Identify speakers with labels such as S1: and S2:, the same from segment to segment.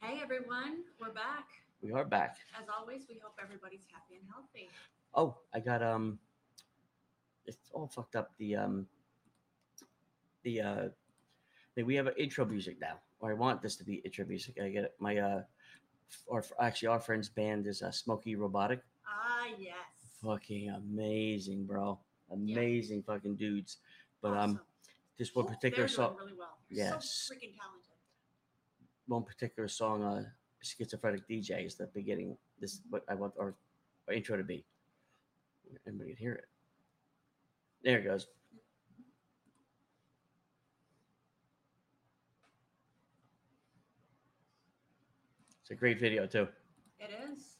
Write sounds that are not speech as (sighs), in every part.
S1: Hey, everyone, we're back.
S2: We are back.
S1: As always, we hope everybody's happy and healthy.
S2: Oh, I got um, it's all fucked up. The um, the uh, like, we have an intro music now, or I want this to be intro music. I get it. My uh, f- or f- actually, our friend's band is uh, Smoky Robotic.
S1: Ah, yes.
S2: Fucking amazing, bro. Amazing fucking dudes. But um,
S1: Awesome.
S2: this one
S1: Ooh,
S2: particular
S1: They're doing
S2: song,
S1: really well. They're
S2: Yes.
S1: So freaking talented.
S2: one particular song, uh, schizophrenic DJ is the beginning. This what I want our, our intro to be. Anybody can hear it. There it goes. It's a great video too.
S1: It is.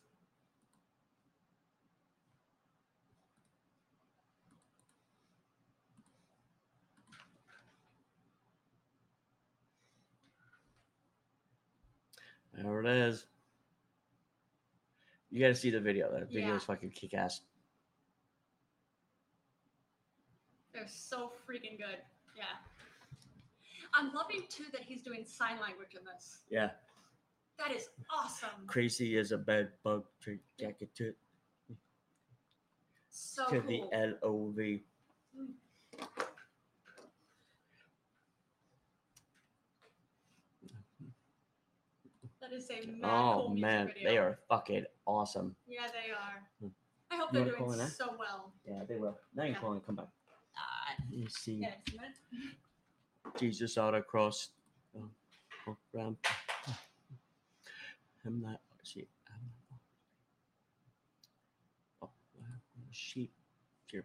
S2: There it is. You gotta see the video. That video
S1: Yeah.
S2: is fucking kick ass.
S1: They're so freaking good. Yeah. I'm loving too that he's doing sign language in this.
S2: Yeah.
S1: That is awesome.
S2: Crazy as a bed bug trick jacket to,
S1: So
S2: to the
S1: Oh, cool.
S2: L O V.
S1: That is a mad
S2: Oh
S1: cool music
S2: man,
S1: video.
S2: they are fucking awesome.
S1: Yeah, they are.
S2: Hmm.
S1: I hope
S2: You
S1: they're
S2: wanna call eh?
S1: doing
S2: it that?
S1: so well.
S2: Yeah, they will. Now you
S1: Yeah.
S2: call and come back.
S1: Uh,
S2: Let me see.
S1: yeah, it's a minute.
S2: Jesus on a cross. Oh, oh, ram. I'm not sheep. I'm not oh, wow, I'm a sheep. Here.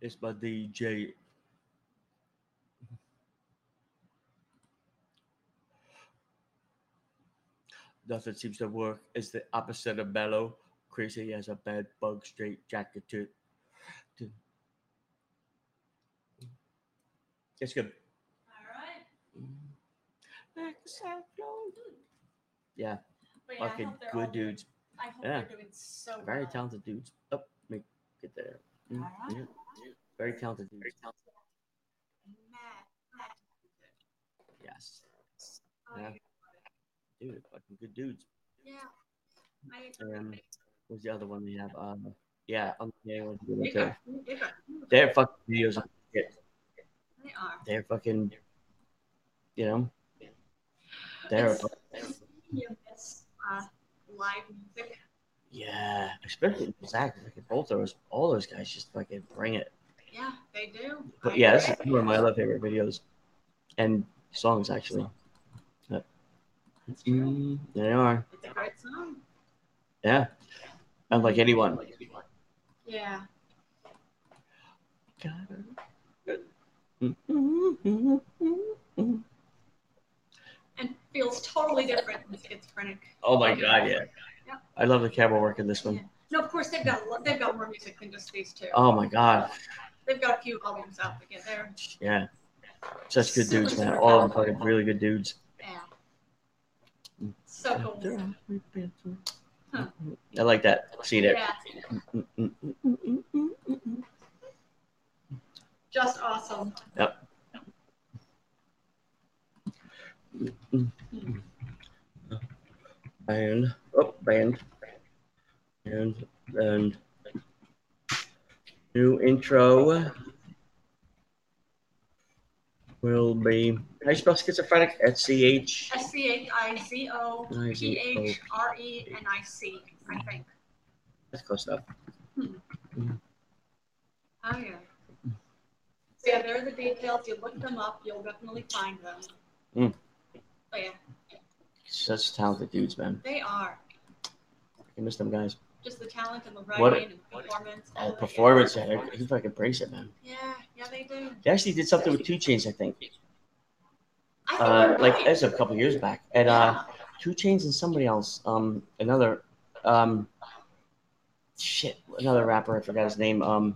S2: It's my DJ. Nothing seems to work. It's the opposite of mellow. Crazy as a bad bug, straight jacket to. to- It's good.
S1: All right. Yeah.
S2: Yeah.
S1: But yeah, I
S2: Fucking
S1: hope they're all
S2: good
S1: doing-
S2: dudes.
S1: I hope
S2: Yeah.
S1: they're doing so
S2: Very
S1: well.
S2: talented dudes. Oh, make get there. Mm,
S1: Alright.
S2: yeah, yeah. Very talented dudes.
S1: Mad, mad talented.
S2: Yes.
S1: Oh,
S2: Yeah.
S1: yeah.
S2: Dude, fucking good dudes.
S1: Yeah. I agree.
S2: Um, what's the other one we have? Um, yeah, I'm yeah, what's the other
S1: They
S2: one too?
S1: are. They are.
S2: Their fucking videos. are-
S1: They are.
S2: They're fucking. You know. They're
S1: It's- it's medium, it's, uh, live music.
S2: yeah, especially Zach, fucking both those, all those guys just fucking bring it.
S1: Yeah, they do. I
S2: But yeah, this
S1: agree.
S2: is one of my other favorite videos and songs actually.
S1: That's true.
S2: Mm, they are.
S1: It's a great song.
S2: Yeah. Unlike anyone.
S1: Yeah.
S2: Oh
S1: And feels totally different than schizophrenic.
S2: Oh my god, yeah.
S1: Yeah.
S2: I love the camera work in this one.
S1: No, of course they've got lo- they've got more music than just these two.
S2: Oh my god.
S1: They've got a few albums out again. They're
S2: Yeah. Such good dudes, man. All of them fucking really good dudes.
S1: yeah. So cool.
S2: I like that. See there.
S1: Yeah, just awesome.
S2: And oh band. And and new intro will be how you spell schizophrenic? S C H Oh,
S1: S C H I Z O
S2: I
S1: P
S2: Z O
S1: H R E N I C. I think.
S2: That's close enough.
S1: Oh yeah. So yeah, there are the details. You look them up, you'll definitely find them.
S2: Mm.
S1: But yeah,
S2: such talented dudes, man.
S1: They are
S2: I miss them guys.
S1: just the talent and the writing
S2: What a-
S1: and the performance. all
S2: Uh,
S1: of it, yeah.
S2: performance, yeah, they're- he fucking breaks it, man.
S1: Yeah, yeah, they do.
S2: They actually did something with Two Chains, I think,
S1: I think
S2: uh,
S1: you're
S2: like
S1: right.
S2: that's a couple years back, and uh, Two Chains and somebody else, um, another, um, shit, another rapper. I forgot his name. Um,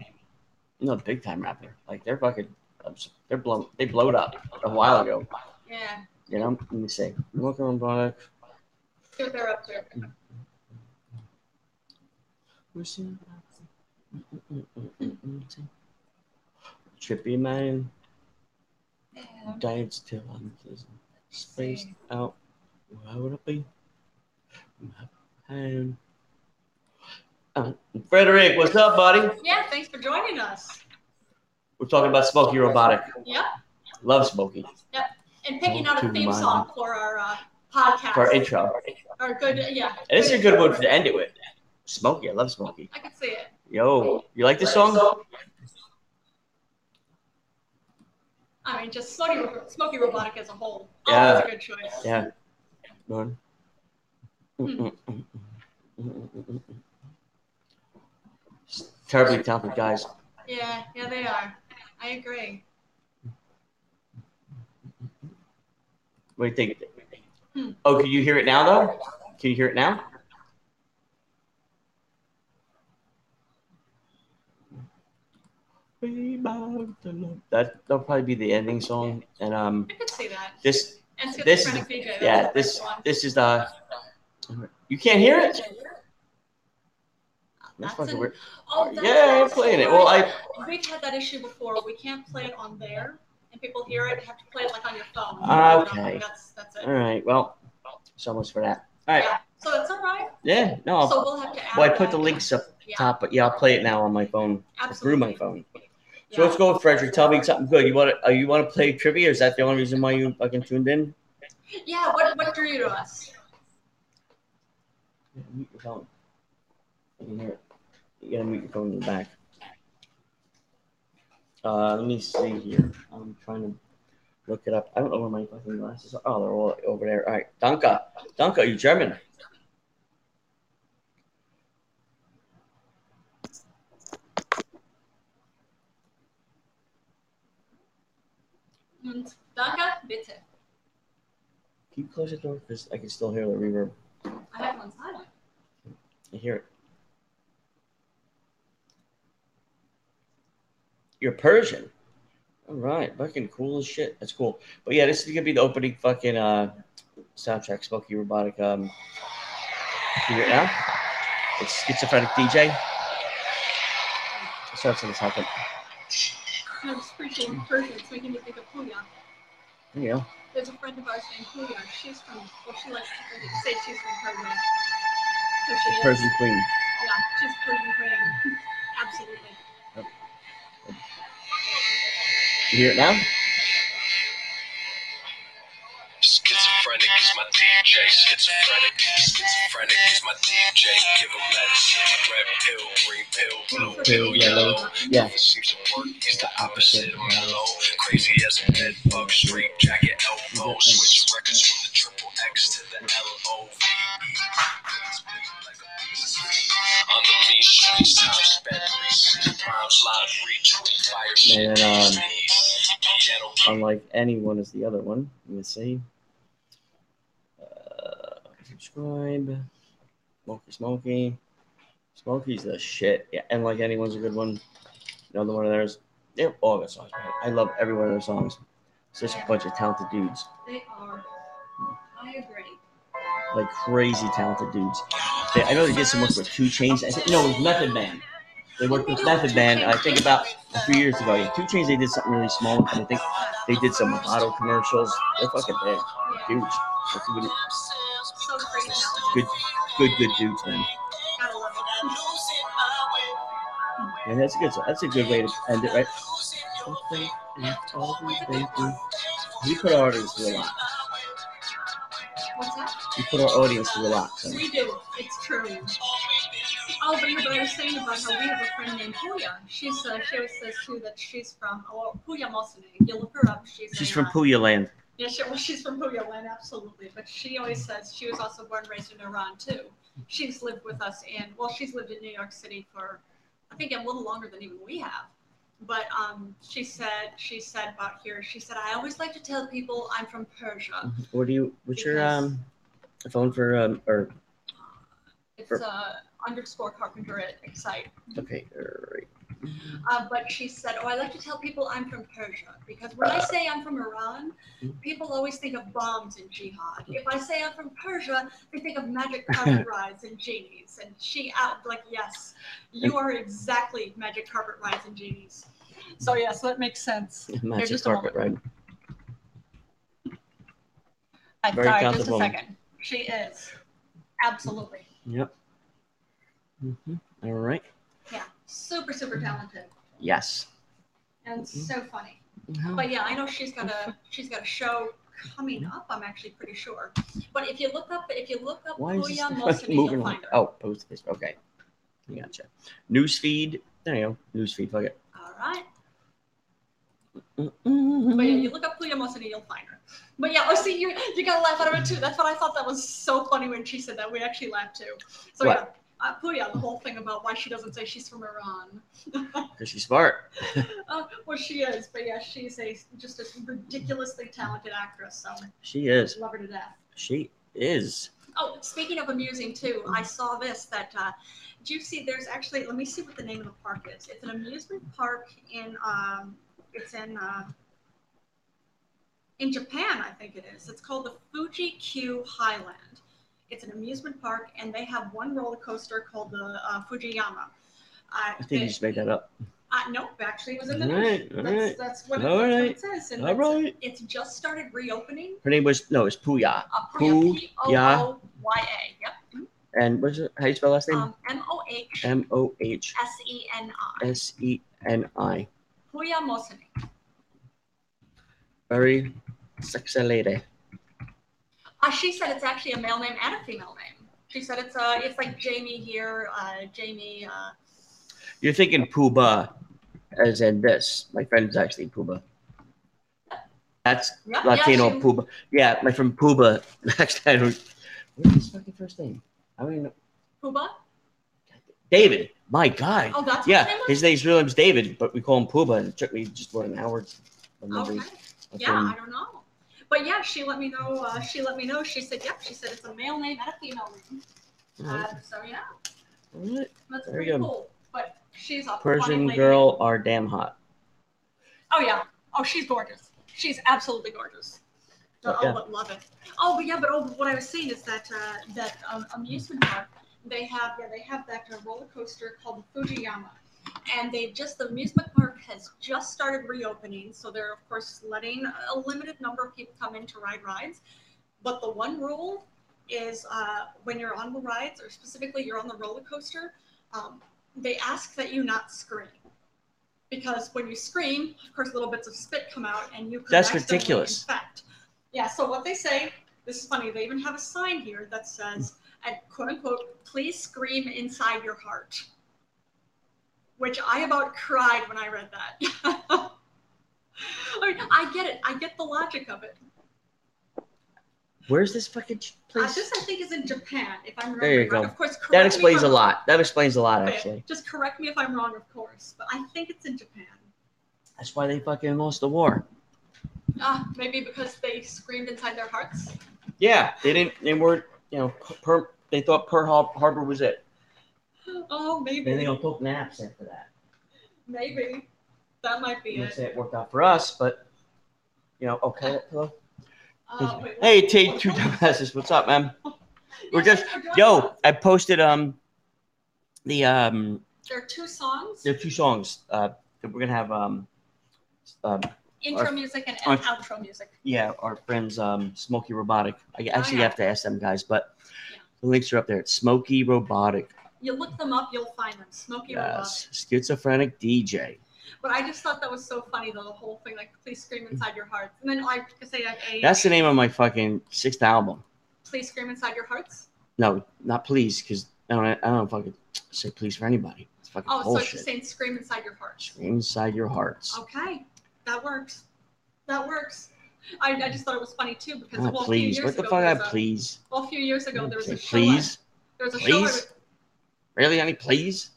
S2: no, big time rapper. Like they're fucking, um, s- they're blown, they blowed up a while ago.
S1: yeah,
S2: You know, let me see. Look at them, brother.
S1: yeah. they're up there.
S2: Trippy man,
S1: Yeah.
S2: dance till I'm just spaced out. Where would I be? Um, uh, Frederick, what's up, buddy?
S1: Yeah, thanks for joining us.
S2: We're talking about Smokey Robotic.
S1: Yep,
S2: Love Smokey
S1: and picking out a
S2: Don't do
S1: theme
S2: mine.
S1: song for our uh, podcast.
S2: for our intro.
S1: Or good, yeah.
S2: And this is a good one to end it with. Smokey, I love Smokey.
S1: I can see it.
S2: Yo, you like this song?
S1: I mean, just Smoky, Smoky Robotic as a whole.
S2: Yeah.
S1: Always a good choice.
S2: Yeah. Run.
S1: Hmm.
S2: Terribly talented guys.
S1: Yeah, yeah, they are. I agree.
S2: What do you think?
S1: Hmm.
S2: Oh, can you hear it now though? Can you hear it now? We bow to love. That that'll probably be the ending song, and um,
S1: I could see that.
S2: this
S1: And
S2: this is-
S1: schizophrenic DJ. that was
S2: yeah,
S1: the
S2: this
S1: first one.
S2: this is uh, you can't hear it. That's
S1: That's
S2: fucking
S1: an-
S2: weird.
S1: Oh, that's
S2: Yeah, I'm
S1: actually
S2: playing it. Well,
S1: right.
S2: I
S1: We've had that issue before. We can't play it on there, and people hear it. You have to play it like on your phone.
S2: Ah, Okay.
S1: That's that's it.
S2: all right. Well, so much for that. All right.
S1: Yeah. So that's all right.
S2: Yeah. No. I'll-
S1: so we'll have to add.
S2: Oh. well, I put
S1: that.
S2: the links up
S1: Yeah,
S2: top, but yeah, I'll play it now on my phone or through
S1: absolutely.
S2: my phone. So
S1: Yeah.
S2: let's go, with Frederick. Tell me something good. You want to? Uh, you want to play trivia? Is that the only reason why you fucking tuned in?
S1: Yeah. What what drew you to us?
S2: Yeah, mute your phone. You can hear it. You gotta mute your phone in the back. Uh, let me see here. I'm trying to look it up. I don't know where my fucking glasses are. Oh, they're all over there. All right, Danke. Danke, you German?
S1: Und danke, Mm, bitte.
S2: Can you close the door? Because I can still hear the reverb.
S1: I have one silent.
S2: I hear it. You're Persian. All right, fucking cool as shit. That's cool. But yeah, this is gonna be the opening fucking uh soundtrack, Smokey Robotic. Um, can you hear it now? It's schizophrenic DJ. So that's what's happening.
S1: I was preaching Persian, it's making me think of Puya.
S2: There you go.
S1: There's a friend of ours named Puya. She's from, well, she likes to think- say she's from Persia. So she is.
S2: Persian Queen.
S1: Yeah, she's Persian Queen. Absolutely.
S2: You hear it now?
S3: Schizophrenic is my DJ. Schizophrenic, schizophrenic is my DJ. Give him medicine. Red pill, green pill, blue pill, yellow.
S2: Yeah.
S3: It seems to work. It's the opposite of mellow. Crazy as a bed bug. Straight jacket, elbow. Switch records from the triple X to the L O V E. On the mean streets, time spent. Rhymes live, reach, fire shit.
S2: And then, um,
S3: Ghetto
S2: unlike anyone is the other one. Let me see. Uh, subscribe. Smoky Smoky. Smoky's the shit. Yeah, and like anyone's a good one. Another one of theirs. They're all good songs. man. I love every one of their songs. Such a bunch of talented dudes.
S1: They are. I agree.
S2: Like crazy talented dudes. They, I know they did some work with Two Chains. I think no, it was Method Man. They worked with Method Man. I think about a few years ago. Yeah, Two Chains. They did something really small. I think they did some auto commercials. They're fucking big.
S1: Yeah.
S2: Huge. That's a good-
S1: So crazy.
S2: Good, good, good dudes, man.
S1: Gotta love it.
S2: Yeah, that's a good. That's a good way to end it, right? We put our audience through a lot.
S1: What's that?
S2: We put our audience through a lot. So.
S1: We do. It's true. Oh, but you know what I was saying about how we have a friend named Puya. She's uh, she always says too that she's from oh, Puya Mosene. You look her up. She's,
S2: She's
S1: a,
S2: from
S1: uh,
S2: Puya Land.
S1: Yeah, she, well, she's from Booyahland, absolutely. But she always says she was also born and raised in Iran, too. She's lived with us, and well, she's lived in New York City for, I think, a little longer than even we have. But um, she said, she said about here, she said, I always like to tell people I'm from Persia.
S2: What do you? What's your
S1: Because-
S2: um phone for um or
S1: It's uh, underscore carpenter at Excite.
S2: okay? all right.
S1: Uh, but she said, Oh, I like to tell people I'm from Persia because when I say I'm from Iran, people always think of bombs and jihad. If I say I'm from Persia, they think of magic carpet rides and genies. And she out, like, Yes, you are exactly magic carpet rides and genies. So, yes, that makes sense.
S2: (laughs) Magic
S1: just a moment.
S2: carpet ride.
S1: I'm
S2: Very
S1: sorry, just a
S2: talented woman.
S1: second. She is. Absolutely.
S2: Yep. hmm All right.
S1: Yeah. Super, super talented
S2: Yes.
S1: and
S2: Mhm.
S1: so funny.
S2: Mhm.
S1: But yeah, I know she's got a she's got a show coming up. I'm actually pretty sure. But if you look up if you look up
S2: Why is this
S1: Booyah
S2: thing (laughs)
S1: Molson,
S2: moving?
S1: you'll
S2: around?
S1: find her.
S2: Oh, post this. Okay. I gotcha. Newsfeed. There you go. Newsfeed. Fuck it.
S1: All right. But yeah,
S2: Mm-mm.
S1: you look up Booyah Molson, you'll find her. But yeah, oh see, you you got a laugh out of it too. That's what I thought. That was so funny when she said that. We actually laughed too. So
S2: What?
S1: yeah. Uh, Puya, the whole thing about why she doesn't say she's from Iran.
S2: 'Cause she's smart.
S1: Uh, well, she is, but yeah, she's a just a ridiculously talented actress. So
S2: She is.
S1: love her to death.
S2: She is.
S1: Oh, speaking of amusing too, I saw this that uh, do you see? There's actually let me see what the name of the park is. It's an amusement park in um, it's in uh, in Japan, I think it is. It's called the Fuji Q Highland. It's an amusement park, and they have one roller coaster called the uh, Fujiyama. Uh,
S2: I think you just made that up.
S1: uh, nope, actually, it was in the
S2: All
S1: news.
S2: right, all
S1: That's,
S2: right,
S1: that's, what, it,
S2: all
S1: that's
S2: right,
S1: what it says. And
S2: All
S1: it's,
S2: right.
S1: it's just started reopening.
S2: Her name was no, it's Puya.
S1: Uh,
S2: Who-
S1: P O O Y A. Yep.
S2: And what's it, how do you spell last name?
S1: Um, M O H
S2: M O H
S1: S E N I.
S2: S E N I.
S1: Puya Mosini.
S2: Very sexy lady.
S1: Uh, she said it's actually a male name and a female name. She said it's uh, it's like Jamie here, uh, Jamie. Uh,
S2: You're thinking Puba, as in this. My friend's actually Puba. That's
S1: Uh, yeah,
S2: Latino
S1: yeah, she- Oh.
S2: Puba. Yeah, my friend (laughs) Puba. Actually, I don't. What's his fucking first name? I don't even know.
S1: Puba.
S2: David. My God.
S1: Oh, that's
S2: yeah,
S1: What her name
S2: his name's real name's David, but we call him Puba, and it took me just what an hour. to
S1: was?
S2: remember his
S1: Okay.
S2: fucking-
S1: Yeah, I don't know. But yeah, she let me know. Uh, she let me know. She said, "Yep." She said it's a male name and a female name. Uh, so yeah,
S2: Alright.
S1: that's
S2: There
S1: pretty
S2: you go.
S1: cool. But she's a funny
S2: Persian
S1: lady.
S2: girl are damn hot.
S1: Oh yeah. Oh, she's gorgeous. She's absolutely gorgeous.
S2: Oh,
S1: Oh,
S2: yeah.
S1: but love it. Oh, but yeah, but oh, what I was saying is that uh, that um, amusement park they have yeah they have that uh, roller coaster called the Fujiyama, and they just the amusement park has just started reopening, so they're of course letting a limited number of people come in to ride rides, but the one rule is uh, when you're on the rides or specifically you're on the roller coaster, um, they ask that you not scream. Because when you scream, of course, little bits of spit come out, and you could
S2: That's
S1: accidentally
S2: ridiculous.
S1: infect. Yeah. So what they say, this is funny. They even have a sign here that says, and "quote unquote," please scream inside your heart. Which I about cried when I read that. (laughs) I mean, I get it. I get the logic of it.
S2: Where's this fucking ch-
S1: Uh,
S2: place?
S1: this I think is in Japan, if I'm
S2: There you
S1: remembering right.
S2: go.
S1: Of course, correct
S2: that
S1: me if
S2: explains a
S1: I'm-
S2: lot. That explains a lot,
S1: okay,
S2: actually.
S1: Just correct me if I'm wrong, of course, but I think it's in Japan.
S2: That's why they fucking lost the war.
S1: Ah, maybe because they screamed inside their hearts.
S2: Yeah, they didn't. They weren't. You know, per, they thought Pearl Har- Harbor was it.
S1: Oh,
S2: Then they
S1: maybe,
S2: all took naps after that.
S1: maybe that might be
S2: You would
S1: it.
S2: say it worked out for us, but you know, okay. Hello.
S1: Uh, wait, what-
S2: Hey, T two
S1: what-
S2: dumbasses. What's up, man? we're
S1: Yes,
S2: just-
S1: yes, we're
S2: Yo,
S1: drunk.
S2: I posted um the um
S1: There are two songs:
S2: there are two songs uh that we're gonna have um um
S1: intro
S2: our-
S1: music and
S2: our-
S1: outro music.
S2: yeah, our friends um Smoky Robotic. I actually
S1: Oh, yeah.
S2: have to ask them guys, but
S1: Yeah.
S2: the links are up there. It's Smoky Robotic.
S1: You look them up, you'll find them. Smokey yes.
S2: Yes. Schizophrenic DJ.
S1: But I just thought that was so funny, though, the whole thing, like please scream inside your hearts, and then I could say, hey,
S2: That's the name of my fucking sixth album.
S1: please scream inside your hearts.
S2: No, not please, because I don't I don't fucking say please for anybody. It's fucking
S1: Oh, so it's Oh,
S2: bullshit.
S1: just saying scream inside your heart.
S2: Scream inside your hearts.
S1: Okay, that works. That works. I, I just thought it was funny too because
S2: Ah,
S1: well, a
S2: please.
S1: few years
S2: What the
S1: ago,
S2: fuck?
S1: there
S2: I
S1: was a-
S2: please.
S1: well, a few years ago there was a show. I-
S2: Please.
S1: There was a show. I
S2: Please. Really, honey? Please.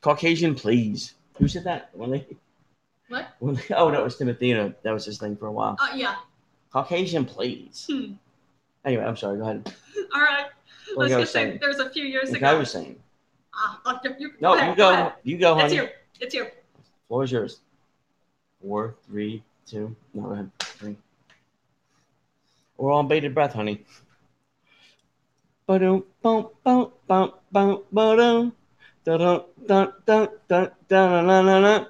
S2: Caucasian, please. Who said that? When they,
S1: What?
S2: when they- (laughs) oh, that was Timothy. That was his thing for a while.
S1: Uh, yeah. (laughs)
S2: Caucasian, please.
S1: Hmm.
S2: Anyway, I'm sorry. Go ahead.
S1: All right. I
S2: What
S1: was
S2: I
S1: gonna
S2: was
S1: say
S2: saying.
S1: there was a few years
S2: What
S1: ago.
S2: I was saying.
S1: Ah, oh, you, you,
S2: No,
S1: ahead,
S2: you go.
S1: ahead.
S2: You go,
S1: It's
S2: honey.
S1: you. It's you.
S2: Floor is yours. Four, three, two. No, go ahead. Three. We're all on bated breath, honey. Ba-dum, bum, bum, bum, bum, ba-dum. Da-dum, dun, dun, dun, dun, dun, dun, dun.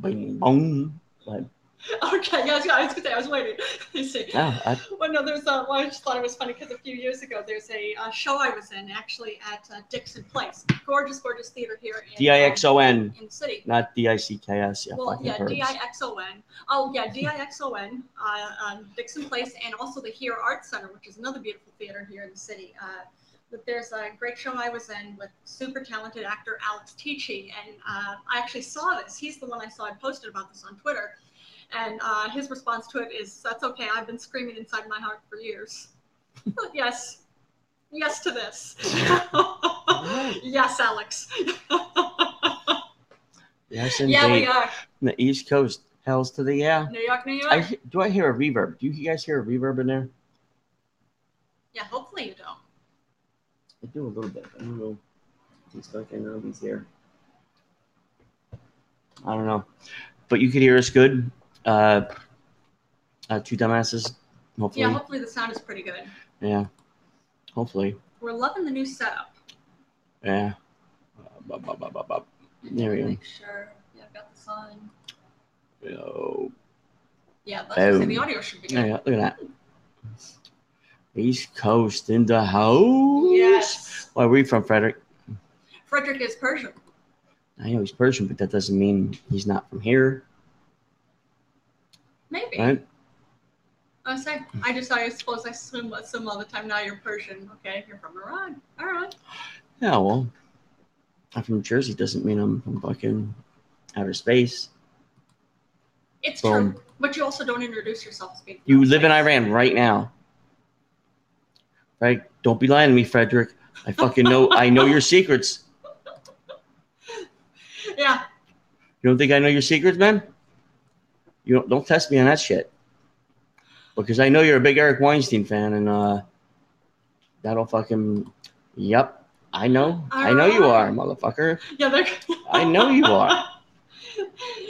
S2: Bing, bong. Like,
S1: (laughs) Okay. Yeah. I was gonna- I was gonna say I was waiting. (laughs) You see.
S2: yeah, I,
S1: Well, no, there's a. Well, I just thought it was funny because a few years ago there's a uh, show I was in actually at uh, Dixon Place, gorgeous, gorgeous theater here in um,
S2: D-I-X-O-N,
S1: in the city.
S2: not D-I-C-K-S. Yeah,
S1: Well,
S2: fucking
S1: yeah,
S2: pervs.
S1: D I X O N. Oh, yeah, D I X O N, uh, um, Dixon Place, and also the Here Arts Center, which is another beautiful theater here in the city. Uh, but there's a great show I was in with super talented actor Alex Tichy, and uh, I actually saw this. He's the one I saw and posted about this on Twitter. And uh, his response to it is, That's okay, I've been screaming inside my heart for years. (laughs) yes. Yes to this. (laughs) yes, Alex. (laughs)
S2: Yes, indeed.
S1: yeah, we are.
S2: the East Coast. Hells to the yeah.
S1: New York, New York.
S2: I, he- do I hear a reverb? Do you guys hear a reverb in there?
S1: Yeah, hopefully you don't.
S2: I do a little bit. I don't know. if He's fucking uh, he's here. I don't know, but you could hear us good. Uh, uh two dumbasses, hopefully.
S1: Yeah,
S2: Yeah.
S1: hopefully the sound is pretty good.
S2: hopefully.
S1: We're loving the new setup.
S2: Yeah. Uh, bu- bu- bu- bu- bu- There we go.
S1: Make sure. Yeah, I've got this on.
S2: Yo.
S1: Yeah, that's what I said, the
S2: Boom.
S1: audio should be
S2: Oh. Yeah,
S1: good.
S2: yeah, look at that. East Coast in the house.
S1: Yes.
S2: Where are we from, Frederick?
S1: Frederick is Persian.
S2: I know he's Persian, but that doesn't mean he's not from here,
S1: Maybe.
S2: right?
S1: I was saying, I just I suppose I swim swim all the time. Now you're Persian. Okay, you're from Iran. All right.
S2: Yeah, well, I'm from Jersey doesn't mean I'm from fucking outer space.
S1: It's
S2: Boom.
S1: true. But you also don't introduce yourself as being.
S2: You live in Iran right now, right? Don't be lying to me, Frederick. I fucking know. I know your secrets.
S1: (laughs) Yeah.
S2: You don't think I know your secrets, man? You don't, don't test me on that shit. Because I know you're a big Eric Weinstein fan, and uh, that'll fucking. Yep, I know. I know you are, motherfucker.
S1: Yeah, they're.
S2: I know you are.
S1: (laughs)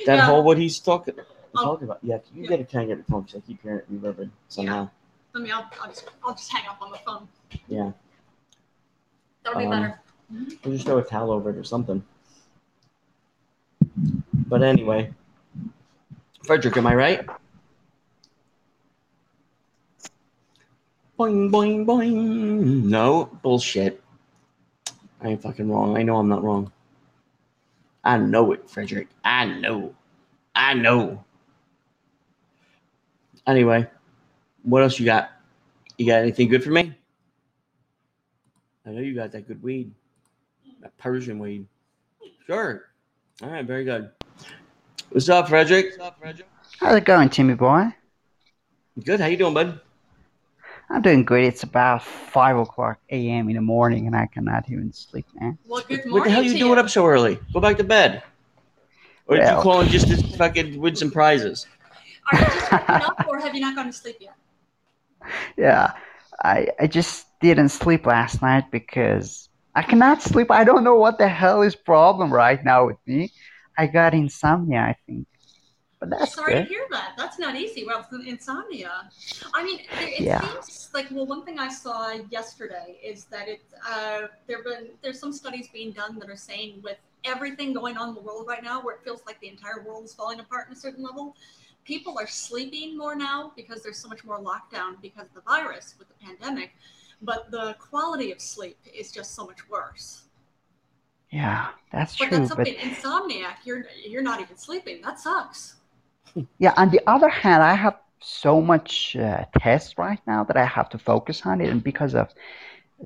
S2: That
S1: yeah.
S2: whole what he's talking
S1: Oh.
S2: talking about. Yeah, can you
S1: Yeah.
S2: get a can I get a phone because I keep hearing it reverbing somehow.
S1: Let me. I'll, I'll just. I'll just hang up on the phone.
S2: Yeah.
S1: That'll be
S2: Um,
S1: better.
S2: We'll just throw a towel over it or something. But anyway. Frederick, am I right? Boing boing boing. No bullshit. I ain't fucking wrong. I know I'm not wrong. I know it, Frederick. I know. I know. Anyway, what else you got? You got anything good for me? I know you got that good weed. That Persian weed. Sure. All right, very good. What's up, Frederick? What's up, Frederick?
S4: How's it going, Timmy boy?
S2: Good. How you doing, bud?
S4: I'm doing great. It's about five o'clock a.m. in the morning, and I cannot even sleep, man.
S1: Well, good morning.
S2: What the hell you
S1: to
S2: doing up so early? Go back to bed. Or did you
S4: Well.
S2: call and just to fucking win some prizes?
S1: Are you just waking up,
S4: (laughs)
S1: or have you not gone to sleep yet?
S4: Yeah, I I just didn't sleep last night because I cannot sleep. I don't know what the hell is problem right now with me. I got insomnia, I think, but that's
S1: Sorry
S4: good.
S1: to hear that. That's not easy. Well, it's an insomnia. I mean, there, it
S4: Yeah.
S1: seems like well, one thing I saw yesterday is that it uh, there been there's some studies being done that are saying with everything going on in the world right now, where it feels like the entire world is falling apart on a certain level, people are sleeping more now because there's so much more lockdown because of the virus with the pandemic, but the quality of sleep is just so much worse.
S4: Yeah, that's
S1: But
S4: true.
S1: that's
S4: But
S1: something insomniac. You're you're not even sleeping. That sucks.
S4: yeah, on the other hand, I have so much uh, tests right now that I have to focus on it, and because of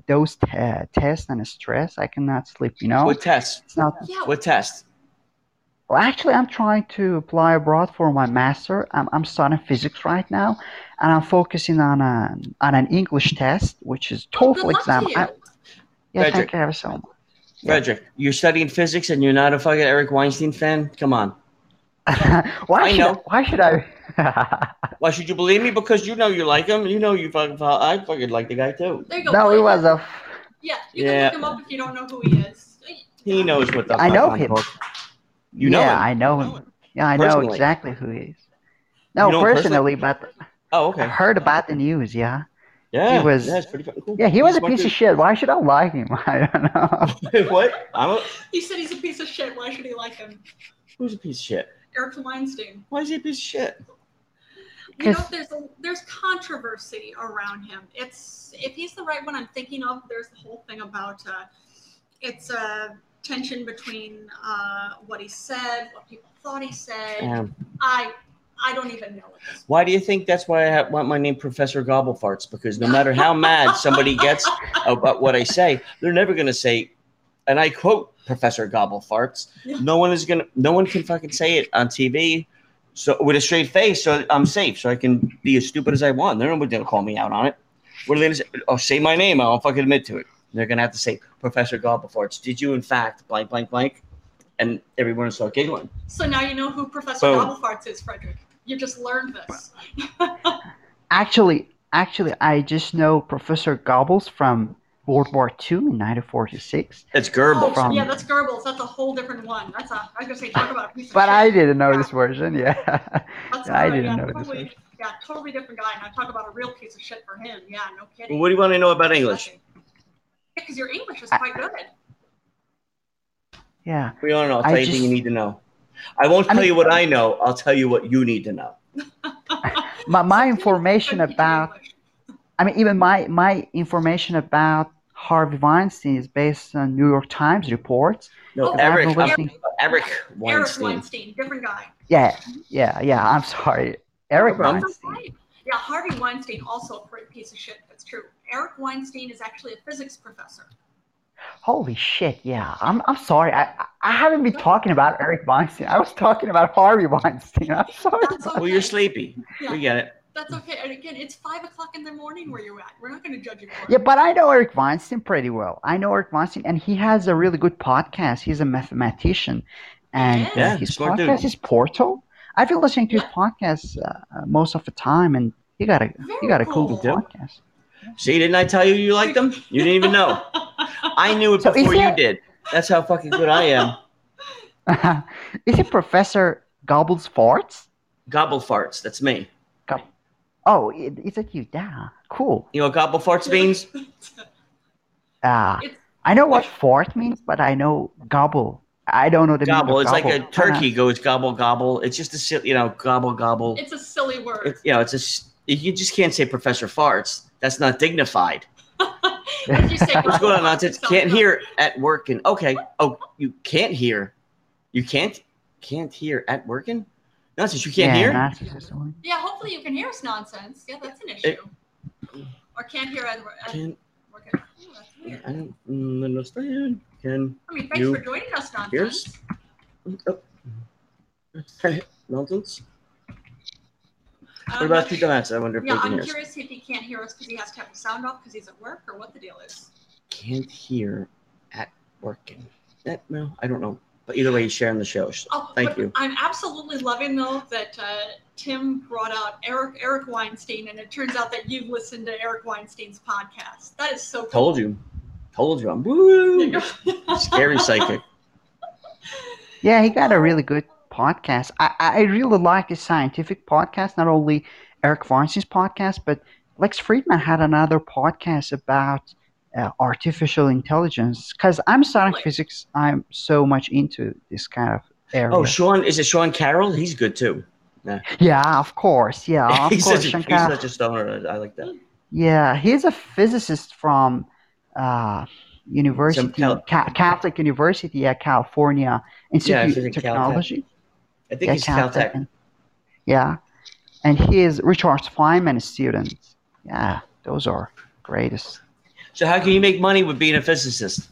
S4: those uh, tests and stress, I cannot sleep. You know,
S2: What test?
S4: it's not
S1: Yeah.
S2: What test?
S4: Well, actually, I'm trying to apply abroad for my master. I'm, I'm studying physics right now, and I'm focusing on an on an English test, which is
S1: Oh, good
S4: TOEFL
S1: luck
S4: exam.
S1: to you.
S4: I, yeah,
S2: Frederick.
S4: thank you ever so much. Yeah.
S2: Frederick, you're studying physics and you're not a fucking Eric Weinstein fan? Come on.
S4: (laughs) why
S2: I
S4: should
S2: know.
S4: why
S1: (laughs)
S4: should I?
S2: Why should you believe me? Because you know you like him. You know you fucking. fo- I fucking like the guy too.
S1: There you go.
S4: no, it
S1: Find
S4: was
S1: him.
S4: a.
S1: Yeah, you can
S2: Yeah.
S1: look him up if you don't know who he is.
S2: He knows what the.
S4: I
S2: fuck
S4: know
S2: I'm
S4: him.
S2: talking- You know
S4: yeah,
S2: him.
S4: I know
S2: know
S4: him. Yeah, I know
S2: Personally.
S4: exactly who he is.
S2: You
S4: No,
S2: know him personally?
S4: personally, but
S2: Oh,
S4: I
S2: okay.
S4: heard about the news. Yeah,
S2: Yeah,
S4: He was-
S2: yeah, it's pretty fucking cool.
S4: yeah, he
S2: He's
S4: was a
S2: smart
S4: piece of shit. Why should I like him? (laughs) I don't know.
S2: (laughs) dude. what? I'm a,
S1: He said he's a piece of shit. Why should he like him?
S2: who's a piece of shit?
S1: Eric Weinstein.
S2: Why is he a piece of shit?
S1: You know,
S4: Because-
S1: there's a, there's controversy around him. It's if he's the right one I'm thinking of. There's the whole thing about uh, it's a tension between uh, what he said, what people thought he said.
S2: Um,
S1: I I don't even know. What this
S2: why do you think that's why I ha- want my name Professor Gobblefarts? Because no matter how mad somebody gets about what I say, they're never gonna say, and I quote Professor Gobblefarts.
S1: Yeah.
S2: No one is gonna. No one can fucking say it on TV. So with a straight face, so I'm safe. So I can be as stupid as I want. They're not gonna call me out on it. What are they gonna say? Oh, say my name. I'll fucking admit to it. They're gonna have to say Professor Gobblefarts. Did you in fact blank blank blank? And everyone will start giggling.
S1: So now you know who Professor
S2: Boom.
S1: Gobblefarts is, Frederick. You just learned this.
S4: Actually, actually, I just know Professor Goebbels from World War II in 1946,
S2: That's Goebbels.
S1: Oh,
S4: from-
S1: yeah, that's Goebbels. That's a whole different one. That's a, I was gonna say talk about. a piece of
S4: but
S1: shit.
S4: I didn't know this version. Yeah, (laughs)
S1: That's
S4: I
S1: all right,
S4: didn't know this
S1: totally,
S4: was-
S1: Yeah, totally different guy. Now talk about a real piece of shit for him. Yeah, no kidding.
S2: What do you want to know about English?
S1: Because your English is quite good.
S4: yeah.
S2: We don't know. I'll
S4: I
S2: tell you anything
S4: just-
S2: you need to know. I won't
S4: I
S2: tell
S4: mean-
S2: you what I know. I'll tell you what you need to know.
S4: My my information
S1: Good teacher
S4: about
S1: English.
S4: I mean, even my my information about Harvey Weinstein is based on New York Times reports.
S2: No,
S1: Oh,
S2: Eric,
S4: I've
S2: I'm-
S4: been listening-
S2: Eric
S1: Eric
S2: Weinstein.
S1: Weinstein, different guy.
S4: Yeah, yeah, yeah. I'm sorry, Eric
S2: No problem.
S1: That's
S4: Weinstein.
S1: right. Yeah, Harvey Weinstein also a great piece of shit. That's true. Eric Weinstein is actually a physics professor.
S4: Holy shit! Yeah, I'm I'm sorry. I I- I haven't been talking about Eric Weinstein. I was talking about Harvey Weinstein. I'm sorry.
S1: That's okay.
S2: Well, you're sleepy.
S1: Yeah,
S2: We get it.
S1: that's okay. And again, it's five o'clock in the morning where you're at. We're not going to judge you for it.
S4: Yeah, but I know Eric Weinstein pretty well. I know Eric Weinstein, and he has a really good podcast. He's a mathematician, and uh,
S1: Yeah,
S4: his
S2: smart dude.
S4: podcast is Portal. I've been listening to his podcast uh, uh, most of the time, and he got a
S1: Very
S4: he got a cool
S2: cool.
S4: podcast.
S2: See, didn't I tell you you liked them? You didn't even
S1: (laughs)
S2: know. I knew it
S4: So is
S2: before you
S4: it-
S2: did. That's how fucking good I am.
S4: (laughs) is it Professor Gobbles Farts?
S2: Gobble farts. That's me.
S4: Oh, it, it's a you. Yeah, cool.
S2: You know what gobble farts means?
S4: Uh,
S1: It's-
S4: I know what fart means, but I know gobble. I don't know the
S2: Gobble.
S4: meaning
S2: It's
S4: of
S2: like
S4: gobble.
S2: a
S4: (laughs)
S2: turkey goes gobble gobble. It's just a si- you know gobble gobble.
S1: It's a silly word.
S2: It's you know it's a s- you just can't say Professor Farts. That's not dignified.
S1: If you say
S2: What's
S1: (laughs)
S2: going on?
S1: Gobbledygook,
S2: Nonsense.
S1: it sounds
S2: Can't
S1: good.
S2: hear at working. Okay. Oh, you can't hear. You can't can't hear at working. Nonsense. You can't
S4: yeah,
S2: hear.
S4: narcissism.
S1: Yeah, hopefully you can hear us nonsense. Yeah, that's an issue. or can't hear at work. at
S2: Can't.
S1: work at- oh, that's weird.
S2: I don't mm, understand. Can
S1: I mean, thanks
S2: You-
S1: for joining us,
S2: hear
S1: nonsense. Um,
S2: us? Oh. Nonsense.
S1: I
S2: What
S1: don't
S2: about
S1: know-
S2: two donuts? I wonder if
S1: Yeah,
S2: they can
S1: I'm
S2: hear. us.
S1: curious if he can't hear us because he has to have the sound off because he's at work or what the deal is.
S2: Can't hear at working. Eh, no, I don't know. But either way, he's sharing the show. so
S1: Oh,
S2: Thank
S1: but
S2: you.
S1: I'm absolutely loving though that uh, Tim brought out Eric Eric Weinstein, and it turns out that you've listened to Eric Weinstein's podcast. That is so cool.
S2: Told you. Told
S1: (laughs)
S2: you. I'm woo. Scary psychic.
S4: Yeah, he got a
S2: Um,
S4: really good podcast. I, I I really like his scientific podcast, not only Eric Weinstein's podcast, but Lex Friedman had another podcast about uh, artificial intelligence. Because I'm studying
S1: Really?
S4: physics, I'm so much into this kind of area.
S2: Oh, Sean. Is it Sean Carroll? He's good too.
S4: yeah, of
S2: (laughs)
S4: course. Yeah, of
S2: he's,
S4: course.
S2: such a, he's
S4: Shankar.
S2: such a stoner. I, I like that.
S4: Yeah, he's a physicist from uh, university,
S2: Cal-
S4: Ca- Catholic University at California
S2: Yeah,
S4: Institute
S2: he's in
S4: of
S2: Caltech.
S4: Technology.
S2: I think
S4: Yeah,
S2: he's Caltech.
S4: and- Yeah, and he is Richard Feynman student. Yeah, those are greatest.
S2: So how can you make money with being a physicist?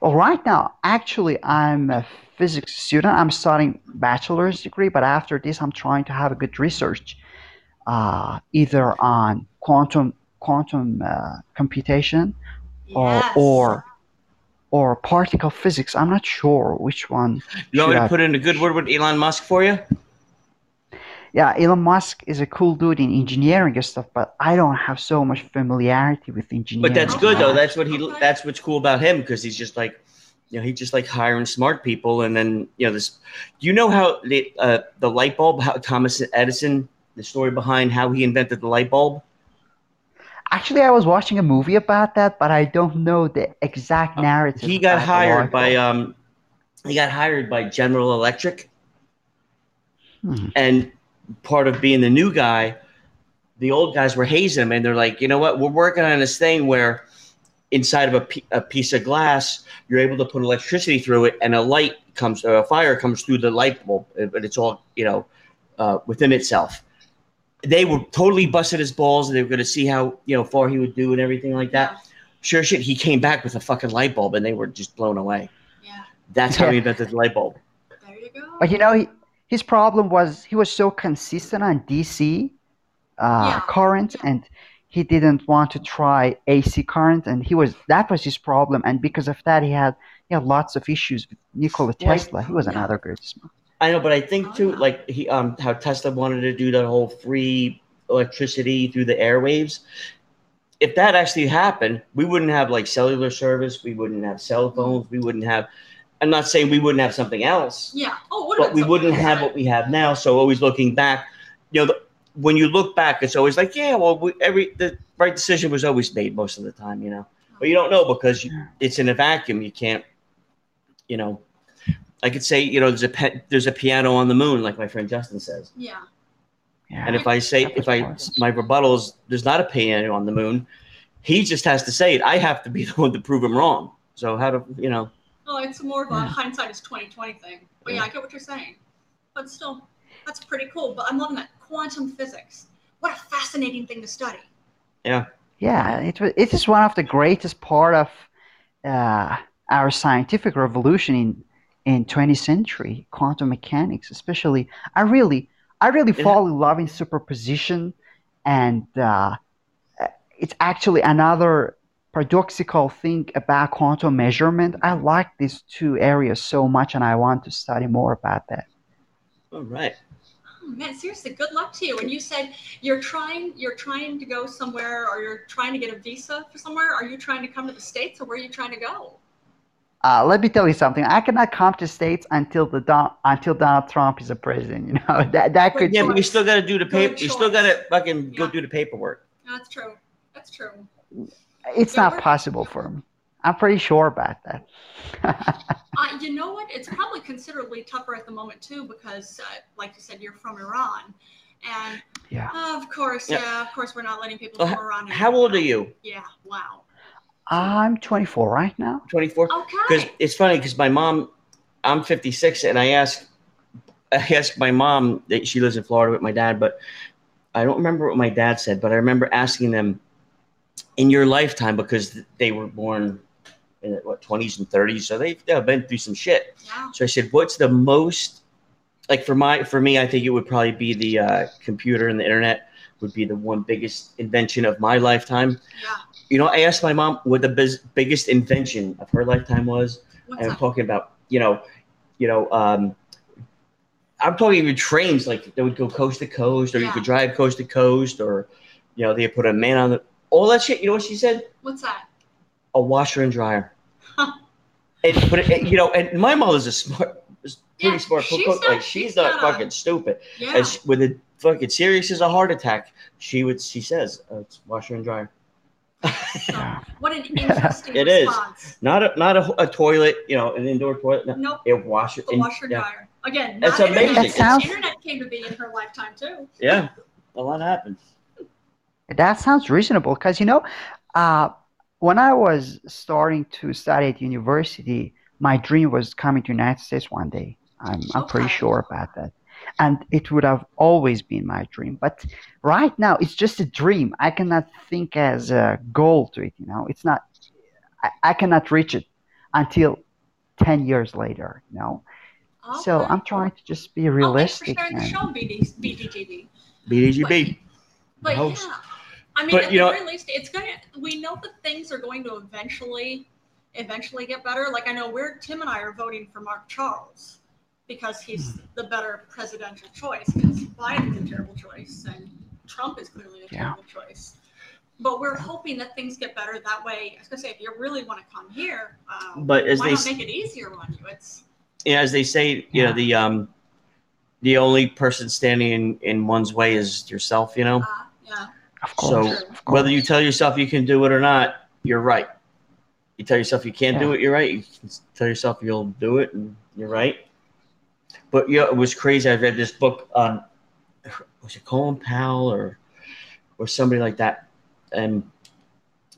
S4: Well, right now, actually, I'm a physics student. I'm studying bachelor's degree, but after this, I'm trying to have a good research, uh, either on quantum quantum uh, computation or
S1: Yes.
S4: or or particle physics. I'm not sure which one.
S2: You want
S4: should
S2: me to
S4: I-
S2: put in a good word with Elon Musk for you?
S4: yeah, Elon Musk is a cool dude in engineering and stuff, but I don't have so much familiarity with engineering.
S2: But that's good though.
S1: Okay.
S2: That's what he.
S1: Okay.
S2: That's what's cool about him because he's just like, you know, he just like hiring smart people, and then you know this. You know how the uh, the light bulb, how Thomas Edison, the story behind how he invented the light bulb.
S4: Actually, I was watching a movie about that, but I don't know the exact narrative.
S2: Uh, He got
S4: about the
S2: hired
S4: light
S2: by
S4: bulb.
S2: um, he got hired by General Electric,
S4: Hmm.
S2: and part of being the new guy, the old guys were hazing him, and they're like, you know what, we're working on this thing where inside of a, pi- a piece of glass, you're able to put electricity through it, and a light comes, or a fire comes through the light bulb, uh, but it's all you know uh, within itself. They were totally busted his balls, and they were going to see how you know far he would do and everything like that. Sure shit, he came back with a fucking light bulb, and they were just blown away.
S1: Yeah.
S2: That's how he invented the light bulb.
S1: yeah. There you go.
S4: But you know, he, his problem was he was so consistent on DC uh,
S1: Yeah,
S4: current,
S1: yeah.
S4: and he didn't want to try AC current, and he was that was his problem. And because of that, he had he had lots of issues with Nikola
S2: Like-
S4: Tesla. He was
S1: Yeah.
S4: another great smart.
S2: I know, but I think too,
S1: Ah.
S2: like he, um, how Tesla wanted to do that whole free electricity through the airwaves. If that actually happened, we wouldn't have like cellular service. We wouldn't have cell phones. We wouldn't have. I'm not saying we wouldn't have something else,
S1: yeah. Oh, what
S2: but we
S1: about
S2: wouldn't
S1: something
S2: have
S1: else?
S2: what we have now. So always looking back, you know, the, when you look back, it's always like, yeah, well, we, every the right decision was always made most of the time, you know. But you
S1: um,
S2: don't know because you, it's in a vacuum. You can't, you know. I could say, you know, there's a pe- there's a piano on the moon, like my friend Justin says.
S1: Yeah.
S4: Yeah.
S2: And if I say, if I my rebuttals, there's not a piano on the moon. He just has to say it. I have to be (laughs) the one to prove him wrong. So how do you know?
S1: Well, it's more of a
S4: Yeah.
S1: hindsight is twenty twenty thing. But yeah.
S2: Yeah.
S1: I get what you're saying. But still, that's pretty cool. But I'm loving that quantum physics. What a fascinating thing to study.
S4: Yeah, it was. It is one of the greatest part of uh, our scientific revolution in in 20th century quantum mechanics, especially. I really, I really
S2: Is it-
S4: fall in love in superposition, and uh, it's actually another paradoxical thing about quantum measurement. I like these two areas so much, and I want to study more about that.
S2: All right.
S1: Oh, man, seriously, good luck to you. And you said you're trying, you're trying to go somewhere, or you're trying to get a visa for somewhere. Are you trying to come to the states, or where are you trying to go?
S4: Uh, let me tell you something. I cannot come to states until the Don- until Donald Trump is a president. You know (laughs) that that could
S2: Yeah,
S4: be
S2: but you still got to do the paper.
S1: Good
S2: You still
S1: choice.
S2: got to fucking go
S1: Yeah.
S2: do the paperwork.
S1: That's true. That's true.
S4: It's
S1: Yeah,
S4: not
S1: we're-
S4: possible for me. I'm pretty sure about that.
S1: Uh, you know what? It's probably considerably tougher at the moment too, because, uh, like you said, you're from Iran, and
S4: Yeah.
S1: of course, yeah,
S2: Yeah.
S1: of course, we're not letting people
S2: Well,
S1: from Iran. in.
S2: How old are you?
S1: Yeah. Wow.
S4: I'm 24 right now.
S2: 24. Because
S1: Okay.
S2: it's funny because my mom, I'm 56, and I asked, I asked my mom that she lives in Florida with my dad, but I don't remember what my dad said, but I remember asking them in your lifetime because they were born in the, what 20s and 30s, so they've, they've been through some shit.
S1: Yeah.
S2: So I said, what's the most like for my for me? I think it would probably be the uh, computer and the internet would be the one biggest invention of my lifetime.
S1: Yeah.
S2: You know, I asked my mom what the biz- biggest invention of her lifetime was.
S1: What's
S2: And I'm
S1: up?
S2: talking about, you know, you know, um, I'm talking even trains like that would go coast to coast, or
S1: Yeah.
S2: you could drive coast to coast, or you know, they put a man on the all that shit. You know what she said?
S1: What's that?
S2: A washer and
S1: (laughs)
S2: dryer. and but it, you know, and my mother's a smart, is pretty
S1: Yeah,
S2: smart cook.
S1: she's
S2: cook,
S1: not-
S2: like she's,
S1: she's
S2: not,
S1: not a-
S2: fucking stupid.
S1: Yeah.
S2: And she, with a fucking serious as a heart attack, she would she says uh, it's washer and dryer.
S1: So,
S4: Yeah.
S1: what
S2: (laughs)
S1: an interesting
S2: It is.
S1: response.
S2: Not a not a, a toilet, you know, an indoor toilet. No,
S1: Nope.
S2: it washer.
S1: The
S2: and-
S1: washer and
S2: yeah.
S1: dryer. Again,
S2: That's
S1: not internet.
S2: amazing.
S4: That sounds-
S1: Internet came to be in her lifetime too.
S2: Yeah, a lot happens.
S4: That sounds reasonable because, you know, uh, when I was starting to study at university, my dream was coming to United States one day. I'm, I'm pretty
S1: Okay.
S4: sure about that. And it would have always been my dream. But right now, it's just a dream. I cannot think as a goal to it, you know. It's not, I, I cannot reach it. until 10 years later, you know? So
S1: Okay.
S4: I'm trying to just be
S1: Oh, thanks
S4: realistic.
S1: for sharing the
S4: and-
S1: show, BD, BDGB.
S2: BDGB.
S1: But
S2: Host.
S1: yeah, I mean,
S2: But,
S1: at
S2: you
S1: the
S2: know-
S1: very least, it's gonna. We know that things are going to eventually, eventually get better. Like I know we're Tim and I are voting for Mark Charles because
S2: Hmm.
S1: he's the better presidential choice. Because Biden's a terrible choice, and Trump is clearly a
S4: Yeah.
S1: terrible choice. But we're hoping that things get better that way. I was gonna say, if you really want to come here, uh,
S2: But as
S1: why
S2: they
S1: not
S2: s-
S1: make it easier on you? It's
S2: Yeah, as they say, you know, the um the only person standing in, in one's way is yourself, you know.
S1: uh, yeah,
S4: Of
S2: So,
S4: course.
S1: true.
S4: of course.
S2: Whether you tell yourself you can do it or not, you're right. You tell yourself you can't do
S4: Yeah.
S2: it, you're right. You can tell yourself you'll do it and you're right. But yeah, it was crazy. I read this book on was it Colin Powell or or somebody like that. And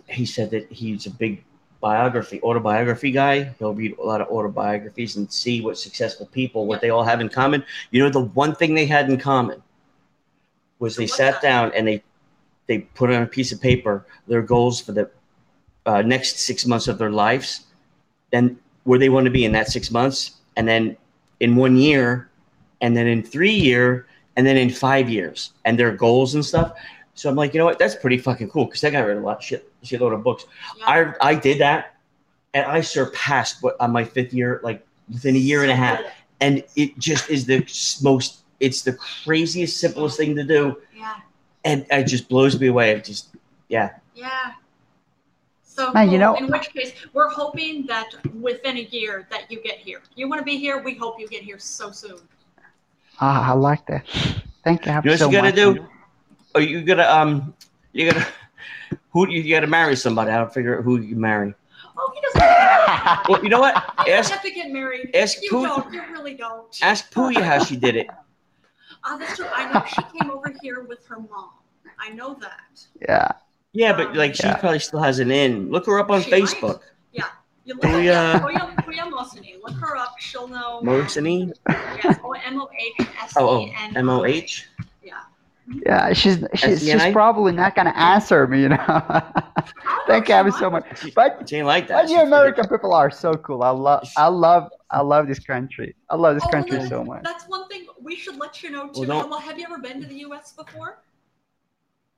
S2: he said that he's a big biography, autobiography guy. He'll read a lot of autobiographies and see what successful people, what they all have in common. You know, the one thing they had in common was they
S1: What's
S2: sat
S1: that?
S2: down and they they put on a piece of paper their goals for the uh, next six months of their lives, then where they want to be in that six months, and then in one year, and then in three year, and then in five years, and their goals and stuff. So I'm like, you know what? That's pretty fucking cool because I got read a lot of shit, shitload of books.
S1: yeah.
S2: I I did that, and I surpassed what on my fifth year, like within a year and a half, and it just is the most. It's the craziest, simplest thing to do
S1: Yeah.
S2: and it just blows me away. It just
S1: Yeah. So
S4: Man,
S1: cool.
S4: you know-
S1: in which case, we're hoping that within a year that you get here. You want to be here? We hope you get here so soon.
S4: Ah, I like that. Thank you.
S2: you know what
S4: so
S2: you gotta
S4: much.
S2: do? Are you gotta um you gotta who you gotta marry somebody? I'll figure out who you marry.
S1: Oh, he doesn't. have to get married.
S2: (laughs) Well, you know what?
S1: You don't
S2: Ask
S1: have to get married.
S2: ask
S1: you
S2: Pooh-
S1: don't. You really don't.
S2: ask Puya how she did it.
S1: Ah, that's true. I know she came over here with her mom. I know that.
S4: Yeah.
S2: Yeah, but like she
S4: Yeah.
S2: probably still has an in. Look her up on
S1: She might.
S2: Facebook.
S1: You look oh,
S2: Pooh,
S1: yeah,
S2: uh,
S1: Pooh- Pooh Mohseni. Look her up. She'll know.
S2: Mohseni?
S1: Yes. O M O H S E
S2: Oh,
S1: N.
S2: oh, M O H.
S4: Yeah. She's she's, she's
S2: SDNA?
S4: probably not gonna answer me, you know. (laughs) Thank you Abby, so much. But
S2: She ain't like that.
S4: but
S2: She
S4: you American
S2: figured-
S4: people are so cool. I love I love I love this country. I love this
S1: Oh, well,
S4: country
S1: that's-
S4: so much.
S1: That's one thing we should let you know too.
S2: Well, don't-
S1: Well, have you ever been to the U.S. before?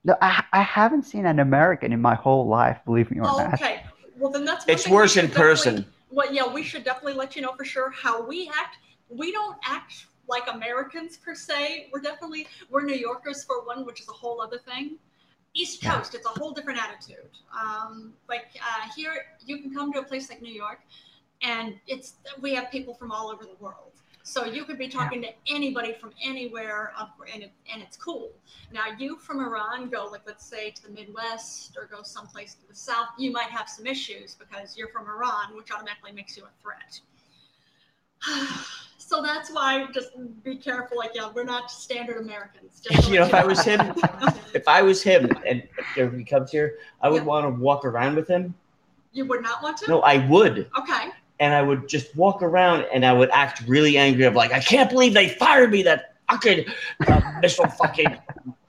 S4: No, I I haven't seen an American in my whole life, believe me or
S1: Oh,
S4: not.
S1: okay. Well, then that's. one
S2: It's
S1: thing we
S2: worse
S1: should
S2: in person.
S1: definitely- Well, yeah, we should definitely let you know for sure how we act. We don't act like Americans per se. We're definitely we're New Yorkers for one, which is a whole other thing. East
S4: Yeah.
S1: Coast, it's a whole different attitude. Um, like uh, here, you can come to a place like New York, and it's we have people from all over the world. So you could be talking to anybody from anywhere, up, and it, and it's cool. Now you from Iran go like let's say to the Midwest or go someplace to the South, you might have some issues because you're from Iran, which automatically makes you a threat. (sighs) so that's why just be careful. Like yeah, we're not standard Americans. Just to
S2: (laughs) You know,
S1: let
S2: if I
S1: (laughs)
S2: was him, if I was him, and if he comes here, I would
S1: Yeah.
S2: want to walk around with him.
S1: you would not want to.
S2: No, I would.
S1: Okay.
S2: and I would just walk around and I would act really angry of like, I can't believe they fired me. That fucking uh, missile fucking.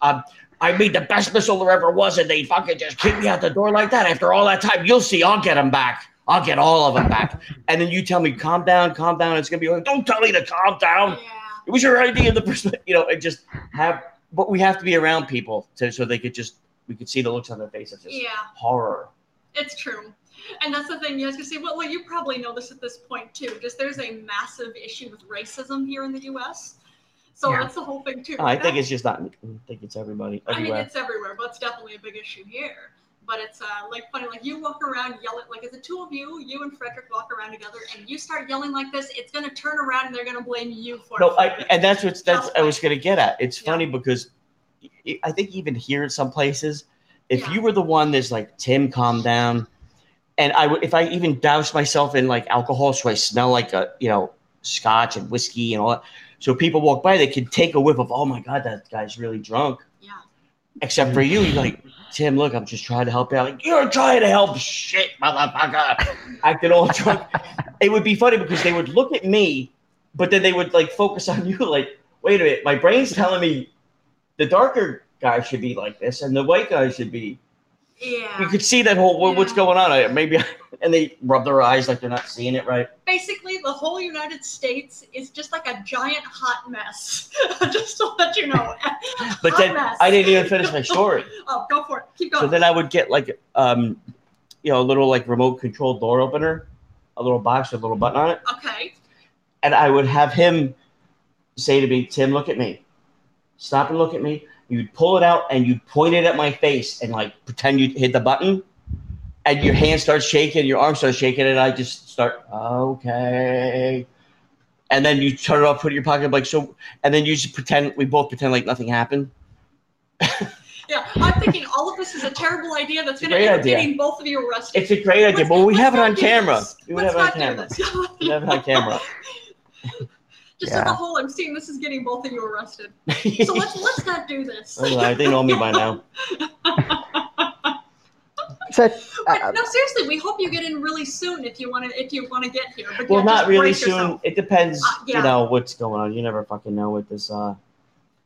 S2: Um, I made the best missile there ever was, and they fucking just kicked me out the door like that. After all that time, you'll see. I'll get them back. I'll get all of them back. And then you tell me, calm down, calm down. It's gonna be. Like, Don't tell me to calm
S1: Yeah.
S2: down. It was your idea. The person, you know, and just have. But we have to be around people to so they could just we could see the looks on their faces, just
S1: Yeah.
S2: horror.
S1: It's true. And that's the thing. You guys can see, well, well, you probably know this at this point too. Just there's a massive issue with racism here in the US. So
S4: Yeah.
S1: that's the whole thing too.
S2: I think
S1: That's-
S2: it's just not. I think it's everybody
S1: I mean,
S2: everywhere.
S1: it's everywhere, but it's definitely a big issue here. But it's uh, like funny, like you walk around yelling, like as the two of you, you and Frederick walk around together, and you start yelling like this, it's gonna turn around and they're gonna blame you for
S2: No,
S1: it.
S2: I, and that's what that's
S1: Just
S2: I was gonna get at. It's
S1: Yeah.
S2: funny because I- I think even here in some places, if
S1: Yeah.
S2: you were the one that's like Tim, calm down, and I would if I even doused myself in like alcohol, so I smell like a you know scotch and whiskey and all that, so people walk by, they can take a whiff of, oh my god, that guy's really drunk.
S1: yeah,
S2: Except for you, you're like Tim. Look, I'm just trying to help you out. Like you're trying to help, shit, motherfucker. Acting all drunk. It would be funny because they would look at me, but then they would like focus on you. Like, wait a minute, my brain's telling me the darker guy should be like this, and the white guy should be You
S1: Yeah.
S2: could see that whole "Wha- what's
S1: Yeah.
S2: going on. I- Maybe, and they rub their eyes like they're not seeing it right.
S1: Basically, the whole United States is just like a giant hot mess. (laughs) just to let you know. (laughs)
S2: But
S1: hot
S2: then
S1: mess.
S2: I didn't even finish my story.
S1: Oh, go for it. Keep going.
S2: So then I would get like, um, you know, a little like remote control door opener, a little box with a little button on it,
S1: okay.
S2: and I would have him say to me, "Tim, look at me, stop and look at me." You'd pull it out and you'd point it at my face and like pretend you hit the button, and your hand starts shaking, your arm starts shaking, and I just start okay, and then you turn it off, put it in your pocket, like so, and then you just pretend we both pretend like nothing happened.
S1: Yeah. I'm thinking all of this is a terrible idea that's
S2: It's a
S1: going to
S2: great
S1: end up
S2: idea.
S1: getting both of you arrested.
S2: It's a great idea, but we
S1: Let's
S2: have it
S1: not
S2: on
S1: do
S2: camera.
S1: this.
S2: We would
S1: Let's
S2: have it on
S1: not do
S2: camera.
S1: this.
S2: We would have it on camera.
S1: (laughs) Just as
S4: Yeah.
S1: a whole, I'm seeing this is getting both of you
S2: (laughs)
S1: arrested. So let's let's not do this.
S2: Anyway, they know me by now.
S4: So,
S1: But
S4: uh,
S1: no, seriously, we hope you get in really soon if you want to if you want to get here. But
S2: Well,
S1: yeah,
S2: not
S1: just
S2: really
S1: brace
S2: soon.
S1: yourself.
S2: It depends,
S1: Uh, yeah.
S2: you know, what's going on. You never fucking know with this. Uh,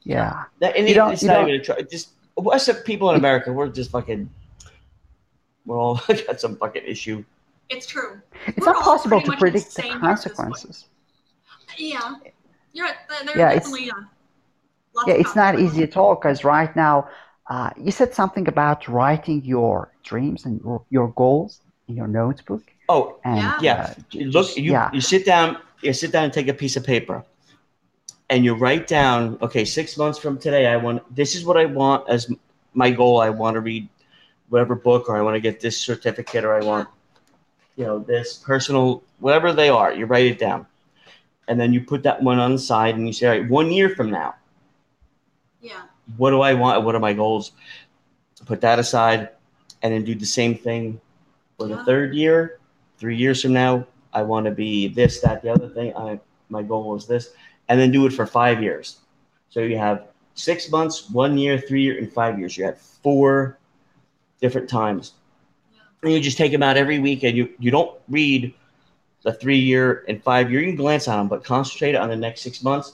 S4: yeah.
S2: that, and
S4: You
S2: it-
S4: don't-
S2: it's
S4: you
S2: not
S4: don't-
S2: even a try. Just us people in America, we're just fucking. We're all (laughs) got some fucking issue.
S1: It's true.
S4: It's
S1: We're
S4: not
S1: all
S4: possible
S1: pretty
S4: to
S1: much
S4: predict the
S1: insane at this
S4: consequences.
S1: point. Yeah, you're right. There- there
S4: Yeah, it's-
S1: definitely are lots
S4: Yeah,
S1: of
S4: it's not
S1: consequences.
S4: easy at all because right now, uh, you said something about writing your dreams and your, your goals in your notebook.
S2: Oh,
S4: And
S2: Yeah.
S4: uh,
S2: you
S4: ju-
S2: look,
S4: just-
S2: you
S4: yeah,
S2: you sit down, you sit down and take a piece of paper, and you write down. Okay, six months from today, I want this is what I want as m- my goal. I want to read whatever book, or I want to get this certificate, or I want you know this personal whatever they are. You write it down, and then you put that one on the side, and you say, all right, one year from now,
S1: Yeah,
S2: what do I want? What are my goals? Put that aside, and then do the same thing for the
S1: Yeah.
S2: third year. Three years from now, I want to be this, that, the other thing. I my goal was this, and then do it for five years. So you have six months, one year, three year, and five years. You have four different times, and you just take them out every week, and you you don't read the three year and five year. You can glance on them, but concentrate on the next six months.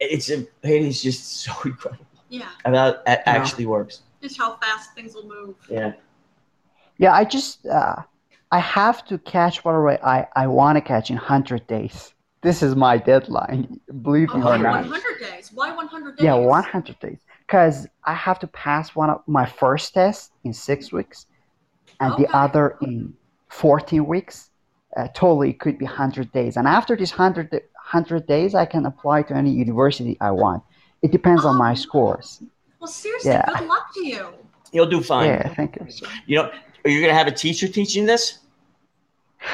S2: It's a, it is just so (laughs) incredible.
S1: yeah.
S2: And that that
S4: Yeah.
S2: actually works.
S1: Just how fast things will move.
S2: Yeah.
S4: yeah. I just uh, I have to catch whatever I I want to catch in hundred days. This is my deadline. Believe
S1: Oh,
S4: me or
S1: why
S4: not.
S1: 100 days? Why 100 days?
S4: Yeah, 100 days. Because I have to pass one of my first tests in six weeks and
S1: Okay.
S4: the other in 14 weeks. Uh, totally, it could be 100 days. And after these 100, da- 100 days, I can apply to any university I want. It depends on my
S1: Oh.
S4: scores.
S1: Well, seriously,
S4: Yeah.
S1: good luck to you.
S2: You'll do fine.
S4: Yeah, thank you. sir.
S2: You know, are you gonna have a teacher teaching this?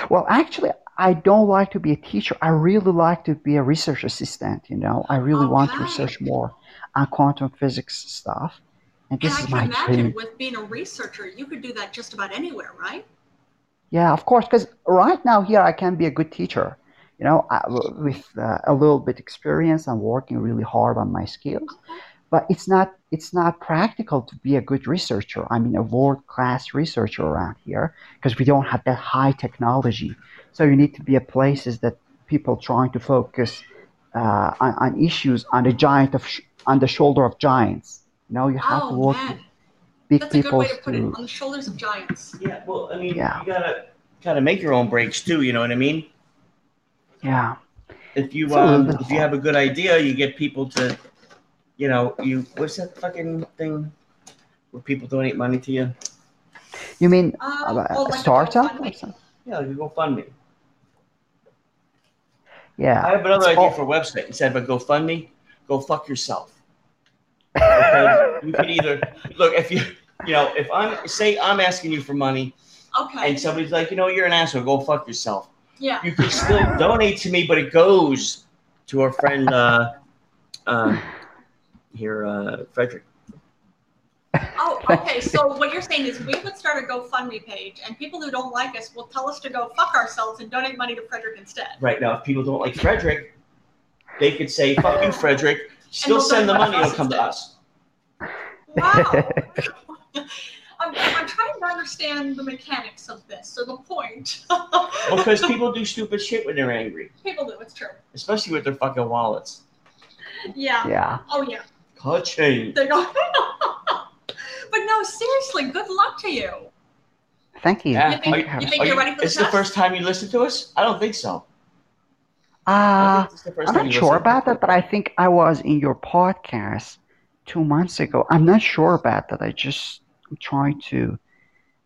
S4: Well, actually, I don't like to be a teacher. I really like to be a research assistant. You know, I really want to
S1: Okay.
S4: research more on quantum physics stuff. And this
S1: and I
S4: is
S1: can
S4: my
S1: imagine
S4: dream.
S1: with being a researcher, you could do that just about anywhere, right?
S4: Yeah, of course. Because right now here, I can be a good teacher. You know, I, with uh, a little bit experience and working really hard on my skills.
S1: Okay.
S4: But it's not it's not practical to be a good researcher. I mean, a world class researcher around here because we don't have that high technology. So you need to be at places that people trying to focus uh, on, on issues on the giant of sh- on the shoulder of giants. You know, you have to
S1: Oh
S4: work
S1: man,
S4: with big
S1: that's a good
S4: people
S1: way to put it.
S4: to
S1: On the shoulders of giants.
S2: Yeah, well, I mean,
S4: Yeah.
S2: you gotta gotta make your own breaks too. You know what I mean?
S4: yeah.
S2: If you
S4: It's a little
S2: um,
S4: bit
S2: if you
S4: hard.
S2: have a good idea, you get people to, you know, you what's that fucking thing where people donate money to you?
S4: You mean
S1: Um,
S4: uh,
S1: well,
S4: a
S1: like a
S4: startup or
S1: GoFundMe.
S4: something?
S2: Yeah, like a GoFundMe. I
S4: Yeah.
S2: have another
S4: It's
S2: idea
S4: all-
S2: for a website instead of a GoFundMe. Go fuck yourself.
S4: (laughs)
S2: Okay? you could either look if you you know if I'm say I'm asking you for money
S1: Okay.
S2: and somebody's like, you know, you're an asshole, go fuck yourself.
S1: yeah.
S2: You can still donate to me, but it goes to our friend uh, uh, here, uh, Frederick.
S1: Oh, okay. So what you're saying is we would start a GoFundMe page, and people who don't like us will tell us to go fuck ourselves and donate money to Frederick instead.
S2: Right now, if people don't like Frederick, they could say, fuck you, Frederick. Still
S1: they'll
S2: send the
S1: donate
S2: money,
S1: to us
S2: it'll come to us. (laughs)
S1: Wow. I'm, I'm trying to understand the mechanics of this. So the point. (laughs)
S2: Because people do stupid shit when they're angry,
S1: people do. It's true.
S2: especially with their fucking wallets.
S1: Yeah.
S4: Yeah.
S1: Oh yeah.
S2: Clutching.
S1: They go. (laughs) But no, seriously, good luck to you.
S4: Thank you.
S2: Yeah.
S1: You
S4: Thank
S2: Are
S1: think,
S4: you.
S1: you
S2: Are
S1: think you're ready for the
S2: it's the
S1: test?
S2: first time you listen to us? I don't think so. I
S4: Uh,
S2: think it's the first
S4: I'm
S2: time
S4: not
S2: you
S4: sure
S2: listen.
S4: about that, but I think I was in your podcast two months ago. I'm not sure about that. I just I'm trying to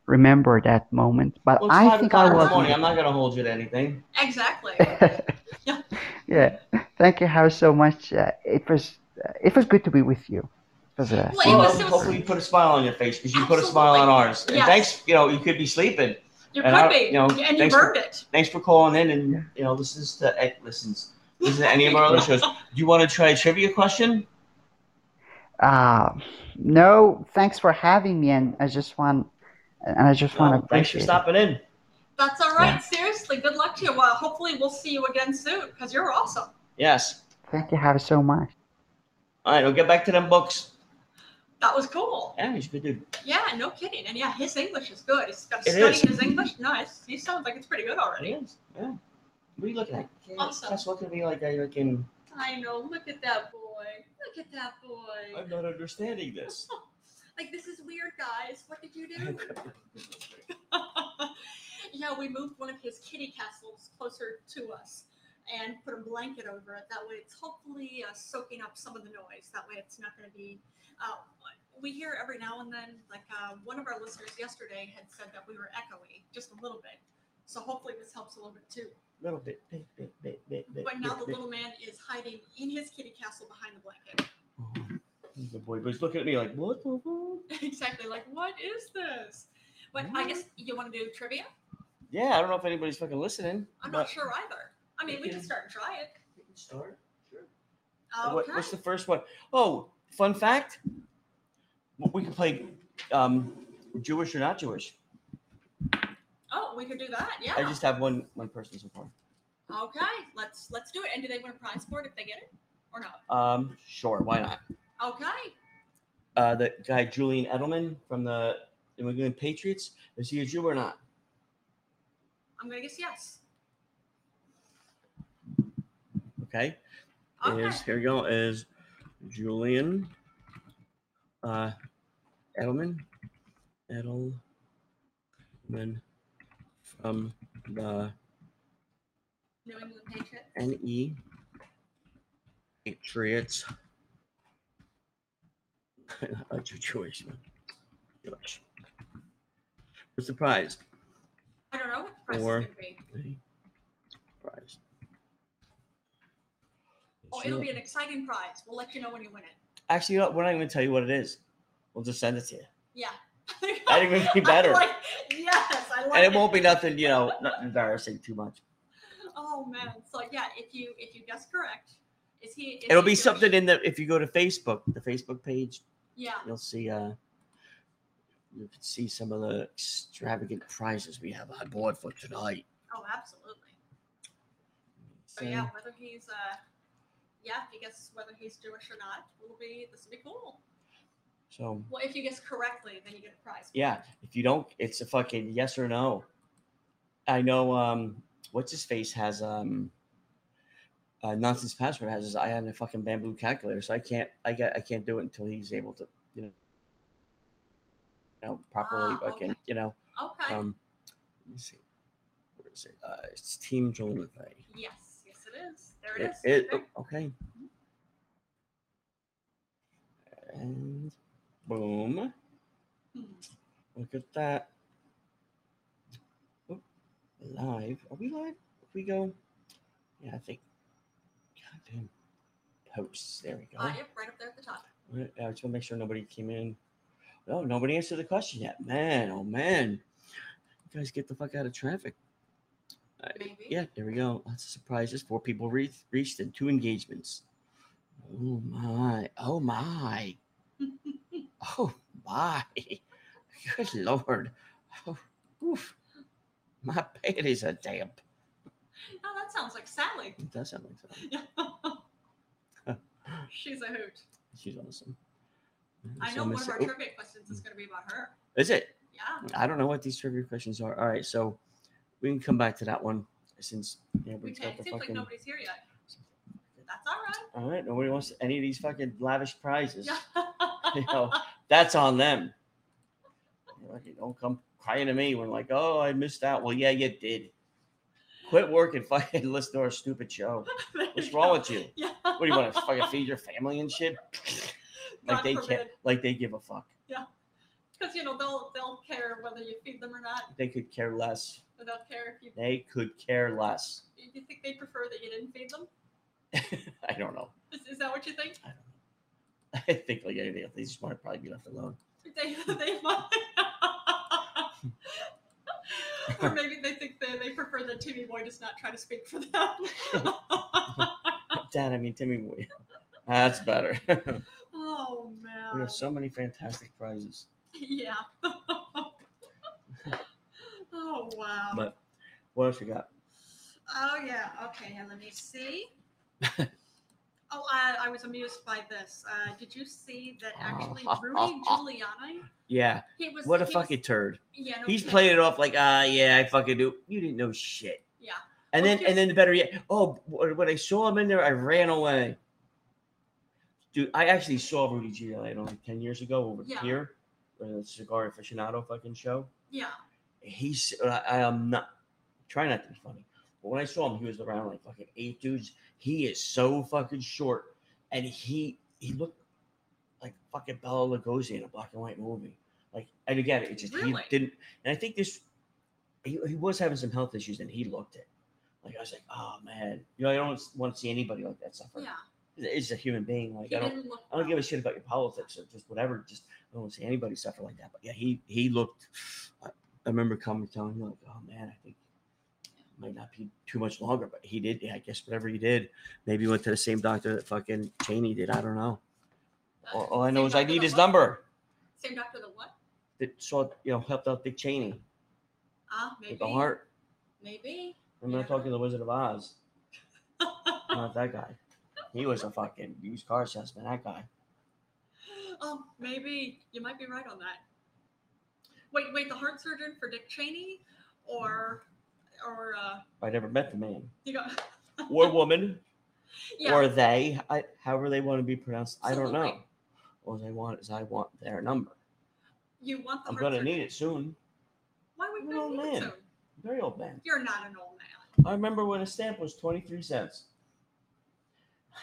S4: remember that moment. But
S2: Well, it's
S4: I
S2: five
S4: think
S2: o'clock
S4: I
S2: in the
S4: was. in
S2: morning.
S4: your-
S2: I'm not gonna hold you to anything. (laughs)
S1: Exactly.
S4: yeah. (laughs) Thank you, Harry, so much. Uh, it was uh, it was good to be with you. It was, uh,
S1: Well, it
S2: Well,
S1: was so
S2: hopefully, you put a smile on your face because you put a smile on
S1: Absolutely.
S2: ours. And
S1: Yes.
S2: thanks, you know, you could be sleeping.
S1: You
S2: And
S1: could
S2: I-
S1: be.
S2: you know,
S1: and you
S2: thanks for-
S1: burned it.
S2: Thanks for calling in and you know, listens to eh, listens. Listen to any of
S1: (laughs)
S2: our other shows. Do you want to try a trivia question?
S4: uh, no, thanks for having me, and I just want and I just want
S2: No,
S4: to
S2: Uh, thanks for
S4: appreciate. it.
S2: stopping in.
S1: That's all right. Seriously, good luck to you. Well, hopefully we'll see you again soon because you're awesome.
S2: Yes.
S4: Thank you, Harry, so much.
S2: All right, we'll get back to them books.
S1: That was cool.
S2: Yeah, he's a good dude.
S1: Yeah, no kidding. And yeah, his English is good. He's got to
S2: It
S1: study
S2: is.
S1: his English. Nice. He sounds like it's pretty good already.
S2: is. Yeah. What are you looking at?
S1: Awesome.
S2: That's looking at me like I like in
S1: I know. Look at that boy. Look at that boy.
S2: I'm not
S1: (laughs)
S2: understanding this.
S1: Like this is weird, guys. What did you
S2: (laughs)
S1: do? yeah, we moved one of his kitty castles closer to us and put a blanket over it. That way, it's hopefully uh, soaking up some of the noise. That way, it's not going to be. Uh, we hear every now and then, like uh, one of our listeners yesterday had said that we were echoey just a little bit. So hopefully, this helps a little bit too.
S2: little bit, bit, bit, bit, bit, bit.
S1: But now the
S2: bit,
S1: little man is hiding in his kitty castle behind the blanket.
S2: bit. He's the boy, but he's looking at me like, what the
S1: (laughs)
S2: fuck?
S1: exactly. Like, what is this? But
S2: Mm-hmm.
S1: I guess you want to do trivia?
S2: Yeah, I don't know if anybody's fucking listening.
S1: I'm
S2: but
S1: not sure either. I mean, we can start and try it.
S2: we can start. Sure.
S1: Okay.
S2: What, what's the first one? Oh, fun fact. w- We can play um, Jewish or not Jewish.
S1: Oh, we could do that. Yeah.
S2: I just have one one person so far.
S1: Okay. Let's let's do it. And do they win a prize for it if they get it or not?
S2: Um, sure, why not?
S1: Okay.
S2: Uh, the guy Julian Edelman from the New England Patriots is he a Jew or not?
S1: I'm gonna guess yes.
S2: Okay.
S1: Okay.
S2: Is here we go is Julian uh, Edelman Edelman from the
S1: New England Patriot.
S2: NE Patriots. (laughs) a Jew- Jewish man. Jewish. What's the prize?
S1: I don't know what the prize
S2: Or-
S1: is gonna be.
S2: The Prize.
S1: Oh, it'll be an exciting prize. We'll let you know when you win it. (laughs)
S2: Actually, you know what? we're not even gonna tell you what it is. We'll just send it to you.
S1: Yeah.
S2: I think it'd be
S1: (laughs)
S2: better.
S1: I like, yes, I like
S2: and it won't be nothing, you know, nothing embarrassing too much.
S1: Oh man. So yeah, if you if you guess correct, is he? Is
S2: It'll
S1: he
S2: be
S1: Jewish?
S2: something in the if you go to Facebook, the Facebook page,
S1: Yeah.
S2: you'll see uh you can see some of the extravagant prizes we have on board for tonight.
S1: Oh, absolutely. So Oh, yeah, whether he's uh, yeah, if you guess whether he's Jewish or not, will be this will be cool.
S2: So
S1: Well, if you guess correctly, then you get a prize.
S2: yeah, if you don't, it's a fucking yes or no. I know um what's his face has um uh, nonsense password has his eye on the fucking bamboo calculator, so I can't I got I can't do it until he's able to you know, you know properly
S1: Ah,
S2: fucking
S1: okay.
S2: you know
S1: Okay.
S2: Um, let me see. Where is it? Uh, it's Team Jolivet.
S1: yes, yes, it is. There it
S2: It,
S1: is.
S2: it, oh,
S1: Okay.
S2: okay. And boom. oh.
S1: Hmm.
S2: Look at that. Oop, Live. Are we live? If we go. Yeah, I think. God damn. Posts. There we go.
S1: Uh, yep, right up there at the top.
S2: Right, I just want to make sure nobody came in. No, nobody answered the question yet. Man, oh man. You guys get the fuck out of traffic.
S1: Maybe. (laughs)
S2: Yeah, there we go. Lots of surprises. Four people re- reached and two engagements. Oh my. Oh my. oh my. (laughs) Good lord. Oh, oof. My panties are damp.
S1: No, that sounds like
S2: (laughs)
S1: Sally.
S2: It does sound like that.
S1: She's a hoot.
S2: She's awesome.
S1: I
S2: So
S1: know
S2: I'm
S1: one
S2: gonna
S1: of our
S2: say- oh,
S1: trivia questions is going to be about her.
S2: is it?
S1: Yeah,
S2: I don't know what these trivia questions are. All right, so we can come back to that one since yeah,
S1: we
S2: we've
S1: can.
S2: got
S1: It
S2: the
S1: seems like
S2: fucking.
S1: nobody's here yet. That's all right.
S2: All (laughs) right, nobody wants any of these fucking lavish prizes.
S1: Yeah.
S2: You know, That's on them. Fucking don't come crying to me when like, oh, I missed out. Well, yeah, you did. Quit work and (laughs) fucking listen to our stupid show.
S1: (laughs)
S2: What's wrong with you?
S1: Yeah.
S2: What do you want to fucking feed your family
S1: (laughs)
S2: and shit? like
S1: God
S2: they can't.
S1: forbid.
S2: Like they give a fuck.
S1: Because you know they'll they'll care whether you feed them or not.
S2: They could care less.
S1: They don't care if you.
S2: They could care less.
S1: You think they prefer that you didn't feed them?
S2: I don't know. (laughs)
S1: Is, is that what you think?
S2: I think like anything else, they just want to probably be
S1: (laughs)
S2: left alone.
S1: They they might. or maybe they think they, they prefer that Timmy Boy does not try to speak for them. (laughs)
S2: Dad, I mean Timmy. Moy- That's better. (laughs) we
S1: oh man.
S2: have so many fantastic prizes.
S1: Yeah. (laughs) oh wow.
S2: But what else we got?
S1: Oh yeah. Okay. And let me see. oh, I, I was amused by this. Uh, did you see that actually Rudy Giuliani?
S2: Yeah,
S1: He was.
S2: what a
S1: he was-
S2: fucking turd.
S1: Yeah, no
S2: He's
S1: kidding.
S2: playing it off like, ah, yeah, I fucking do. You didn't know shit.
S1: Yeah.
S2: And
S1: Well,
S2: then, and then the better yet, oh, wh- when I saw him in there, I ran away. Dude, I actually saw Rudy Giuliani I don't know, ten years ago over
S1: Yeah.
S2: here, uh, the cigar aficionado fucking show.
S1: Yeah.
S2: He's, I, I am not trying not to be funny, but when I saw him, he was around like fucking eight dudes. He is so fucking short, and he he looked like fucking Bella Lugosi in a black and white movie. Like, and again, it just
S1: Really?
S2: he didn't. And I think this, he, he was having some health issues, and he looked it. Like I was like, oh man, you know, I don't want to see anybody like that suffer.
S1: Yeah.
S2: It's a human being. Like
S1: He
S2: I don't,
S1: didn't look.
S2: I don't
S1: well.
S2: give a shit about your politics or just whatever. Just I don't want to see anybody suffer like that. But yeah, he he looked. I, I remember coming to him like, oh man, I think it might not be too much longer. But he did. Yeah, I guess whatever he did, maybe he went to the same doctor that fucking Cheney did. I don't know. All, all I know
S1: Same
S2: is I
S1: doctor
S2: need
S1: that
S2: his
S1: what?
S2: number.
S1: Same doctor that what?
S2: That saw you know helped out Dick Cheney
S1: Ah, maybe.
S2: with the heart.
S1: Maybe. (laughs)
S2: I'm not
S1: Yeah.
S2: talking the Wizard of Oz. Not that guy. He was a fucking used car salesman. That guy.
S1: oh, maybe you might be right on that. Wait, wait. The heart surgeon for Dick Cheney, or, or uh,
S2: I never met
S1: (laughs)
S2: the man
S1: you got.
S2: or woman.
S1: Yeah.
S2: or they, I, however they want to be pronounced, I don't know.
S1: Absolutely.
S2: All they want is I want their number.
S1: you want the
S2: I'm
S1: heart
S2: gonna
S1: surgeon.
S2: need it soon.
S1: Why would we
S2: Well,
S1: need
S2: man.
S1: it so?
S2: Very old man.
S1: You're not an old man.
S2: I remember when a stamp was 23 cents.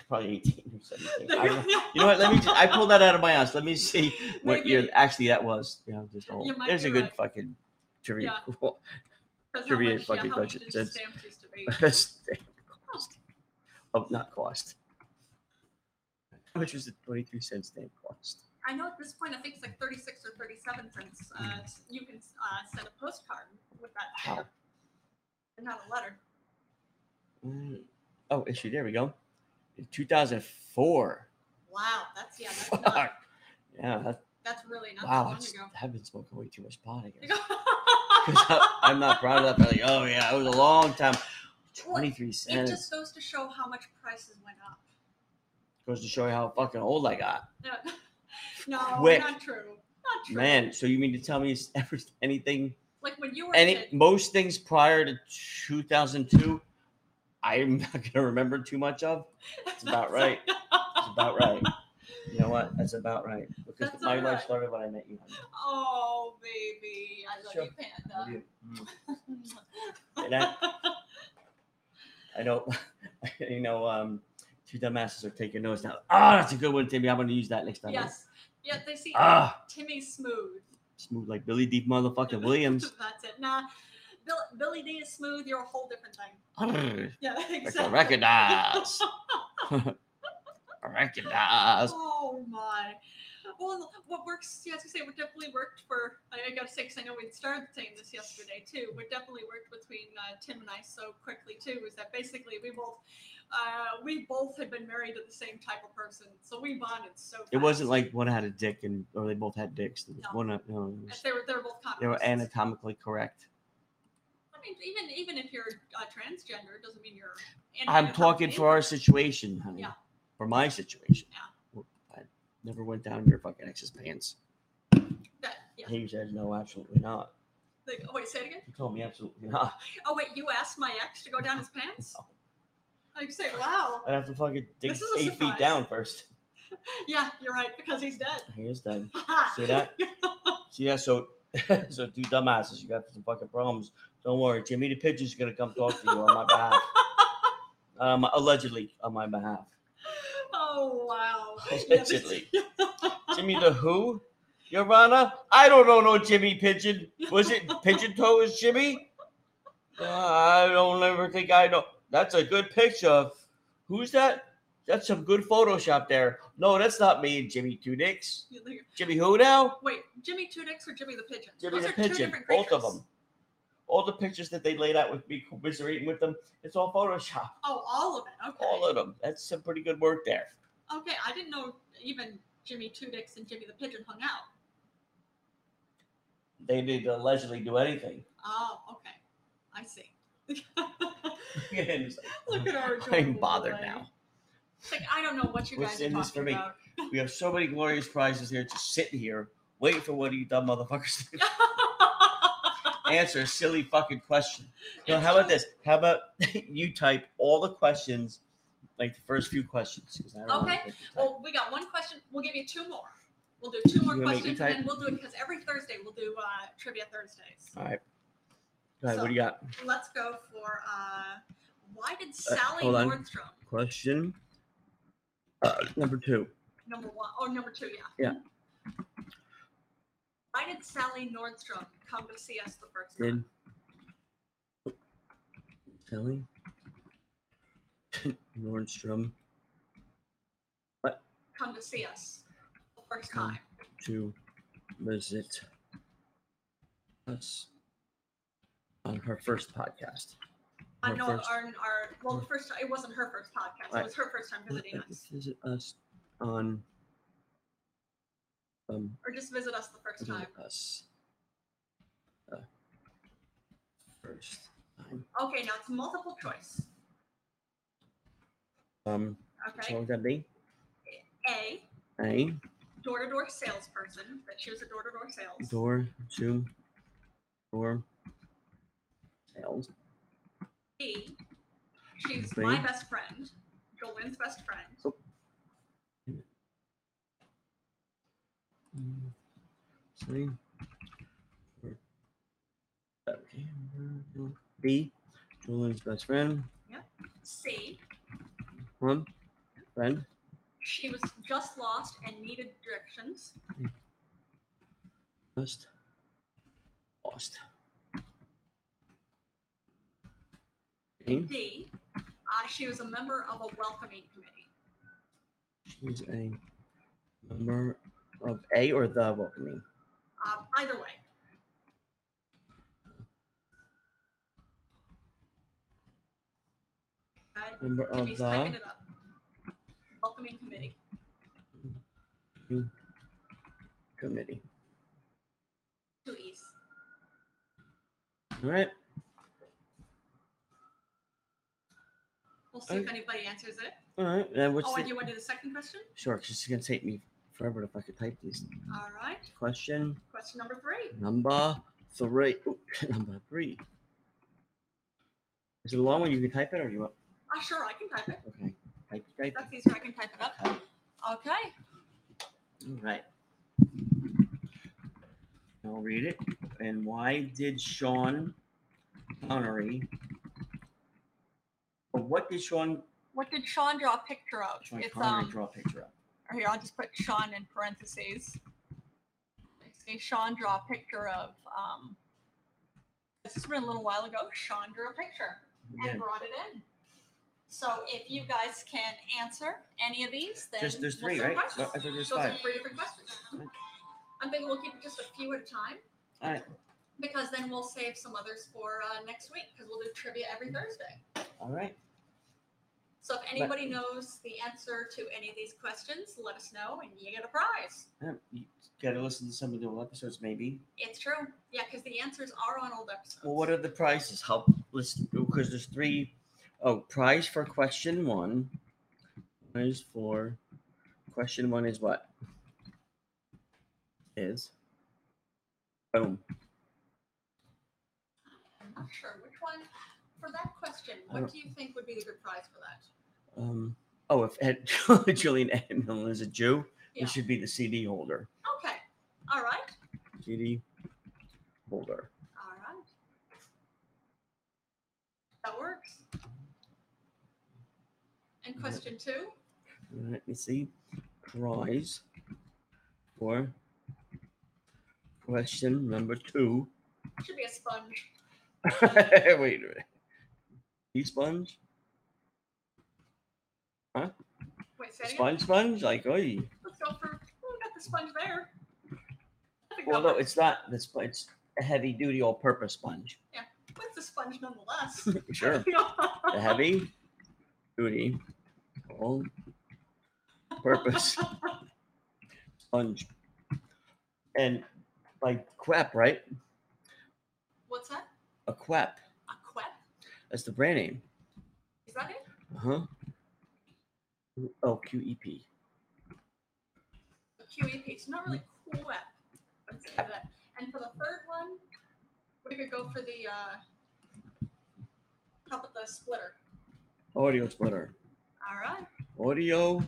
S2: Probably 18 or
S1: (laughs)
S2: 17. I don't know. You know what? Let me. Just, I pulled that out of my ass. Let me see what
S1: Maybe.
S2: year actually that was. You know, just old.
S1: You might
S2: There's a
S1: be
S2: good
S1: right.
S2: fucking (laughs) trivia.
S1: That's how
S2: trivia
S1: much-
S2: fucking
S1: how much
S2: question
S1: did
S2: says-
S1: stamps
S2: (laughs)
S1: used to be.
S2: Stamp cost. Oh, not cost. How much was the 23 cent stamp cost?
S1: I know at this point, I think it's like 36 or 37 cents. Uh, you can uh, send a postcard with that
S2: Wow.
S1: stamp, and not a letter.
S2: Mm. Oh, issue. There we go. In 2004.
S1: Wow, that's yeah,
S2: (laughs)
S1: that's not,
S2: Fuck. Yeah. That's,
S1: that's really not
S2: wow.
S1: that
S2: That's,
S1: long
S2: I've been smoking way too much pot. I guess.
S1: ago. (laughs)
S2: (laughs) 'Cause I, am not proud of that. But like, oh yeah, it was a long time. Twenty-three
S1: it
S2: cents
S1: just goes to show how much prices went up.
S2: goes to show you how fucking old I got,
S1: No, (laughs) no
S2: Quick.
S1: not true. Not true.
S2: man. So you mean to tell me it's (laughs) ever anything,
S1: Like when you were a
S2: any (laughs)
S1: kid,
S2: most things prior to 2002, I'm (laughs) not gonna remember too much of. It's about right. It's about right. You know what? That's about right. Because
S1: That's
S2: my
S1: all
S2: life
S1: right.
S2: started when I met you.
S1: (laughs) Oh, baby. I love
S2: Sure.
S1: you, Mm. Panda. (laughs)
S2: And I know, (laughs) you know, um, two dumbasses are taking notes now. Ah, that's a good one, Timmy. I'm gonna use that next time.
S1: yes. Yeah, they see
S2: Ah,
S1: Timmy's smooth.
S2: smooth like Billy Deep motherfucking Williams.
S1: (laughs) That's it. Nah, Bill, Billy D is smooth. You're a whole different thing.
S2: Arr,
S1: Yeah, (laughs)
S2: I can
S1: exactly. (laughs)
S2: recognize. (laughs) I recognize.
S1: Oh my! Well, what works? Yeah, as you say, what definitely worked for. I, I gotta say, because I know we started saying this yesterday too. What definitely worked between uh, Tim and I so quickly too was that basically we both, uh, we both had been married to the same type of person, so we bonded so. Fast.
S2: It wasn't like one had a dick and or they both had dicks. There was
S1: No.
S2: One, no, it was-
S1: They were they were both
S2: they were
S1: communists.
S2: anatomically correct.
S1: I mean, even even if you're uh, transgender, it doesn't mean you're.
S2: I'm talking for our situation, honey.
S1: Yeah.
S2: For my situation.
S1: Yeah.
S2: Well, I never went down your fucking ex's pants.
S1: That, yeah.
S2: He said, no, absolutely not.
S1: Like, oh wait, say it again.
S2: He told me absolutely not.
S1: Oh wait, you asked my ex to go down his pants. I'd say, wow.
S2: I'd have to fucking dig eight
S1: This is a
S2: feet
S1: surprise.
S2: down first. (laughs)
S1: Yeah, you're right because he's dead. (laughs)
S2: Here's done. See that? See that? So (laughs) so two dumbasses, you got some fucking problems. Don't worry, Jimmy the Pigeon's gonna come talk to you on my
S1: (laughs)
S2: behalf. Um, allegedly on my behalf.
S1: Oh wow. (laughs)
S2: Allegedly. Jimmy the Who? Your Honor? I don't know no Jimmy Pigeon. Was
S1: (laughs)
S2: it Pigeon Toe is Jimmy? Uh, I don't ever think I know. That's a good picture of who's that? That's some good Photoshop there. No, that's not me and Jimmy Two Nicks. Jimmy who now?
S1: (laughs) Wait, Jimmy Two Nicks or Jimmy the Pigeon?
S2: Jimmy
S1: Those
S2: the
S1: are two
S2: Pigeon,
S1: different
S2: both of
S1: creatures.
S2: them. All the pictures that they laid out with me commiserating with them, it's all Photoshop.
S1: Oh, all of it. Okay.
S2: All of them. That's some pretty good work there.
S1: Okay, I didn't know even Jimmy Two Nicks and Jimmy the Pigeon hung out.
S2: They didn't allegedly do anything. (laughs)
S1: Oh, okay. I see. (laughs)
S2: And it's
S1: Look at
S2: (laughs)
S1: our.
S2: I'm
S1: adorable
S2: bothered
S1: lady.
S2: now.
S1: It's like I don't know what you
S2: What's
S1: guys are
S2: in
S1: talking
S2: this for me?
S1: about. (laughs)
S2: like, we have so many glorious prizes here just sitting here waiting for one of you dumb motherfuckers
S1: (laughs)
S2: to answer a silly fucking question. You know, how about this? How about (laughs) you type all the questions, like the first few questions? 'cause I don't know
S1: Okay.
S2: what to type.
S1: Well, we got one question. We'll give you two more. We'll do two more
S2: You want me to
S1: questions,
S2: type?
S1: and then we'll do it because every Thursday we'll do uh, trivia Thursdays.
S2: all right. Go ahead, what do you got?
S1: Let's go for uh, why did Sally
S2: hold on.
S1: Nordstrom
S2: Question uh, number two.
S1: number one or number two? Yeah.
S2: Yeah.
S1: Why did Sally Nordstrom come to see us the first time?
S2: Did Sally Nordstrom
S1: Come to see us the first
S2: Come.
S1: time.
S2: to visit us on her first podcast?
S1: I
S2: Her
S1: know
S2: first- Mm.
S1: our, our well, the first it wasn't her first podcast.
S2: Right.
S1: It was her first time visiting us,
S2: Visit us on um
S1: or just visit us the first time.
S2: visit us uh, first time.
S1: Okay, now it's multiple choice.
S2: Um,
S1: Okay,
S2: so what would that be?
S1: A
S2: A
S1: door to door salesperson. That she was a door to door sales.
S2: door to door sales.
S1: B she's
S2: B.
S1: my best friend, Jolene's best friend.
S2: Mm, See. Or- Okay. B. Julian's best friend.
S1: C
S2: One. Friend.
S1: she was just lost and needed directions.
S2: Lost. Lost. Okay,
S1: D uh, she was a member of a welcoming committee.
S2: She's a member of A or the welcoming.
S1: Um, either way, Good.
S2: Member of
S1: Jimmy's typing
S2: the
S1: it up. Welcoming committee.
S2: committee.
S1: Two E's.
S2: All right.
S1: We'll see if
S2: Okay.
S1: anybody answers it.
S2: All right. Then what's
S1: oh,
S2: the,
S1: and you want to do the second question?
S2: sure? Because it's gonna take me forever if I could type these.
S1: All right.
S2: Question.
S1: Question number three.
S2: Number three. (laughs) Oop, number three. Is it a long one? You can type it, or you want?
S1: Ah, sure, I can type it.
S2: Okay, type, type.
S1: That's easier. I can type it up.
S2: Okay.
S1: Okay.
S2: All right. I'll read it. And why did Sean Connery? Or what did Sean,
S1: What did Sean draw a picture of?
S2: Sean
S1: it's
S2: Connery
S1: um.
S2: draw a picture of?
S1: Or here, I'll just put Sean in parentheses. I say Sean draw a picture of. Um, this has been a little while ago. Sean drew a picture.
S2: Yeah,
S1: and brought it in. So if you guys can answer any of these, then
S2: Just there's
S1: we'll
S2: three,
S1: set
S2: right?
S1: questions.
S2: Well, I thought there's
S1: Those are
S2: five.
S1: three different questions. I'm thinking we'll keep just a few at a time.
S2: Alright.
S1: Because then we'll save some others for uh, next week because we'll do trivia
S2: Mm-hmm.
S1: every Thursday.
S2: all right.
S1: So if anybody knows the answer to any of these questions, let us know and you get a prize.
S2: Yeah, You gotta listen to some of the old episodes, maybe.
S1: It's true. Yeah, because the answers are on old episodes.
S2: Well, what are the prizes? How let's because there's three. Oh, prize for question one. Prize for question one is what? Is boom.
S1: I'm not sure which one. For that question,
S2: I
S1: what
S2: don't-
S1: do you think would be the good prize for that?
S2: Um, oh, if Ed, (laughs) Julian Edmond is a Jew,
S1: Yeah.
S2: it should be the CD holder.
S1: Okay. All right.
S2: CD holder.
S1: All right. That works. And question two?
S2: Let me see. Prize for question number two.
S1: Should be a sponge.
S2: (laughs) Wait a minute. Sea sponge?
S1: Wait, say it again.
S2: Sponge sponge? Like, oh,
S1: Let's go for. Oh, we got the sponge there. I think
S2: well,
S1: that
S2: no,
S1: works.
S2: it's not. It's, it's a heavy duty all purpose sponge.
S1: It's a sponge nonetheless.
S2: (laughs)
S1: (laughs)
S2: Sure. a heavy duty all
S1: (laughs)
S2: purpose sponge. And by quap, right?
S1: What's that?
S2: A quap.
S1: A quep?
S2: That's the brand name.
S1: Is that it?
S2: Uh huh. Oh, QEP.
S1: A QEP. It's not really quep. Let's do that. And for the third one, we could go for the. Uh, how about the splitter?
S2: Audio splitter.
S1: All right.
S2: Audio.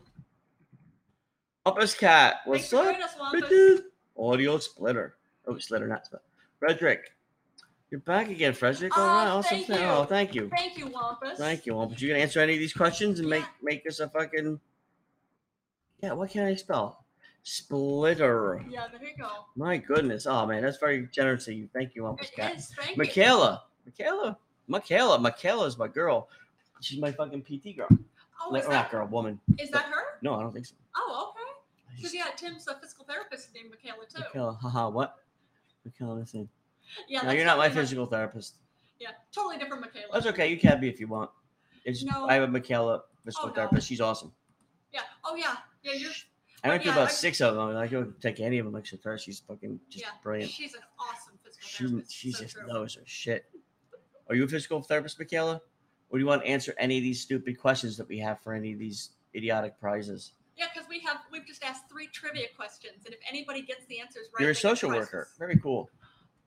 S2: Opus Cat.
S1: Thanks
S2: What's
S1: for
S2: up?
S1: joining us, Wampus.
S2: Bitches. Audio splitter. Oh, splitter, not splitter. Frederick, you're back again, Frederick. All
S1: Oh,
S2: right, awesome.
S1: thank
S2: thing.
S1: you.
S2: Oh, thank you.
S1: Thank you, Wampus.
S2: Thank you. Well, But you can answer any of these questions and make
S1: Yeah.
S2: make us a fucking. Yeah, what can I spell? Splitter.
S1: Yeah, there you go.
S2: My goodness. Oh man, that's very generous of you. Thank you, Opus
S1: It
S2: Cat.
S1: is. Thank you.
S2: Michaela. Michaela. Michaela. Michaela's my girl. She's my fucking PT girl.
S1: Oh,
S2: Like,
S1: is
S2: or not
S1: that,
S2: girl, woman.
S1: is that her?
S2: No, I don't think so.
S1: Oh, okay. Because
S2: She's-
S1: yeah, Tim's a physical therapist named Michaela too.
S2: Michaela. Haha, what? Michaela, listen.
S1: Yeah,
S2: No,
S1: that's
S2: you're not my
S1: totally
S2: physical therapist.
S1: Yeah, totally different Michaela.
S2: That's okay. You can be if you want. It's,
S1: No.
S2: I have a Michaela physical
S1: Oh, no.
S2: therapist. She's awesome.
S1: Yeah. Oh yeah. Yeah, you're.
S2: I
S1: But
S2: went
S1: yeah,
S2: through about
S1: I-
S2: six of them. and I couldn't take any of them except her. She's fucking just
S1: yeah.
S2: brilliant.
S1: She's an awesome physical
S2: She,
S1: therapist.
S2: she
S1: so
S2: just
S1: true.
S2: knows her shit. Are you a physical therapist, Michaela? Or do you want to answer any of these stupid questions that we have for any of these idiotic prizes?
S1: Yeah, because we have we've just asked three trivia questions, and if anybody gets the answers right,
S2: You're a
S1: they get
S2: social
S1: prizes.
S2: worker. Very cool.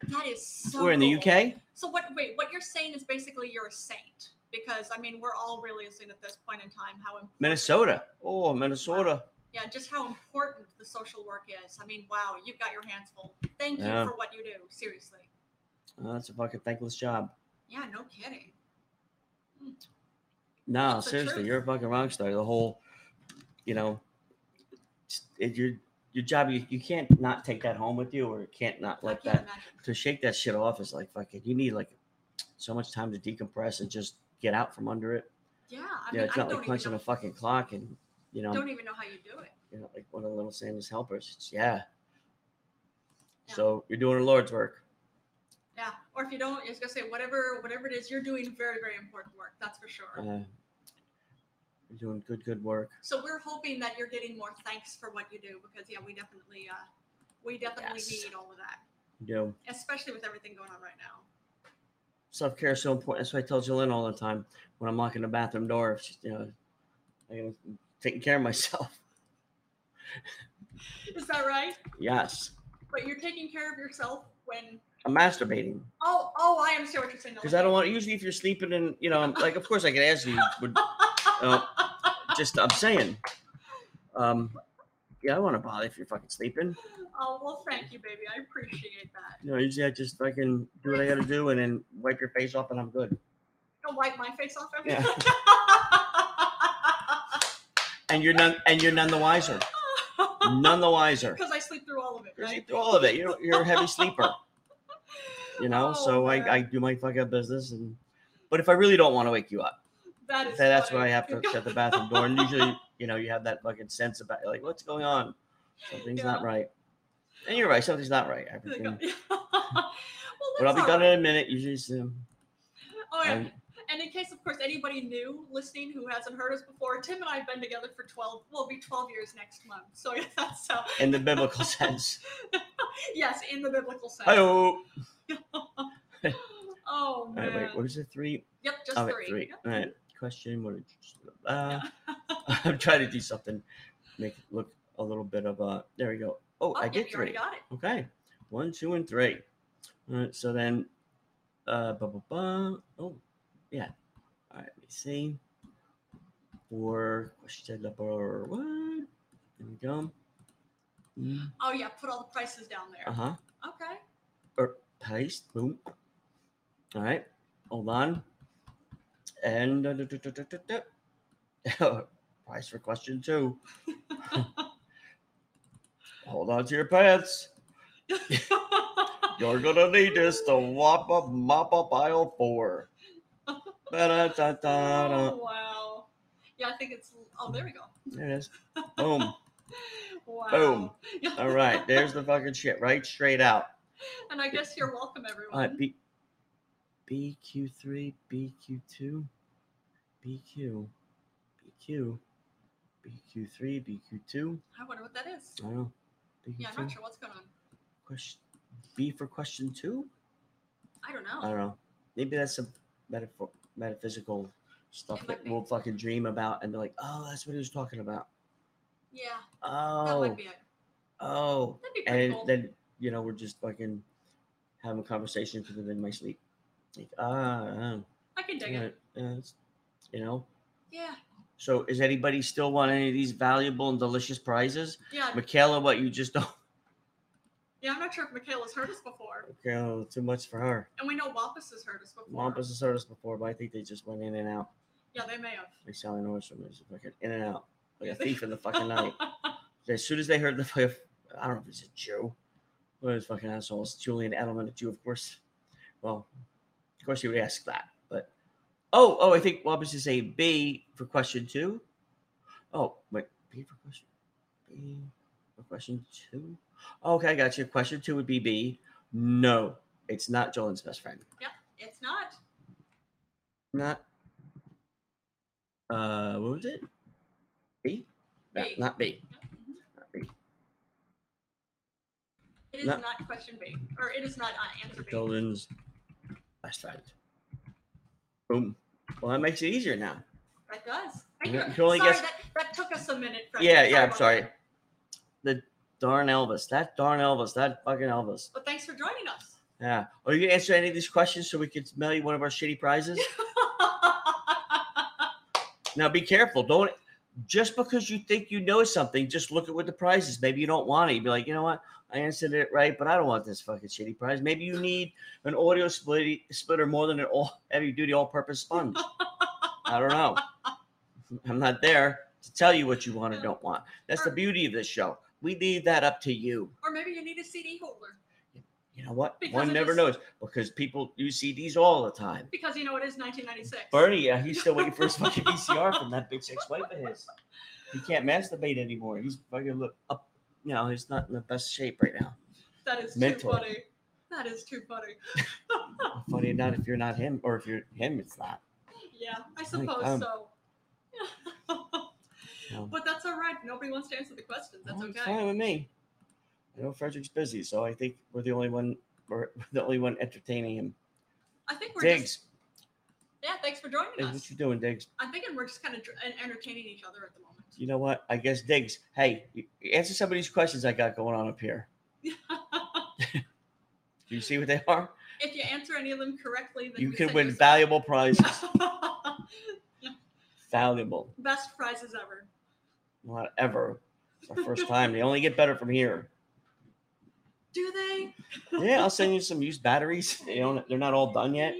S1: That is so.
S2: We're in the
S1: cool.
S2: UK.
S1: So what? Wait, what you're saying is basically you're a saint because I mean we're all really a saint at this point in time. How important,
S2: Minnesota. Oh, Minnesota.
S1: Yeah, just how important the social work is. I mean, wow, you've got your hands full. Thank you
S2: Yeah.
S1: for what you do. Seriously.
S2: Oh, that's a fucking thankless job.
S1: Yeah, no kidding.
S2: No,
S1: That's the
S2: seriously,
S1: truth.
S2: you're a fucking rock star. The whole, you know, it's- it, your your job. You, you can't not take that home with you, or can't not
S1: I
S2: let
S1: can't
S2: that
S1: imagine.
S2: to shake that shit off. Is like fucking. You need like so much time to decompress and just get out from under it.
S1: Yeah, I
S2: yeah,
S1: mean,
S2: it's
S1: I
S2: not
S1: don't
S2: like
S1: even
S2: punching
S1: know,
S2: a um, fucking clock, and you know,
S1: don't even know how you do it.
S2: you're not like one of the little Santa's helpers. It's, yeah.
S1: Yeah.
S2: So you're doing the Lord's work.
S1: Yeah, or if you don't, it's gonna say whatever whatever it is you're doing, very very important work. That's for sure.
S2: Uh, you're doing good, good work.
S1: So we're hoping that you're getting more thanks for what you do because yeah, we definitely uh, we definitely
S2: Yes.
S1: need all of that,
S2: You know,
S1: especially with everything going on right now.
S2: self care is so important. That's why I tell Jalen all the time when I'm locking the bathroom door, if she's, you know, I'm taking care of myself. (laughs)
S1: Is that right?
S2: Yes,
S1: But you're taking care of yourself when
S2: I'm masturbating
S1: oh oh I understand what you're saying. now.
S2: because I don't want. Usually, if you're sleeping and you know, I'm like, of course, I could ask you, but uh, just I'm saying, um, yeah, I don't want to bother if you're fucking sleeping.
S1: Oh well, thank you, baby. I appreciate that.
S2: You know, usually I just fucking do what I got to do and then wipe your face off and I'm good.
S1: Don't wipe my face off. Every
S2: Yeah.
S1: (laughs)
S2: And you're none, and you're none the wiser. None the wiser.
S1: Because I sleep through all of it,
S2: You're
S1: right?
S2: through all of it. You're you're a heavy sleeper. you know
S1: Oh,
S2: so
S1: man.
S2: I, I do my fuck up business and but if i really don't want to wake you up
S1: that is
S2: then that's when
S1: funny.
S2: i
S1: (laughs)
S2: have to shut the bathroom door and usually you know you have that fucking sense about like what's going on something's not
S1: Yeah.
S2: right and you're right something's not right
S1: Like,
S2: everything
S1: (laughs) well,
S2: but i'll be
S1: that's
S2: done
S1: all
S2: in a minute usually soon
S1: right. Oh, yeah.
S2: I'm-
S1: And in case, of course, anybody new listening who hasn't heard us before, Tim and I have been together for 12, will be 12 years next month. So, (laughs) yeah, that's so,
S2: in the
S1: (laughs)
S2: biblical sense
S1: yes, in the biblical sense.
S2: oh
S1: (gasps) Oh, man.
S2: all right wait what is it three
S1: Yep, just
S2: oh, wait,
S1: three.
S2: three
S1: Yep.
S2: all right question what did you- uh, (laughs) i'm trying to do something make it look a little bit of a there we go
S1: Oh,
S2: oh i
S1: yep,
S2: did
S1: you already
S2: three
S1: got it.
S2: Okay. One, two, and three. All right. So then, uh, blah, blah, blah. Oh, yeah. All right. Let me see. For question number one. There we go.
S1: Mm.
S2: Uh-huh.
S1: Oh, yeah, put all the prices down there.
S2: (laughs) Uh huh.
S1: Okay.
S2: paste. Boom. All right. Hold on. And uh, duh, duh, duh, duh, duh, duh. (laughs) price for question two. Hold on to your pants. You're gonna need this to mop up mop up aisle four. Ba-da-da-da-da.
S1: (laughs) oh, wow. Yeah, I think it's. Oh, there we go.
S2: There it is. Boom.
S1: Wow. (laughs)
S2: Boom.
S1: Yeah.
S2: All right. There's the fucking shit right straight out.
S1: And I guess you're welcome,
S2: All right.
S1: everyone.
S2: B, BQ3, BQ2, BQ, BQ, BQ3, BQ2.
S1: I wonder what that is.
S2: I don't know. BQ2.
S1: Yeah, I'm not sure what's going on.
S2: Question B for question two?
S1: I don't
S2: I
S1: know.
S2: don't know. Maybe that's some metaphor, metaphysical stuff
S1: It might
S2: that
S1: be.
S2: we'll fucking dream about and be like, oh, that's what he was talking about.
S1: Yeah, that
S2: Oh,
S1: might be it.
S2: oh.
S1: That'd be pretty
S2: And
S1: cool.
S2: then, you know, we're just fucking having conversations with him in my sleep. Like, ah,
S1: I can dig
S2: yeah,
S1: it.
S2: yeah, it's- you know.
S1: Yeah,
S2: So, is anybody still want any of these valuable and
S1: (laughs)
S2: delicious prizes?
S1: yeah,
S2: Michaela, what you just don't.
S1: yeah. I'm not sure if Michaela's heard us before,
S2: Michaela, too much for her.
S1: and we know Wampus has heard us before.
S2: Wampus has heard us before, but I think they just went in and out.
S1: Yeah, they may have.
S2: Like Sally Nordstrom is fucking in and out, like a thief in
S1: (laughs)
S2: the fucking night. As soon as they heard the fucking, I don't know if it's a Jew, one of those fucking assholes, Julian Edelman, a Jew, of course. Well, of course you would ask that, but oh, oh, I think Wampus is a B for question two. Oh, wait, B for question, B for question two. Okay, I got you. Question two would be B. No, it's not Jolin's best friend.
S1: it's not.
S2: Not. Uh, what was it? B. No,
S1: B.
S2: not B.
S1: mm-hmm. It is
S2: No.
S1: not question B, or it is not uh, answer B.
S2: Golden's best friend. Boom. Well, that makes it easier now.
S1: That does. Thank you.
S2: You can only
S1: Sorry,
S2: guess-
S1: that, that took us a minute. Fred.
S2: Yeah, yeah. I'm
S1: about
S2: sorry.
S1: that.
S2: The darn Elvis. That darn Elvis. That fucking Elvis.
S1: But thanks for joining us. (laughs)
S2: Yeah. Are you gonna answer any of these questions so we can mail you one of our shitty prizes? now be careful. Don't just because you think you know something, just look at what the prize is. Maybe you don't want it. You'd be like, you know what? I answered it right, but I don't want this fucking shitty prize. Maybe you need an audio split, splitter more than an all (laughs) heavy duty all purpose sponge. I don't know. (laughs) I'm not there to tell you what you want or don't want. That's the beauty of this show. We leave that up to you.
S1: or maybe you need a CD holder
S2: You know what?
S1: Because
S2: One
S1: it
S2: never
S1: is-
S2: knows because people use CDs all the time.
S1: because you know it is 1996.
S2: Bernie, yeah, he's still waiting for his fucking VCR from that bitch ex-wife of his. He can't masturbate anymore. He's fucking look up. You know, he's not in the best shape right now.
S1: That is
S2: Mental.
S1: too funny. That is too funny. Oh.
S2: Funny enough, if you're not him, or if you're him, it's not.
S1: Yeah, I suppose
S2: um,
S1: so.
S2: Um,
S1: (laughs) but that's all right. Nobody wants to answer the questions. That's
S2: Well,
S1: okay.
S2: it's Fine with me. I know Frederick's busy, so I think we're the only one. We're (laughs) the only one entertaining him.
S1: I think we're just
S2: Diggs,
S1: yeah. Thanks for joining
S2: hey,
S1: us.
S2: what you doing, Diggs?
S1: I'm thinking we're just kind of entertaining each other at the moment.
S2: You know what? I guess Diggs. Hey, you- you answer some of these questions I got going on
S1: (laughs)
S2: up here. (laughs) Do you see what they are?
S1: if you answer any of them correctly, then
S2: You
S1: we
S2: can
S1: send
S2: win
S1: a-
S2: valuable prizes. valuable.
S1: (laughs) Best prizes ever.
S2: Not ever. It's our first time. They only get better from here.
S1: Do they?
S2: Yeah, I'll send you some used batteries. (laughs) They don't. They're not all done yet.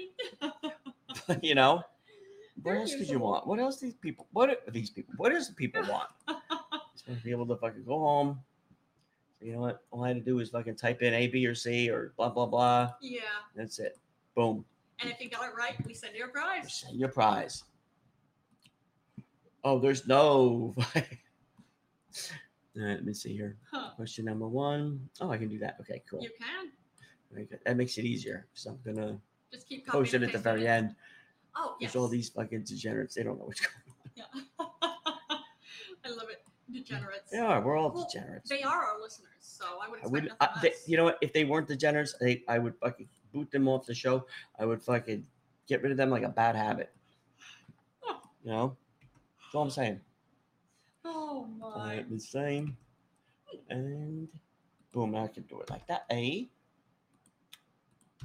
S2: (laughs) you know. What
S1: They're
S2: else could you
S1: usable.
S2: want? What else these people? What do- these people? What does the people want? Just want to be able to fucking go home. You know what? All I had to do was fucking type in A, B, or C, or blah blah blah.
S1: Yeah.
S2: That's it. Boom.
S1: And if you got it right, we send you a prize.
S2: Send your prize. Oh, there's no. (laughs) all right, let me see here.
S1: Huh.
S2: Question number one. Oh, I can do that. Okay, cool.
S1: You can.
S2: Very good. That makes it easier because I'm gonna
S1: Just keep copying
S2: post it
S1: and
S2: at the
S1: pasting
S2: very
S1: it.
S2: end.
S1: Oh, yes.
S2: There's all these fucking degenerates. They don't know what's going.
S1: Yeah. (laughs) I love it. Degenerates.
S2: (laughs) They are. We're all
S1: Well,
S2: degenerates.
S1: They are our listeners, so I would
S2: I
S1: expect
S2: would.
S1: nothing
S2: I, they,
S1: less.
S2: you know what? If they weren't degenerates, they, I would fucking boot them off the show. I would fucking get rid of them like a bad habit. You know. That's all I'm saying.
S1: oh
S2: All
S1: my.
S2: right, the same. And boom, I can do it like that. A,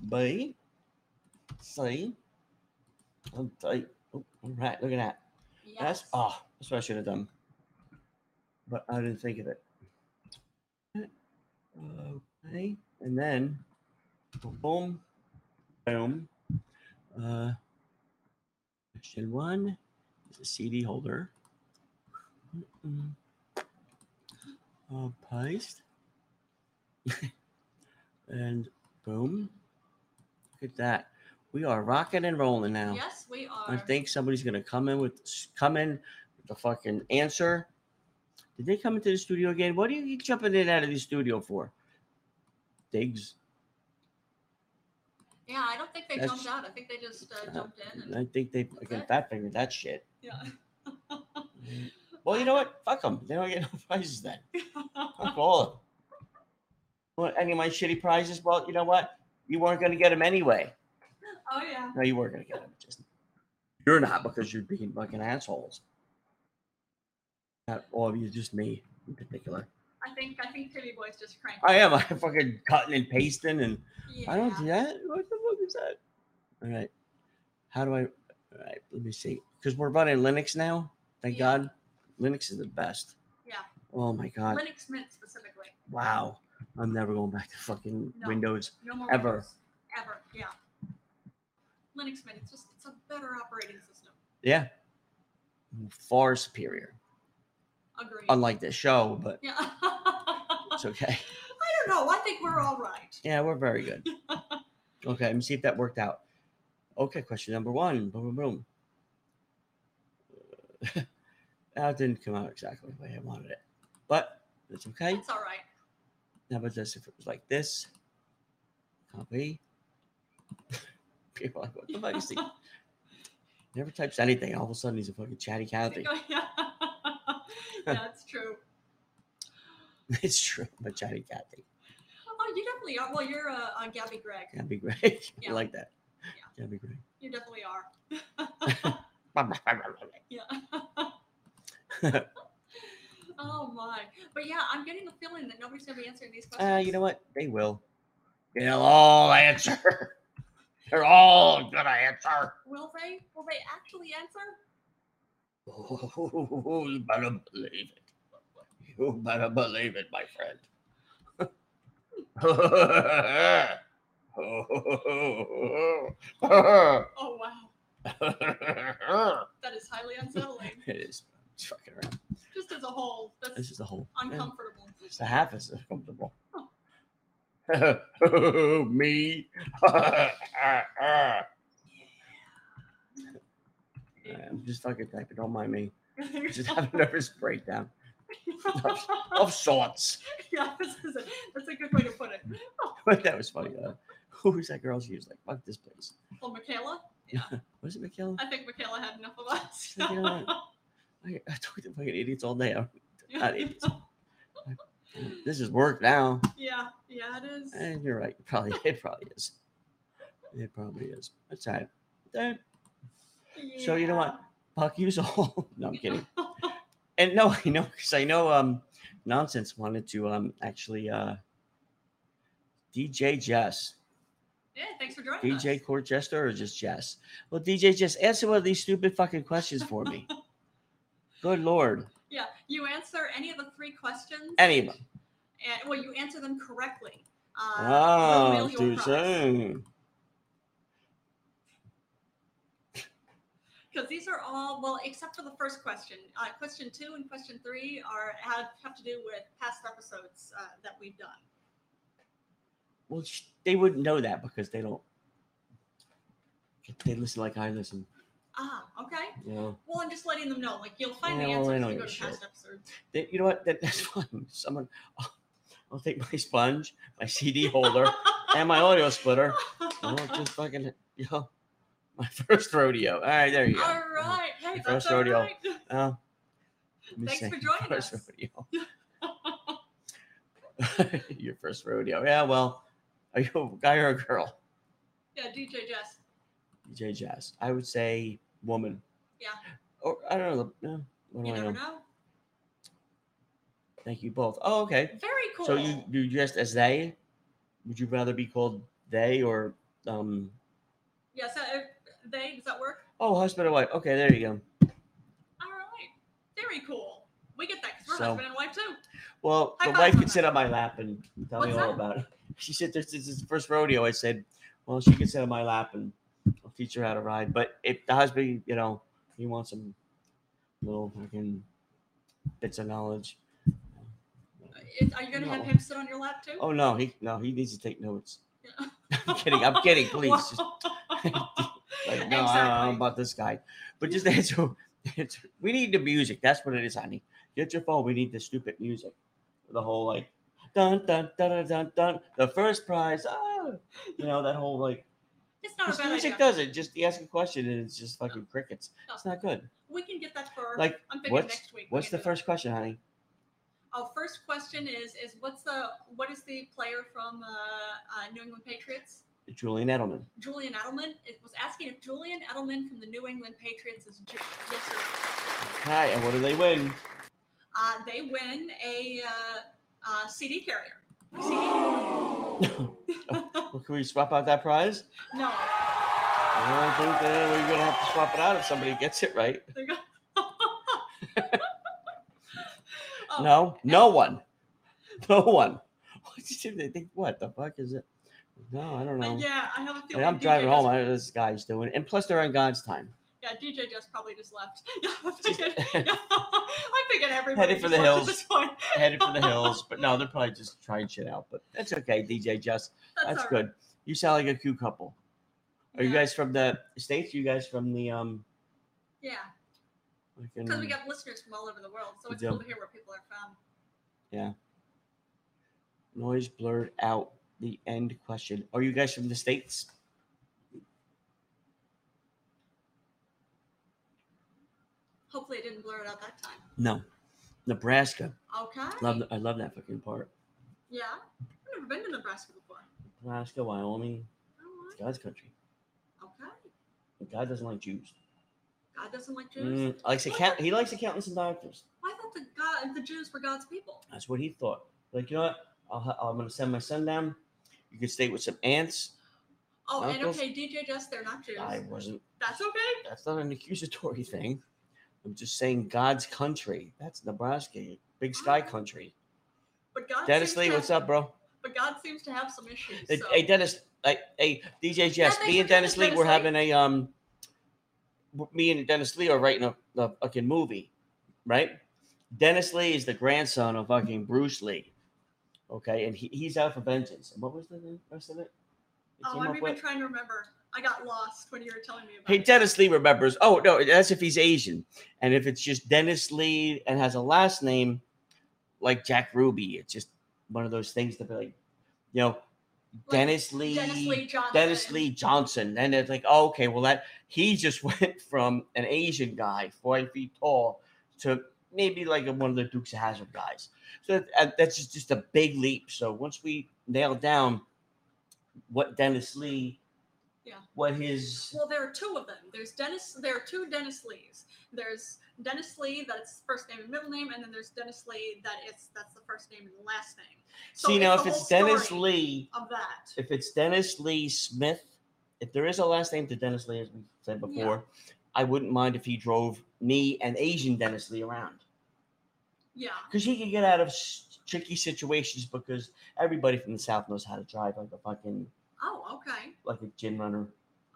S2: B, C. I'm tight. Oh, all right, look at that.
S1: Yes.
S2: That's oh, that's what I should have done. But I didn't think of it. Okay. And then Boom. Boom. Uh, question one is a CD holder. Mm-mm. Uh, paste. (laughs) and boom. Look at that. We are rocking and rolling now.
S1: Yes, we are.
S2: I think somebody's gonna come in with come in with the fucking answer. Did they come into the studio again? What are you jumping in out of the studio for? Digs.
S1: yeah, I don't think they
S2: That's-
S1: jumped out. I think they just uh,
S2: Uh,
S1: jumped in. And,
S2: I think they fucking fat fingered that shit.
S1: yeah. (laughs)
S2: Well, you know what? Fuck them. They don't get no (laughs) prizes then.
S1: Oh,
S2: Fuck all of them. Want any of my shitty prizes? Well, you know what? You weren't gonna get them anyway.
S1: oh yeah.
S2: No, you weren't gonna get them. Just you're not because you're being fucking assholes. Not all of you, just me in particular.
S1: I think I think Timmy Boy's just cranky.
S2: I am. I'm fucking cutting and pasting, and
S1: yeah.
S2: I don't do that. What the fuck is that? All right. How do I? All right. Let me see. Because we're running Linux now. Thank
S1: Yeah.
S2: God. Linux is the best.
S1: Yeah.
S2: Oh my God.
S1: Linux Mint specifically.
S2: Wow. I'm never going back to fucking
S1: No.
S2: Windows.
S1: No more
S2: Ever.
S1: Windows. Ever. Yeah. Linux Mint. It's just it's a better operating system.
S2: Yeah. Far superior.
S1: Agreed.
S2: Unlike this show, but
S1: yeah. (laughs) I
S2: it's okay.
S1: don't know. I think we're all right.
S2: Yeah, we're
S1: (laughs)
S2: very good. okay, let me see if that worked out. Okay, question number one. Boom, boom, boom. (laughs) that didn't come out exactly the way I wanted it, but it's okay.
S1: It's all right.
S2: How about this? If it was like this, copy. (laughs) People are like, what the fuck
S1: (laughs)
S2: is he? Never types anything. All of a sudden, he's a fucking chatty Cathy.
S1: yeah, (laughs) that's true.
S2: (laughs) it's true, but chatty Cathy.
S1: Oh, you definitely are. Well, you're uh, on Gabby Gregg.
S2: That'd be great. (laughs)
S1: Yeah.
S2: I like that.
S1: Yeah.
S2: That'd be great.
S1: (laughs) You definitely are. Yeah. (laughs) oh my. But yeah, I'm getting the feeling that nobody's gonna be answering these questions.
S2: Uh, you know what? They will. They'll all answer. (laughs) They're all gonna answer.
S1: Will they? Will they actually answer?
S2: Oh, you better believe it. You better believe it, my friend. (laughs)
S1: Oh wow, that is highly unsettling. (laughs)
S2: it is. It's fucking around.
S1: Just as a whole, that's
S2: This is the whole.
S1: uncomfortable.
S2: (laughs) It's the half as comfortable. Me. (laughs) I'm just fucking typing. Don't mind me.
S1: (laughs)
S2: Just have a nervous breakdown of sorts. (laughs)
S1: yeah, this is a, that's a good way to put it.
S2: But that was funny. Uh, who was that girl? She was like, "Fuck this place."
S1: Well, Michaela, yeah,
S2: (laughs) Was it Michaela?
S1: I think Michaela had enough of us. (laughs)
S2: You know I, I talk to fucking idiots all day. I'm- not idiots. This is work now.
S1: yeah, yeah, it is.
S2: And you're right. Probably (laughs) it probably is. It probably is. That's all right. That So you know what? fuck you all. (laughs) no, I'm kidding. And no, I know because I know um nonsense wanted to um actually uh DJ Jess.
S1: Yeah, thanks for joining us.
S2: DJ Court Jester or just Jess? Well, DJ Jess, answer one of these stupid fucking questions for (laughs) me. Good lord.
S1: Yeah, you answer any of the three questions.
S2: Any of them.
S1: And, well, you answer them correctly. Uh, we'll
S2: Oh,
S1: mail you a
S2: too
S1: prize.
S2: soon.
S1: Because these are all well, except for the first question. Uh, question two and question three are have, have to do with past episodes uh, that we've done.
S2: Well, sh- they wouldn't know that because they don't. They listen like I listen.
S1: Ah, okay.
S2: You know,
S1: Well, I'm just letting them know. Like you'll find the
S2: Yeah,
S1: answers
S2: well, I
S1: if
S2: don't
S1: you go
S2: give
S1: to
S2: a
S1: past
S2: shit.
S1: episodes.
S2: They- you know what? That, (laughs) that's fine. Someone, I'll, I'll take my sponge, my CD
S1: (laughs)
S2: holder, and my audio splitter. And we'll oh, just fucking, yo, my (laughs) first rodeo. All right, there you go.
S1: All right. Hey,
S2: Your
S1: that's
S2: first
S1: all
S2: rodeo.
S1: right.
S2: Uh, let me
S1: Thanks
S2: see.
S1: for joining
S2: first
S1: us.
S2: rodeo. (laughs) Your first rodeo. Yeah, well, are you a guy or a girl?
S1: Yeah, DJ Jess.
S2: DJ Jazz. I would say woman.
S1: Yeah.
S2: Or I don't know. No, what do
S1: You
S2: I
S1: never
S2: know?
S1: know.
S2: Thank you both. Oh, okay.
S1: Very cool.
S2: So you you dressed as they? Would you rather be called they or um?
S1: Yeah. So if they does that work?
S2: Oh, husband and wife. Okay, there you go.
S1: All right. Very cool. We get that because we're
S2: So-
S1: husband and wife too.
S2: Well,
S1: High
S2: the
S1: five
S2: wife
S1: on
S2: can
S1: that.
S2: sit on my lap and tell
S1: What's
S2: me all
S1: that?
S2: about it. (laughs) she said, "This is his first rodeo." I said, "Well, she gets out of my lap and I'll teach her how to ride." But if the husband, you know, he wants some little fucking bits of knowledge.
S1: Is- Are you gonna have
S2: No.
S1: him sit on your lap too?
S2: Oh no, he no, he needs to
S1: (laughs)
S2: take notes.
S1: Yeah.
S2: I'm kidding. I'm kidding. Please, just
S1: (laughs)
S2: like no, I don't know
S1: Exactly.
S2: about this guy. But just (laughs) answer. answer. We need the music. That's what it is, honey. Get your phone. We need the stupid music. The whole like dun dun dun dun dun. dun. The first prize. Ah, you know that whole like.
S1: (laughs) It's not a
S2: This
S1: bad
S2: music
S1: idea.
S2: does it. Just you ask a question and it's just fucking crickets.
S1: uh, No.
S2: It's not good.
S1: We can get that for.
S2: Like
S1: I'm thinking
S2: what's
S1: next week. we
S2: what's
S1: can
S2: the
S1: do that.
S2: first question, honey?
S1: Oh, first question is is what's the what is the player from uh, uh, New England Patriots?
S2: Julian Edelman.
S1: Julian Edelman. It was asking if Julian Edelman from the New England Patriots is Ju- yes or no.
S2: Hi, and what do they
S1: (laughs)
S2: win?
S1: Uh, they win a uh, uh, CD carrier. CD.
S2: Well, can we swap out that prize?
S1: no.
S2: I don't think that we're gonna have to swap it out if somebody gets it
S1: (laughs)
S2: right.
S1: They're go- Oh,
S2: No, no one, no one. (laughs) What did you- they think? What the fuck is it? No, I don't
S1: uh,
S2: know.
S1: Yeah, I have a
S2: And
S1: feeling.
S2: I'm
S1: DJ
S2: driving
S1: just-
S2: home. I don't know what this guy's doing, and plus they're on God's time,
S1: Yeah, DJ just probably just left. (laughs) Yeah, I'm
S2: (laughs)
S1: thinking, yeah, I'm thinking everybody
S2: Headed for
S1: just
S2: the
S1: left at
S2: hills.
S1: this point. (laughs)
S2: headed for the hills. But no, they're probably just trying shit out. But that's okay, DJ. Just
S1: That's,
S2: that's
S1: all right.
S2: good. You sound like a cute couple. Are you
S1: Yeah.
S2: guys from the states? you guys from the um?
S1: Yeah,
S2: fucking-
S1: because we got listeners from all over the world, so
S2: We
S1: it's cool
S2: do.
S1: to hear where people are from.
S2: noise blurred out the end question. Are you guys from the states?
S1: Hopefully, I didn't blur it out that time.
S2: No, Nebraska.
S1: Okay.
S2: Love I love that fucking part.
S1: Yeah, I've never been to Nebraska before.
S2: Nebraska, Wyoming,
S1: All
S2: God's country.
S1: right. Okay.
S2: God doesn't like Jews.
S1: God doesn't like Jews.
S2: Mm, likes account- he likes accountants and doctors.
S1: I thought the God, the Jews were God's people.
S2: That's what he thought. Like, you know what? I'll, ha- I'm going to send my son down. You can stay with some ants.
S1: Oh, and
S2: Uncles-
S1: okay, DJ just they're not Jews.
S2: I wasn't.
S1: That's okay.
S2: That's not an accusatory thing. I'm just saying God's country. That's Nebraska, big sky country.
S1: But God.
S2: Dennis
S1: seems
S2: Lee,
S1: to
S2: what's
S1: have-
S2: up, bro?
S1: But God seems to have some issues.
S2: Hey,
S1: so.
S2: hey, Dennis. Hey, hey DJ Jess.
S1: thanks
S2: me
S1: for
S2: and Dennis
S1: doing
S2: Lee,
S1: this,
S2: we're
S1: Dennis Lee.
S2: having a um. w- Me and Dennis Lee are writing a, a fucking movie, right? Dennis Lee is the grandson of fucking Bruce Lee, okay, and he, he's out for vengeance. And what was the name- rest of it? It
S1: oh,
S2: came
S1: I'm
S2: up
S1: even
S2: with-
S1: trying to remember. I got lost when you were telling me about.
S2: Hey,
S1: it.
S2: Dennis Lee remembers. Oh no, that's if he's Asian, and if it's just Dennis Lee and has a last name like Jack Ruby, it's just one of those things that be like, you know,
S1: Like,
S2: Dennis Lee.
S1: Dennis Lee Johnson.
S2: Dennis Lee Johnson. Then it's like, oh, okay, well that he just (laughs) went from an Asian guy, five feet tall, to maybe like one of the Dukes of Hazard guys. So that, that's just, just a big leap. So once we nail down what Dennis Lee,
S1: Yeah.
S2: what his
S1: Well, there are two of them. There's Dennis. There are two Dennis Lees. There's Dennis Lee that's first name and middle name, and then there's Dennis Lee that it's that's the first name and last name So
S2: see
S1: it's
S2: now
S1: the
S2: if it's
S1: whole
S2: Dennis
S1: story.
S2: Lee,
S1: of that.
S2: if it's Dennis Lee Smith, if there is a last name to Dennis Lee, as we said
S1: Yeah.
S2: before, I wouldn't mind if he drove me and Asian Dennis Lee around.
S1: Yeah.
S2: because he can get out of s- tricky situations because everybody from the south knows how to drive like a fucking
S1: Oh, okay.
S2: like a gin runner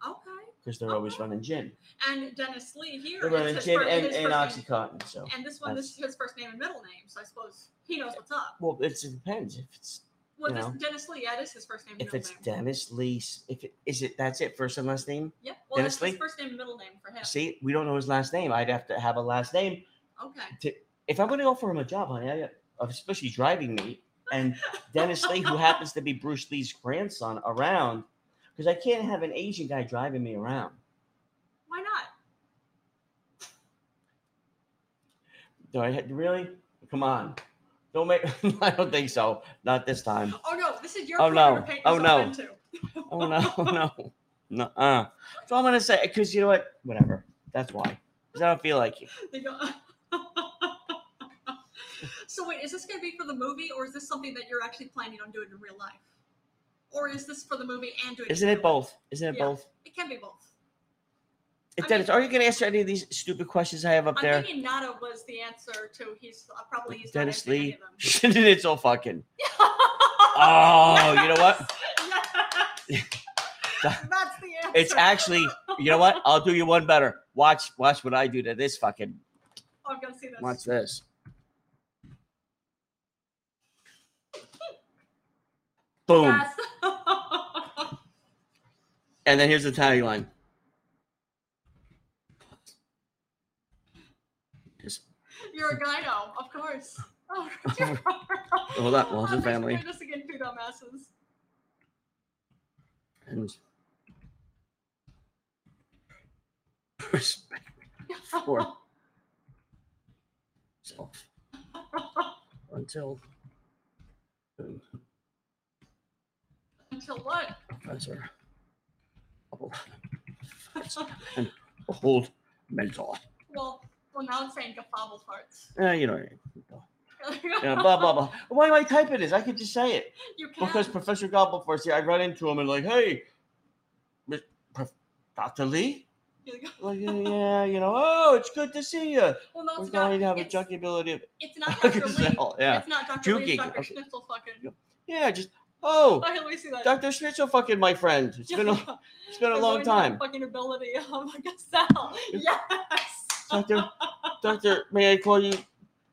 S1: Okay.
S2: because they're always running gin.
S1: And Dennis Lee here.
S2: They're
S1: it's
S2: running
S1: his
S2: gin
S1: first-
S2: and,
S1: his
S2: and
S1: first name-
S2: oxycontin. So
S1: And this one, this is his first name and middle name, so I suppose he knows what's up.
S2: well, it's, it depends if it's
S1: Well,
S2: You
S1: this
S2: know.
S1: Dennis Lee, yeah, it is his first name and
S2: if
S1: middle
S2: it's
S1: name.
S2: Dennis Lee. s- If it is it that's it first and last name.
S1: Yep. Well,
S2: Dennis
S1: that's his
S2: Lee?
S1: first name and middle name for him.
S2: See, we don't know his last name. I'd have to have a last name
S1: Okay.
S2: if I'm going to offer him a job, honey. I, especially driving me
S1: (laughs)
S2: and Dennis Lee, who happens to be Bruce Lee's grandson, around because I can't have an Asian guy driving me around.
S1: Why not?
S2: Do I had really? Come on. Don't make (laughs) I don't think so. Not this time.
S1: Oh no, this is your
S2: Oh,
S1: favorite
S2: no.
S1: Papers
S2: Oh,
S1: I
S2: no.
S1: went to.
S2: Oh no, (laughs) no. No uh. So I'm gonna say because you know what? Whatever. That's why. Because I don't feel like it.
S1: (laughs) They go. (laughs) so wait, is this going to be for the movie, or is this something that you're actually planning on doing in real life, or is this for the movie and doing? in
S2: Isn't
S1: real
S2: it both? Isn't it
S1: Yeah.
S2: both?
S1: life? It can be both.
S2: It
S1: I
S2: Dennis,
S1: mean-
S2: are you gonna answer any of these stupid questions I have up
S1: I'm
S2: (laughs) there?
S1: thinking Nada was the answer to. He's uh, probably he's
S2: Dennis (laughs)
S1: not answering (laughs)
S2: Lee. it's all fucking.
S1: Any of them.
S2: Oh, you know what?
S1: Yes. (laughs) That's the answer.
S2: It's actually, you know what? I'll do you one better. Watch, watch what I do to this fucking.
S1: Oh, I'm gonna see this.
S2: Watch this. Boom.
S1: Yes. (laughs)
S2: And then here's the tagline. Just
S1: You're a gyno, of course. Oh, (laughs)
S2: Hold up, lots of family.
S1: Just again, two dumbasses.
S2: and respect for self until the
S1: (laughs) Until what? (laughs)
S2: professor and behold mentor.
S1: Well, well, now it's saying gaffavel parts. (laughs)
S2: Uh, you know, what I mean. Yeah, blah blah blah. Why am I typing this? I could just say it.
S1: You can.
S2: Because Professor Gobbleford, see, I run into him and like, hey, Miss- Prof- Dr. Lee? Like, yeah, yeah, you know, oh, it's good to see you.
S1: (laughs) well, no,
S2: We're
S1: it's not.
S2: going to have a
S1: it's,
S2: junkie ability. of-
S1: it's
S2: (laughs)
S1: not
S2: Look
S1: Dr.
S2: at
S1: Lee.
S2: Zell, yeah.
S1: It's not Dr. Lee.
S2: Juking,
S1: It's Dr.
S2: okay.
S1: Schnitzel (laughs) fucking.
S2: Yeah, just, oh,
S1: I always see that.
S2: Dr. Schnitzel fucking my friend. It's
S1: (laughs)
S2: been a, it's been a
S1: They're
S2: long
S1: going to have (laughs)
S2: time.
S1: Fucking ability. (laughs) Oh my God, Sal. Yes.
S2: Doctor, Doctor, may I call you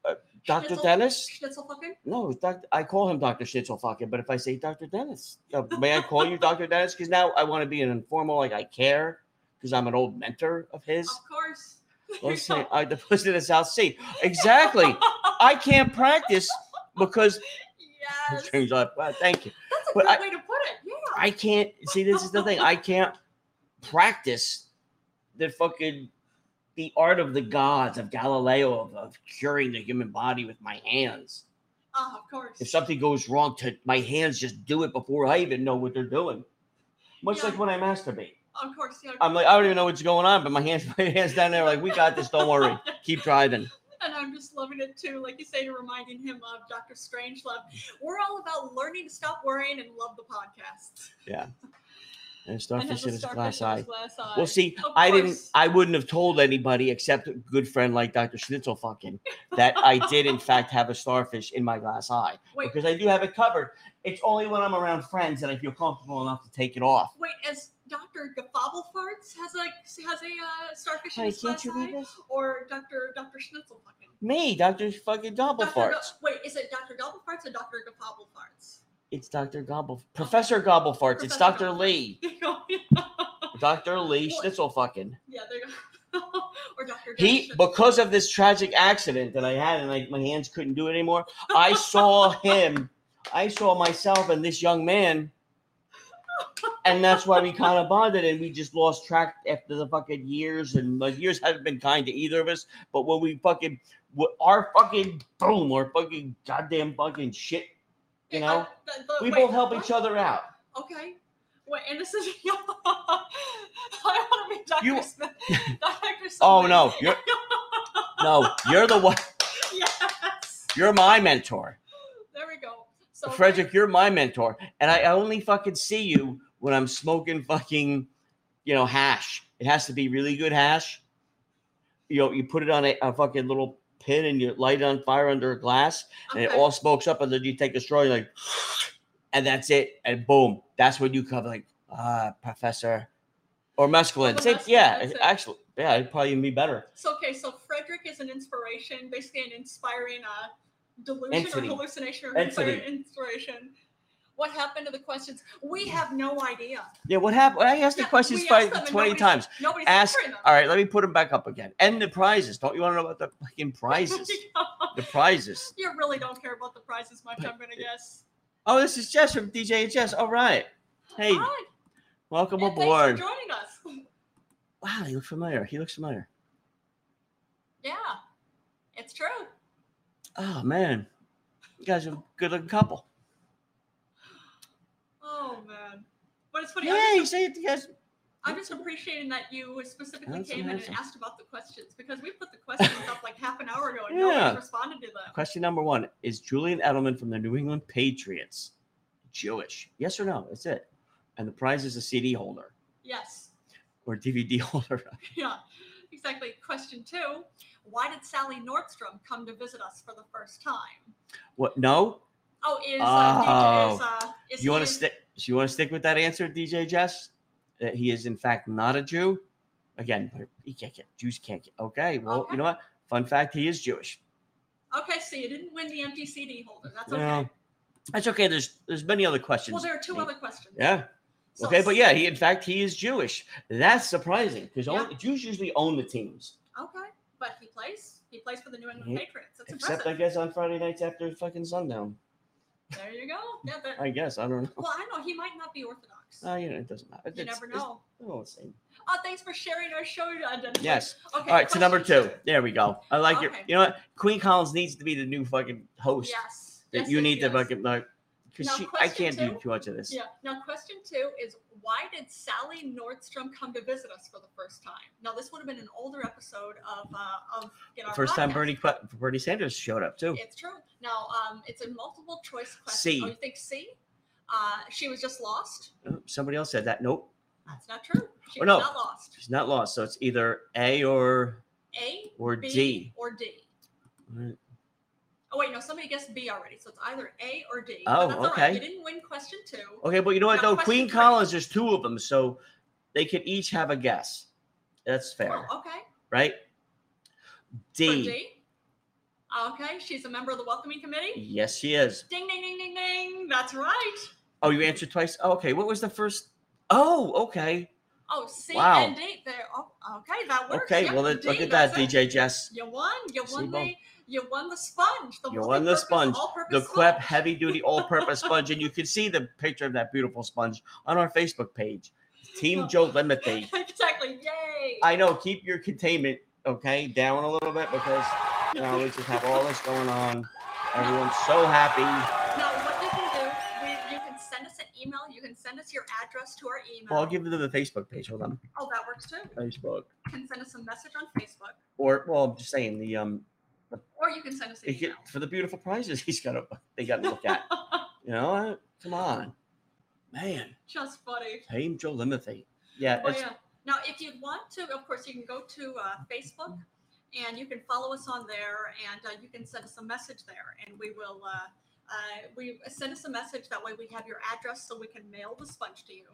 S2: uh, Dr.
S1: Schnitzel-
S2: Dennis?
S1: Schnitzel fucking.
S2: No, doc, I call him Dr. Schnitzel fucking, but if I say Dr. Dennis, uh, may
S1: (laughs)
S2: I call you Dr. Dennis? Because now I want to be an informal, like I care, because I'm an old mentor of his.
S1: Of course. (laughs)
S2: Let's say I deposited in the South Sea. Exactly. I can't practice because
S1: (laughs)
S2: (laughs)
S1: yes. That's
S2: change up. Well, thank you.
S1: a
S2: but
S1: good
S2: I-
S1: way to put it. Yeah.
S2: I can't see this is the thing. I can't practice the fucking the art of the gods of Galileo of, of curing the human body with my hands.
S1: Ah, of course.
S2: If something goes wrong, to my hands just do it before I even know what they're doing. Much
S1: Yeah.
S2: like when I masturbate.
S1: Of course. Yeah.
S2: I'm like, I don't even know what's going on, but my hands (laughs) my hands down there are like, we got this, don't worry. Keep driving.
S1: (laughs) And I'm just loving it too, like you say, to reminding him of Dr. Strangelove. We're all about learning to stop worrying and love the podcast.
S2: And
S1: And has
S2: starfish
S1: a
S2: in his
S1: starfish
S2: glass
S1: in his
S2: eye.
S1: glass eye.
S2: Well, see,
S1: Of
S2: I didn't.
S1: course.
S2: I wouldn't have told anybody except a good friend like Dr. Schnitzel fucking that I did in fact have a starfish in my glass eye
S1: Wait.
S2: because I do have it covered. It's only when I'm around friends that I feel comfortable enough to take it off.
S1: Wait, as Dr. Gafobblefarts has like has a uh, starfish in
S2: Hey,
S1: his
S2: can't
S1: glass
S2: you read
S1: eye,
S2: this?
S1: or Dr. Dr. Schnitzel fucking.
S2: Me, Dr. fucking
S1: Dr. Go-
S2: Gobblefarts.
S1: Wait, is it Dr. Doppelfarts or Dr. (laughs) Gafobblefarts?
S2: It's Dr. Gobble, Professor Gobblefarts. It's
S1: Professor
S2: Dr. Lee, Dr. Lee
S1: What?
S2: Schnitzel fucking.
S1: yeah, there you go. (laughs) or Dr.
S2: He,
S1: Gafobblefarts.
S2: because of this tragic accident that I had and like my hands couldn't do it anymore, I saw him, I saw myself and this young man. And that's why we kind of bonded and we just lost track after the fucking years. And like years haven't been kind to either of us. But when we fucking, wh- our fucking boom, our fucking goddamn fucking shit,
S1: Yeah,
S2: you know,
S1: uh, the- the-
S2: we
S1: wait,
S2: both help
S1: what?
S2: each other out.
S1: Okay. Wait, and this is. (laughs) I want to be Dr.
S2: You-
S1: Smith.
S2: (laughs)
S1: Dr.
S2: Oh
S1: something.
S2: no, you're, no, you're the one,
S1: Yes.
S2: you're my mentor.
S1: There we go. So
S2: Frederick, you're my mentor, and I only fucking see you when I'm smoking fucking, you know, hash. It has to be really good hash. You know, you put it on a, a fucking little pin and you light it on fire under a glass, and it
S1: Okay.
S2: all smokes up, and then you take a straw, you're like, (sighs) and that's it, and boom, that's when you come like, ah, professor, or mescaline.
S1: Well,
S2: Same-
S1: mescaline,
S2: yeah,
S1: that's it.
S2: actually, yeah, it'd probably even be better.
S1: So okay, so Frederick is an inspiration, basically an inspiring uh, delusion
S2: Entity.
S1: or hallucination or
S2: Entity.
S1: inspiring inspiration. What happened to the questions? We have no idea.
S2: Yeah, what happened? I asked the
S1: Yeah,
S2: questions
S1: we
S2: fi-
S1: asked them and
S2: twenty
S1: nobody-
S2: times.
S1: Nobody's
S2: Ask-
S1: answering them. (laughs)
S2: All right, let me put them back up again. And the prizes. Don't you want to know about the fucking prizes?
S1: (laughs)
S2: the prizes.
S1: you really don't care about the prizes much, I'm gonna guess.
S2: Oh, this is Jess from DJ and Jess. All right. Hey,
S1: Hi,
S2: welcome
S1: and thanks for
S2: aboard.
S1: joining us.
S2: Wow, he looks familiar. He looks familiar.
S1: Yeah, it's true.
S2: Oh, man. You guys are a good looking couple.
S1: Oh man, but it's funny.
S2: Yeah,
S1: I'm,
S2: you
S1: just,
S2: say it, you guys.
S1: I'm just appreciating that you specifically
S2: Handsome,
S1: came in
S2: handsome.
S1: and asked about the questions because we put the questions up like half an hour ago and no
S2: Yeah.
S1: one responded to them.
S2: Question number one Is Julian Edelman from the New England Patriots Jewish? Yes or no? That's it. And the prize is a CD holder
S1: Yes. (laughs)
S2: or DVD (laughs) holder.
S1: Yeah, exactly. Question two Why did Sally Nordstrom come to visit us for the first time?
S2: What? No?
S1: Oh, is uh, DJ is, uh, is
S2: Oh. You
S1: he
S2: want to
S1: is-
S2: stick? You want to stick with that answer, DJ Jess? That he is in fact not a Jew. Again, he can't get Jews can't get. Okay, well,
S1: Okay.
S2: you know what? Fun fact: he is Jewish.
S1: Okay, so you didn't win the empty CD holder. That's okay.
S2: No, that's okay. There's there's many other questions.
S1: well, there are two other questions.
S2: Yeah.
S1: So-
S2: okay, but yeah, he in fact he is Jewish. That's surprising because Jews usually own the teams,
S1: Okay, but he plays. He plays for the New England
S2: Yeah.
S1: Patriots. That's
S2: except I
S1: impressive.
S2: guess on Friday nights after fucking sundown.
S1: There you go. Yeah, that,
S2: I guess I don't know.
S1: well, I know he might not be Orthodox.
S2: Uh, you know, it doesn't matter.
S1: you
S2: It's-
S1: never
S2: it's-
S1: know.
S2: they're all the same.
S1: Oh, thanks for sharing our show, uh, Dennis.
S2: Yes.
S1: Okay.
S2: All right, to number
S1: question
S2: two. There we go. I like it.
S1: Okay.
S2: You know what? Queen Collins needs to be the new fucking host.
S1: Yes.
S2: That
S1: yes,
S2: you
S1: yes,
S2: need
S1: yes.
S2: to fucking like, because
S1: Now,
S2: she, I
S1: question
S2: can't do
S1: two?
S2: too much of this.
S1: Yeah. Now, question two is why did Sally Nordstrom come to visit us for the first time? Now, this would have been an older episode of uh, of Get Our
S2: First time
S1: Podcast.
S2: Bernie Que- Bernie Sanders showed up too.
S1: It's true. Now, um, it's a multiple choice question.
S2: C.
S1: Oh, you think C? Uh, she was just lost.
S2: Oh, Somebody else said that. Nope,
S1: That's not true. She
S2: Oh,
S1: was
S2: no.
S1: not lost.
S2: she's not lost. So it's either A or
S1: A
S2: or
S1: B,
S2: D.
S1: or D. Oh wait, no, somebody guessed B already. So it's either A or D. but
S2: Oh,
S1: that's All
S2: okay.
S1: right. You didn't win question two.
S2: Okay, but you know what
S1: Now,
S2: though?
S1: question
S2: Queen
S1: three.
S2: Collins, there's two of them, so they could each have a guess. That's fair,
S1: Oh, okay.
S2: right?
S1: For
S2: D.
S1: D. Okay, she's a member of the welcoming committee.
S2: Yes, she is.
S1: Ding, ding, ding, ding, ding. That's right.
S2: Oh, you answered twice. Oh, okay, what was the first? Oh, okay,
S1: Oh, C
S2: Wow.
S1: and D. There. Oh, okay, that works.
S2: okay.
S1: Yeah,
S2: well, then,
S1: D,
S2: look at
S1: that's
S2: that,
S1: it.
S2: DJ Jess.
S1: You won. You
S2: See,
S1: won
S2: boom.
S1: the. You won the sponge. The
S2: You won the
S1: multi-purpose,
S2: sponge,
S1: all-purpose
S2: The Quep
S1: sponge. (laughs)
S2: Heavy Duty All-Purpose Sponge, and you can see the picture of that beautiful sponge on our Facebook page, Team Joe Lemothy.
S1: exactly. Yay.
S2: I know. Keep your containment okay down a little bit because you know we just have all this going on. Everyone's so happy.
S1: Now, what you can do, we, you can send us an email. You can send us your address to our email.
S2: Well, I'll give them the Facebook page. Hold on,
S1: oh, that works too.
S2: Facebook.
S1: You can send us a message on Facebook,
S2: Or well, I'm just saying the um
S1: or you can send us an
S2: it
S1: email.
S2: get- for the beautiful prizes (laughs) he's got to they got to look at. You know, uh, come on, man.
S1: Just funny.
S2: Team Joe Limothy. Yeah,
S1: Oh,
S2: it's,
S1: yeah. Now, if you want to, of course, you can go to uh, Facebook and you can follow us on there and uh, you can send us a message there and we will uh, uh, we send us a message that way we have your address so we can mail the sponge to you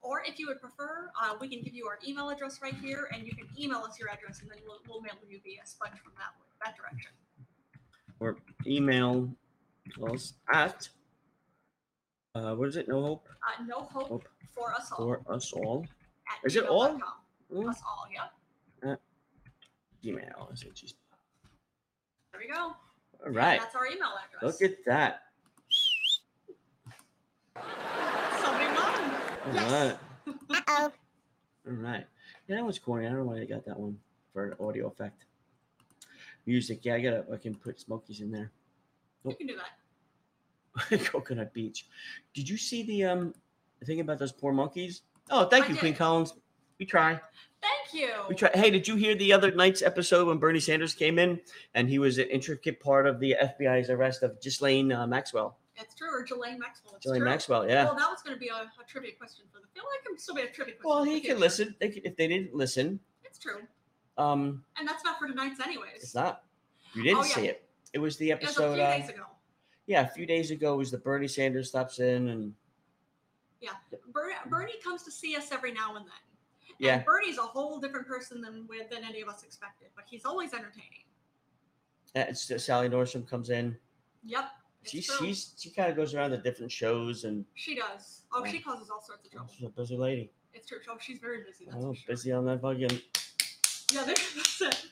S1: or if you would prefer uh, we can give you our email address right here and you can email us your address and then we'll, we'll mail you the uh, sponge from that way, that direction
S2: or email us at uh, what is it? No hope
S1: uh, no hope
S2: Hope.
S1: for us all
S2: for us all.
S1: at
S2: Is it all?
S1: gmail.com.
S2: Mm,
S1: us all yeah
S2: Email. is it just-
S1: there we go
S2: All right.
S1: that's our email address
S2: Look at that.
S1: somebody won
S2: All
S1: Yes.
S2: right. All right. Yeah, that was corny. I don't know why I got that one for an audio effect. Music. Yeah, I gotta. I can put Smokies in there. (laughs)
S1: you can do that
S2: Coconut Beach. Did you see the um thing about those poor monkeys? Oh, thank
S1: I
S2: you, Queen
S1: did.
S2: Collins. We try.
S1: Thank you.
S2: We try. Hey, did you hear the other night's episode when Bernie Sanders came in and he was an intricate part of the FBI's arrest of Ghislaine uh, Maxwell?
S1: It's true. Or Jelaine Maxwell. It's
S2: Ghislaine
S1: true.
S2: Maxwell. Yeah.
S1: Well, that was going to be a, a trivia question for the. I feel like I'm still be a trivia question.
S2: Well,
S1: for
S2: he
S1: the
S2: could
S1: future.
S2: listen. They could, if they didn't listen,
S1: It's true,
S2: um,
S1: and that's not for tonight's anyways.
S2: it's not. You didn't
S1: Oh, yeah.
S2: see it. It was the
S1: it was
S2: episode.
S1: a few
S2: uh,
S1: days ago.
S2: yeah, a few days ago was the Bernie Sanders steps in and
S1: Ber- Bernie comes to see us every now and then.
S2: yeah,
S1: And Bernie's a whole different person than we- than any of us expected, but he's always entertaining.
S2: that's uh, Sally Nordstrom comes in.
S1: Yep. It's
S2: She
S1: true.
S2: she's she kind of goes around to different shows and
S1: she does. Oh,
S2: Yeah.
S1: she causes all sorts of trouble.
S2: she's a busy lady.
S1: It's true. Oh, she's very busy. That's for
S2: Oh,
S1: sure.
S2: busy on that fucking.
S1: Yeah, there- that's it.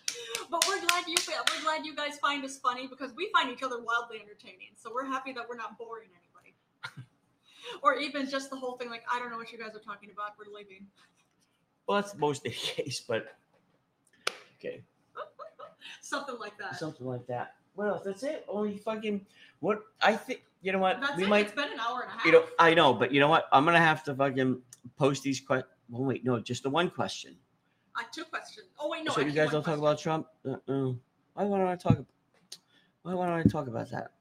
S1: But we're glad you we're glad you guys find us funny because we find each other wildly entertaining. So we're happy that we're not boring
S2: (laughs)
S1: anybody. or even just the whole thing like I don't know what you guys are talking about. We're leaving.
S2: Well, that's mostly the (laughs) case, but okay,
S1: Something like that.
S2: something like that. What else? That's it. Only fucking what I think. You know what?
S1: that's
S2: we
S1: it.
S2: might.
S1: It's been an hour and a half.
S2: You know, I know, but you know what? I'm gonna have to fucking post these questions. Well, wait, no, just the one question.
S1: uh, two questions. Oh wait, no.
S2: so you
S1: actually,
S2: guys
S1: one
S2: don't talk
S1: question.
S2: about Trump? Uh-uh. Why don't I talk? Why don't I talk about that?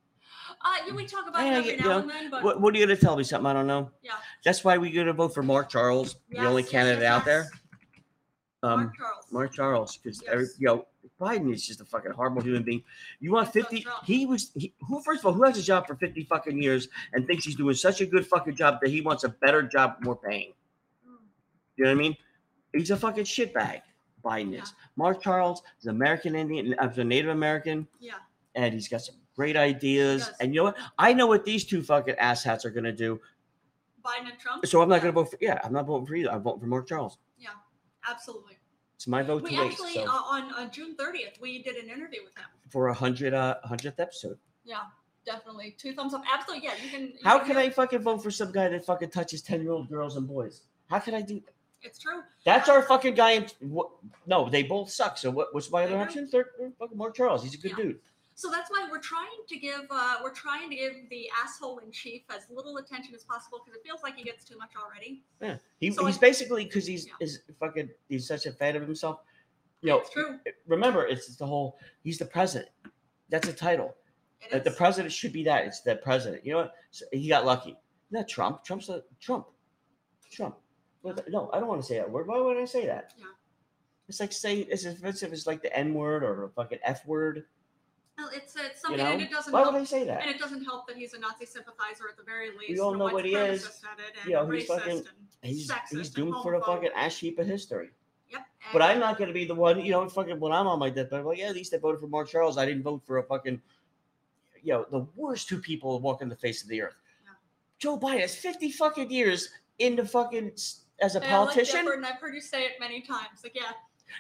S1: Uh, yeah, we talk about
S2: Yeah,
S1: it every
S2: you
S1: now
S2: know,
S1: and then, but
S2: What, what are you gonna tell me? Something I don't know.
S1: Yeah.
S2: That's why we gotta vote for Mark Charles,
S1: Yes,
S2: the only
S1: yes,
S2: candidate
S1: yes,
S2: out there.
S1: yes.
S2: Um,
S1: Mark Charles.
S2: Mark Charles, because every
S1: Yes.
S2: you know, Biden is just a fucking horrible human being. You want
S1: That's so
S2: fifty?
S1: strong.
S2: He was he, who? First of all, who has a job for fifty fucking years and thinks he's doing such a good fucking job that he wants a better job, more paying? You know what I mean? He's a fucking shitbag. Biden
S1: Yeah.
S2: is. Mark Charles is American Indian, uh, a Native American,
S1: Yeah.
S2: and he's got some great ideas.
S1: does.
S2: And you know what? I know what these two fucking asshats are gonna do.
S1: Biden and Trump?
S2: So I'm not gonna vote for. Yeah, I'm not voting for either. I'm voting for Mark Charles.
S1: Absolutely.
S2: It's my vote
S1: We
S2: to waste.
S1: actually,
S2: so.
S1: uh, on, on June 30th, we did an interview with him.
S2: for a hundred uh hundredth episode.
S1: Yeah, definitely. Two thumbs up. Absolutely. Yeah, you can. you
S2: How
S1: can
S2: can I fucking vote for some guy that fucking touches ten year old girls and boys? How can I do that?
S1: It's true.
S2: That's our fucking guy. In, what, no, they both suck. So what, what's my
S1: I
S2: other
S1: know.
S2: option? Third, fucking Mark Charles. He's a good
S1: Yeah.
S2: dude.
S1: So that's why we're trying to give uh, we're trying to give the asshole in chief as little attention as possible because it feels like he gets too much already.
S2: Yeah. He,
S1: So
S2: he's
S1: I-
S2: basically because he's
S1: Yeah.
S2: is fucking he's such a fan of himself. You know,
S1: it's true.
S2: remember it's, the whole he's the president. That's a title.
S1: It
S2: That the
S1: is.
S2: president should be that. It's the president. You know what? So he got lucky. Not Trump. Trump's a Trump. Trump. What the- No, I don't want to say that word. Why would I say that?
S1: Yeah.
S2: It's like saying it's as offensive as like the N word or a fucking F word.
S1: Well, it's uh, it's
S2: You
S1: something
S2: know?
S1: and it doesn't
S2: Why would I
S1: help.
S2: say
S1: And
S2: that?
S1: it doesn't help that he's a Nazi sympathizer at the very least.
S2: all
S1: and a
S2: know
S1: white
S2: what he is.
S1: supremacist at it and
S2: You know,
S1: racist
S2: he's fucking-
S1: and
S2: He's,
S1: sexist
S2: he's
S1: and
S2: doomed for the
S1: homophobic.
S2: fucking ash heap of history.
S1: Yep.
S2: But
S1: and-
S2: I'm not going to be the one, you know, fucking when I'm on my deathbed, I'm like, yeah, at least I voted for Mark Charles. I didn't vote for a fucking, you know, the worst two people walking the face of the earth.
S1: Yeah.
S2: Joe Biden is 50 fucking years into fucking s- as a
S1: They all look
S2: politician.
S1: different, and I've heard you say it many times. Like, yeah,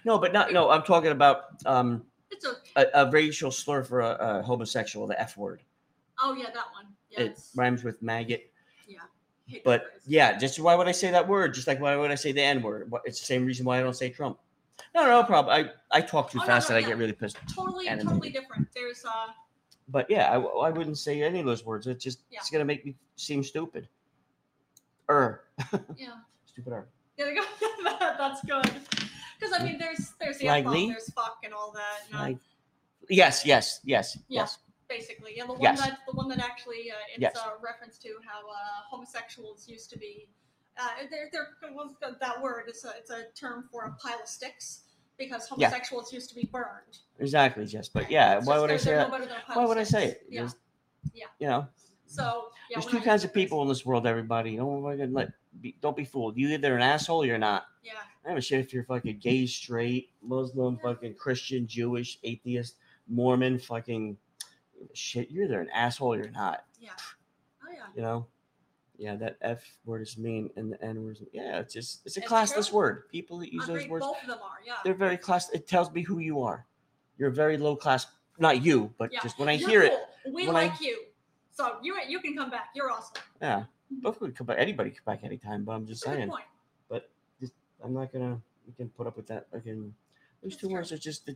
S2: No, but not, no, I'm talking about um,
S1: it's a
S2: a, a racial slur for a, a homosexual, the F word.
S1: oh yeah that one.
S2: It
S1: Yes.
S2: rhymes with maggot.
S1: Hate
S2: But
S1: that phrase.
S2: yeah, just why would I say that word? Just like why would I say the N word? Wha- It's the same reason why I don't say Trump. No, no problem. I, I talk too
S1: Oh, no,
S2: fast
S1: no,
S2: and
S1: yeah.
S2: I get really pissed.
S1: totally
S2: animated.
S1: totally different. There's uh
S2: But yeah, I, w- I wouldn't say any of those words. It just
S1: Yeah.
S2: it's gonna make me seem stupid. Er,
S1: yeah.
S2: stupider.
S1: There we go. (laughs) That's good. Because I mean, there's there's the
S2: Like
S1: F-bomb,
S2: me?
S1: there's fuck and all that. And, uh,
S2: Like, yes, yes, yes,
S1: Yeah.
S2: yes.
S1: basically, yeah, the one
S2: Yes.
S1: that the one that actually uh, it's
S2: Yes.
S1: a reference to how uh, homosexuals used to be. Uh, they're, they're, well, that word is a, it's a term for a pile of sticks because
S2: Yeah.
S1: homosexuals used to be burned.
S2: Exactly, yes. But
S1: Right.
S2: yeah,
S1: It's
S2: why
S1: just
S2: would I
S1: they're-
S2: say
S1: they're
S2: that?
S1: no better than a pile
S2: Why
S1: of
S2: would I say
S1: sticks.
S2: it?
S1: Yeah.
S2: Just,
S1: Yeah.
S2: You know,
S1: So yeah,
S2: there's
S1: when
S2: two
S1: I
S2: kinds
S1: used
S2: of
S1: to raise-
S2: people in this world, everybody. Don't fucking let be, don't be fooled. You either an asshole or you're not.
S1: Yeah,
S2: I don't give a shit if you're fucking gay, straight, Muslim,
S1: Yeah.
S2: fucking Christian, Jewish, atheist, Mormon, fucking shit. You're either an asshole or you're not,
S1: yeah. Oh yeah.
S2: you know? Yeah, that F word is mean and the N word is yeah, it's just it's a
S1: It's
S2: classless
S1: true.
S2: word. People that use those
S1: Agreed.
S2: words
S1: Both of them are. Yeah.
S2: they're very class it tells me who you are. You're very low class not you, but
S1: Yeah.
S2: just when I
S1: You're
S2: hear it,
S1: cool. we
S2: when I-
S1: like you. So you you can come back. You're awesome.
S2: yeah. Both could come back anybody could come back anytime, but I'm just
S1: It's a good
S2: saying.
S1: point.
S2: I'm not gonna we can put up with that again. Those
S1: That's
S2: two
S1: true.
S2: words are just the,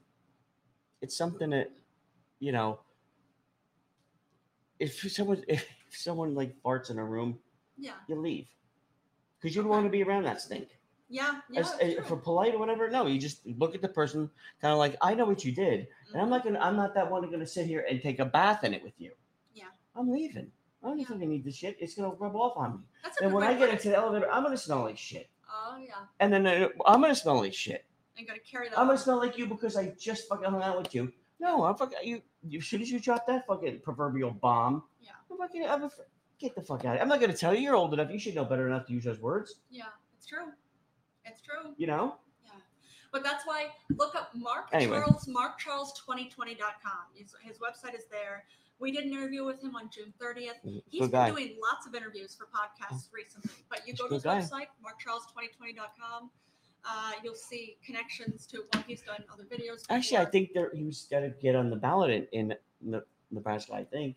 S2: it's something that you know if someone (laughs) if someone like farts in a room,
S1: Yeah.
S2: you leave. Because you don't want to be around that stink.
S1: Yeah. Yeah.
S2: As,
S1: it's
S2: uh,
S1: true.
S2: for polite or whatever, no, you just look at the person kind of like, I know what you did. And
S1: Mm-hmm.
S2: I'm not gonna I'm not that one gonna sit here and take a bath in it with you.
S1: Yeah.
S2: I'm leaving. I don't
S1: Yeah.
S2: think I need this shit. It's gonna rub off on
S1: (laughs)
S2: me.
S1: That's a
S2: And
S1: good
S2: when
S1: way
S2: I
S1: to
S2: get
S1: put it.
S2: into the elevator, I'm gonna smell like shit.
S1: Oh yeah.
S2: And then uh, I'm gonna smell like shit.
S1: I'm gonna carry that.
S2: I'm gonna
S1: on.
S2: smell like you because I just fucking hung out with you. No, I'm fucking you. you as soon as you drop that fucking proverbial bomb,
S1: Yeah.
S2: I'm fucking. I'm a, get the fuck out. Of here. I'm not gonna tell you. You're old enough. You should know better enough to use those words.
S1: Yeah, it's true. It's true.
S2: You know.
S1: But that's why look up Mark
S2: Anyway.
S1: Charles, markcharles2020.com. His, his website is there. We did an interview with him on June 30th. He's
S2: Mm-hmm. Good
S1: been
S2: guy. Mm-hmm.
S1: doing lots of interviews for podcasts recently. But you
S2: He's
S1: go
S2: a
S1: to his
S2: good guy.
S1: website, markcharles2020.com. Uh, you'll see connections to what he's done, other videos.
S2: Actually, I
S1: before.
S2: think there he was gonna get on the ballot in, in Ne- Nebraska. I think.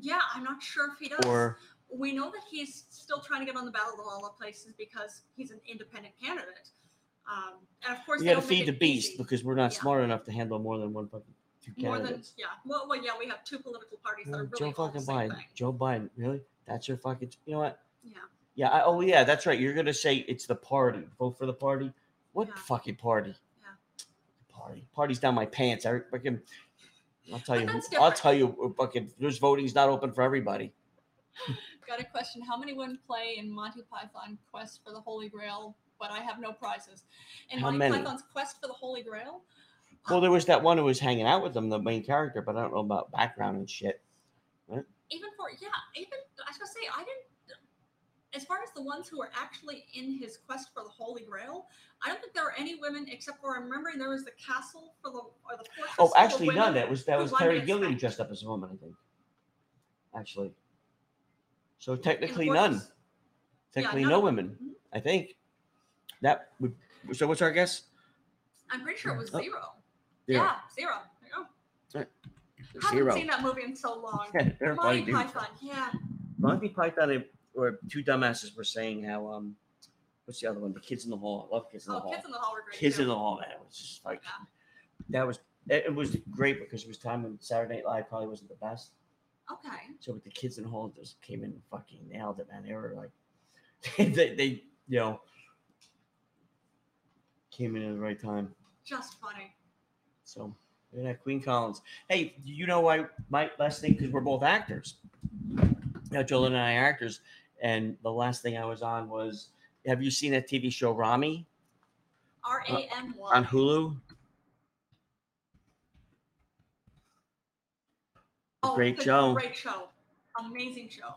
S1: Yeah, I'm not sure if he does.
S2: Or
S1: we know that he's still trying to get on the ballot in a lot of places because he's an independent candidate. Um, and of course,
S2: we
S1: they
S2: gotta
S1: don't make
S2: feed the
S1: it
S2: beast
S1: easy.
S2: because we're not
S1: Yeah.
S2: smart enough to handle more than one fucking two
S1: More than
S2: candidates.
S1: yeah, well, well, yeah, we have two political parties that
S2: No,
S1: are really
S2: Mm, Joe
S1: all the
S2: fucking
S1: same
S2: Biden.
S1: thing.
S2: Joe Biden. Really? That's your fucking. You know what?
S1: Yeah,
S2: Yeah. I, oh, yeah. That's right. You're gonna say it's the party. Vote for the party. What
S1: Yeah.
S2: fucking party?
S1: Yeah.
S2: Party. Party's down my pants. I fucking. I'll tell
S1: But
S2: you.
S1: that's
S2: I'll
S1: different.
S2: tell you. uh, Fucking. There's voting's not open for everybody.
S1: got a question. How many women play in Monty Python Quest for the Holy Grail? But I have no prizes. In
S2: How
S1: Monty
S2: many?
S1: Python's Quest for the Holy Grail,
S2: Well, there was that one who was hanging out with them, the main character, but I don't know about background and shit.
S1: even for yeah, even I was gonna say I didn't. As far as the ones who were actually in his quest for the Holy Grail, I don't think there were any women except for I'm remembering there was the castle for the or the fortress.
S2: Oh,
S1: for the
S2: actually, no,
S1: women.
S2: that was that
S1: who
S2: was
S1: wanted
S2: Terry
S1: to
S2: Gilliam
S1: expect-
S2: dressed up as a woman, I think. Actually, so
S1: In
S2: technically none,
S1: fortress.
S2: technically
S1: none
S2: no
S1: of them.
S2: women,
S1: Mhm.
S2: I think. That would. So what's our guess?
S1: I'm pretty sure it was
S2: Oh.
S1: zero.
S2: Zero.
S1: Yeah, zero. There you go. Haven't seen that movie in so long.
S2: (laughs) They're funny
S1: Monty
S2: dudes.
S1: Python. Yeah.
S2: Monty Python and- or two dumbasses were saying how um, what's the other one? The Kids in the Hall. I love Kids in the
S1: Oh,
S2: Hall.
S1: Kids in the Hall were great.
S2: Kids
S1: too.
S2: in the Hall, man, it was just like
S1: Yeah.
S2: that was it, it was great because it was time when Saturday Night Live probably wasn't the best.
S1: Okay.
S2: So with the Kids in the Hall, just came in and fucking nailed it, man. They were like, (laughs) they, they you know came in at the right time.
S1: Just funny.
S2: So yeah, Queen Collins. Hey, you know I my last thing because we're both actors. Now Joel and I are actors, and the last thing I was on was have you seen that TV show Rami
S1: R A M Y.
S2: Uh, on Hulu?
S1: Oh,
S2: Great
S1: the
S2: show.
S1: Great show. Amazing show.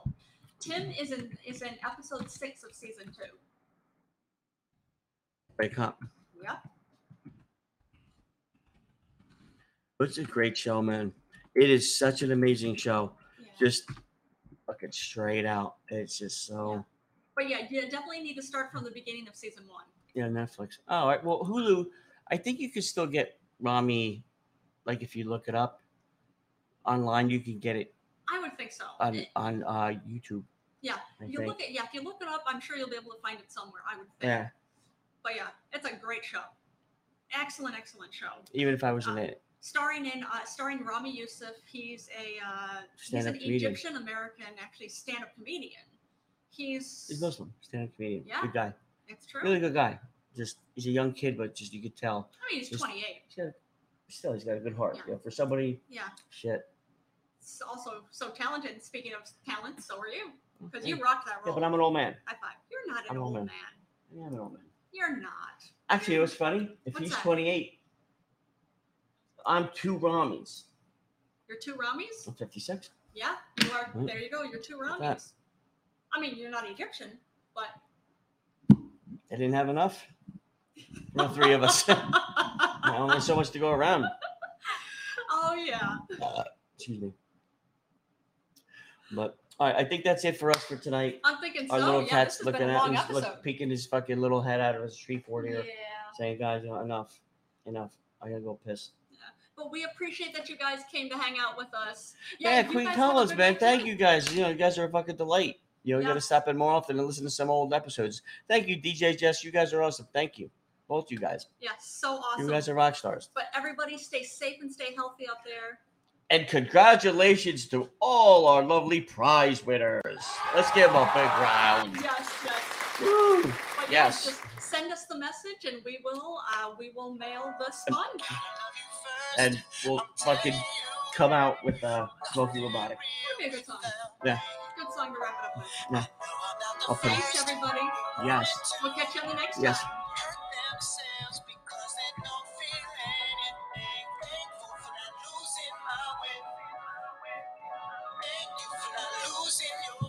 S1: Tim is in is in episode six of season two.
S2: Great cop.
S1: Yep.
S2: It's a great show, man. It is such an amazing show.
S1: Yeah.
S2: Just fucking straight out. It's just so
S1: but yeah, you definitely need to start from the beginning of season one.
S2: yeah, Netflix. Oh, all right. Well, Hulu. I think you can still get Rami, like if you look it up online, you can get it
S1: I would think so.
S2: on
S1: It-
S2: on uh, YouTube.
S1: Yeah,
S2: I
S1: you
S2: think.
S1: look at yeah, if you look it up, I'm sure you'll be able to find it somewhere. I would think.
S2: yeah,
S1: But yeah, it's a great show. Excellent, excellent show.
S2: even if I was
S1: Um,
S2: in it,
S1: Starring in uh, starring Rami Youssef. He's a uh, he's
S2: Stand-up
S1: an
S2: comedian.
S1: Egyptian American, actually stand-up comedian. He's
S2: he's Muslim, stand-up comedian,
S1: Yeah.
S2: good guy,
S1: it's true.
S2: really good guy. Just he's a young kid, but just you could tell.
S1: I mean, he's
S2: he's-
S1: 28.
S2: He's got, still, he's got a good heart.
S1: Yeah.
S2: You know, for somebody,
S1: Yeah.
S2: shit.
S1: s- also so talented. And speaking of talent, so are you because
S2: Yeah,
S1: you rocked that
S2: but
S1: role.
S2: I'm an old man.
S1: High five. You're not an
S2: I'm an
S1: old man.
S2: old man. Yeah, I'm an old man.
S1: You're not.
S2: Actually, it was funny. If
S1: What's
S2: he's
S1: that?
S2: 28, I'm two Ramis.
S1: You're two Ramis.
S2: I'm 56.
S1: Yeah, you are.
S2: Mm.
S1: There you go. You're two
S2: Look at Mm-hmm. that.
S1: Ramis. I mean, you're not
S2: (laughs)
S1: Egyptian, but
S2: I didn't have enough. No, three of us. (laughs) Now only so much to go around.
S1: (laughs) oh yeah.
S2: Excuse me. But all right, I think that's it for us for tonight.
S1: I'm thinking
S2: Our
S1: so.
S2: little
S1: Yeah, this
S2: cat's
S1: has
S2: looking
S1: been a
S2: at
S1: long
S2: he's
S1: episode.
S2: look, peeking his fucking little head out of his tree fort
S1: yeah.
S2: here, saying, "Guys, you know, enough, enough. I gotta go piss."
S1: But we appreciate that you guys came to hang out with us.
S2: Yeah,
S1: you
S2: Queen
S1: guys have a
S2: Collins,
S1: good
S2: man.
S1: night,
S2: Thank
S1: too.
S2: you guys. You know, you guys are a fucking delight. You know, you
S1: Yeah.
S2: gotta stop in more often and listen to some old episodes. Thank you, DJ Jess. You guys are awesome. Thank you, both you guys.
S1: Yeah, so
S2: You guys
S1: awesome.
S2: are rock stars.
S1: But everybody, stay safe and stay healthy out there.
S2: And congratulations to all our lovely prize winners. Let's give them a big round.
S1: Yes, yes.
S2: Woo.
S1: But yeah,
S2: Yes.
S1: just send us the message and we will uh, we will mail the sponge.
S2: And we'll fucking come out with uh, Smokey Robotic.
S1: That'd be a good song.
S2: Yeah.
S1: Good song to wrap it up with.
S2: I'll put it.
S1: Thanks everybody.
S2: Yes.
S1: We'll catch you on the next
S2: Yes.
S1: time.
S3: Thank you for not losing your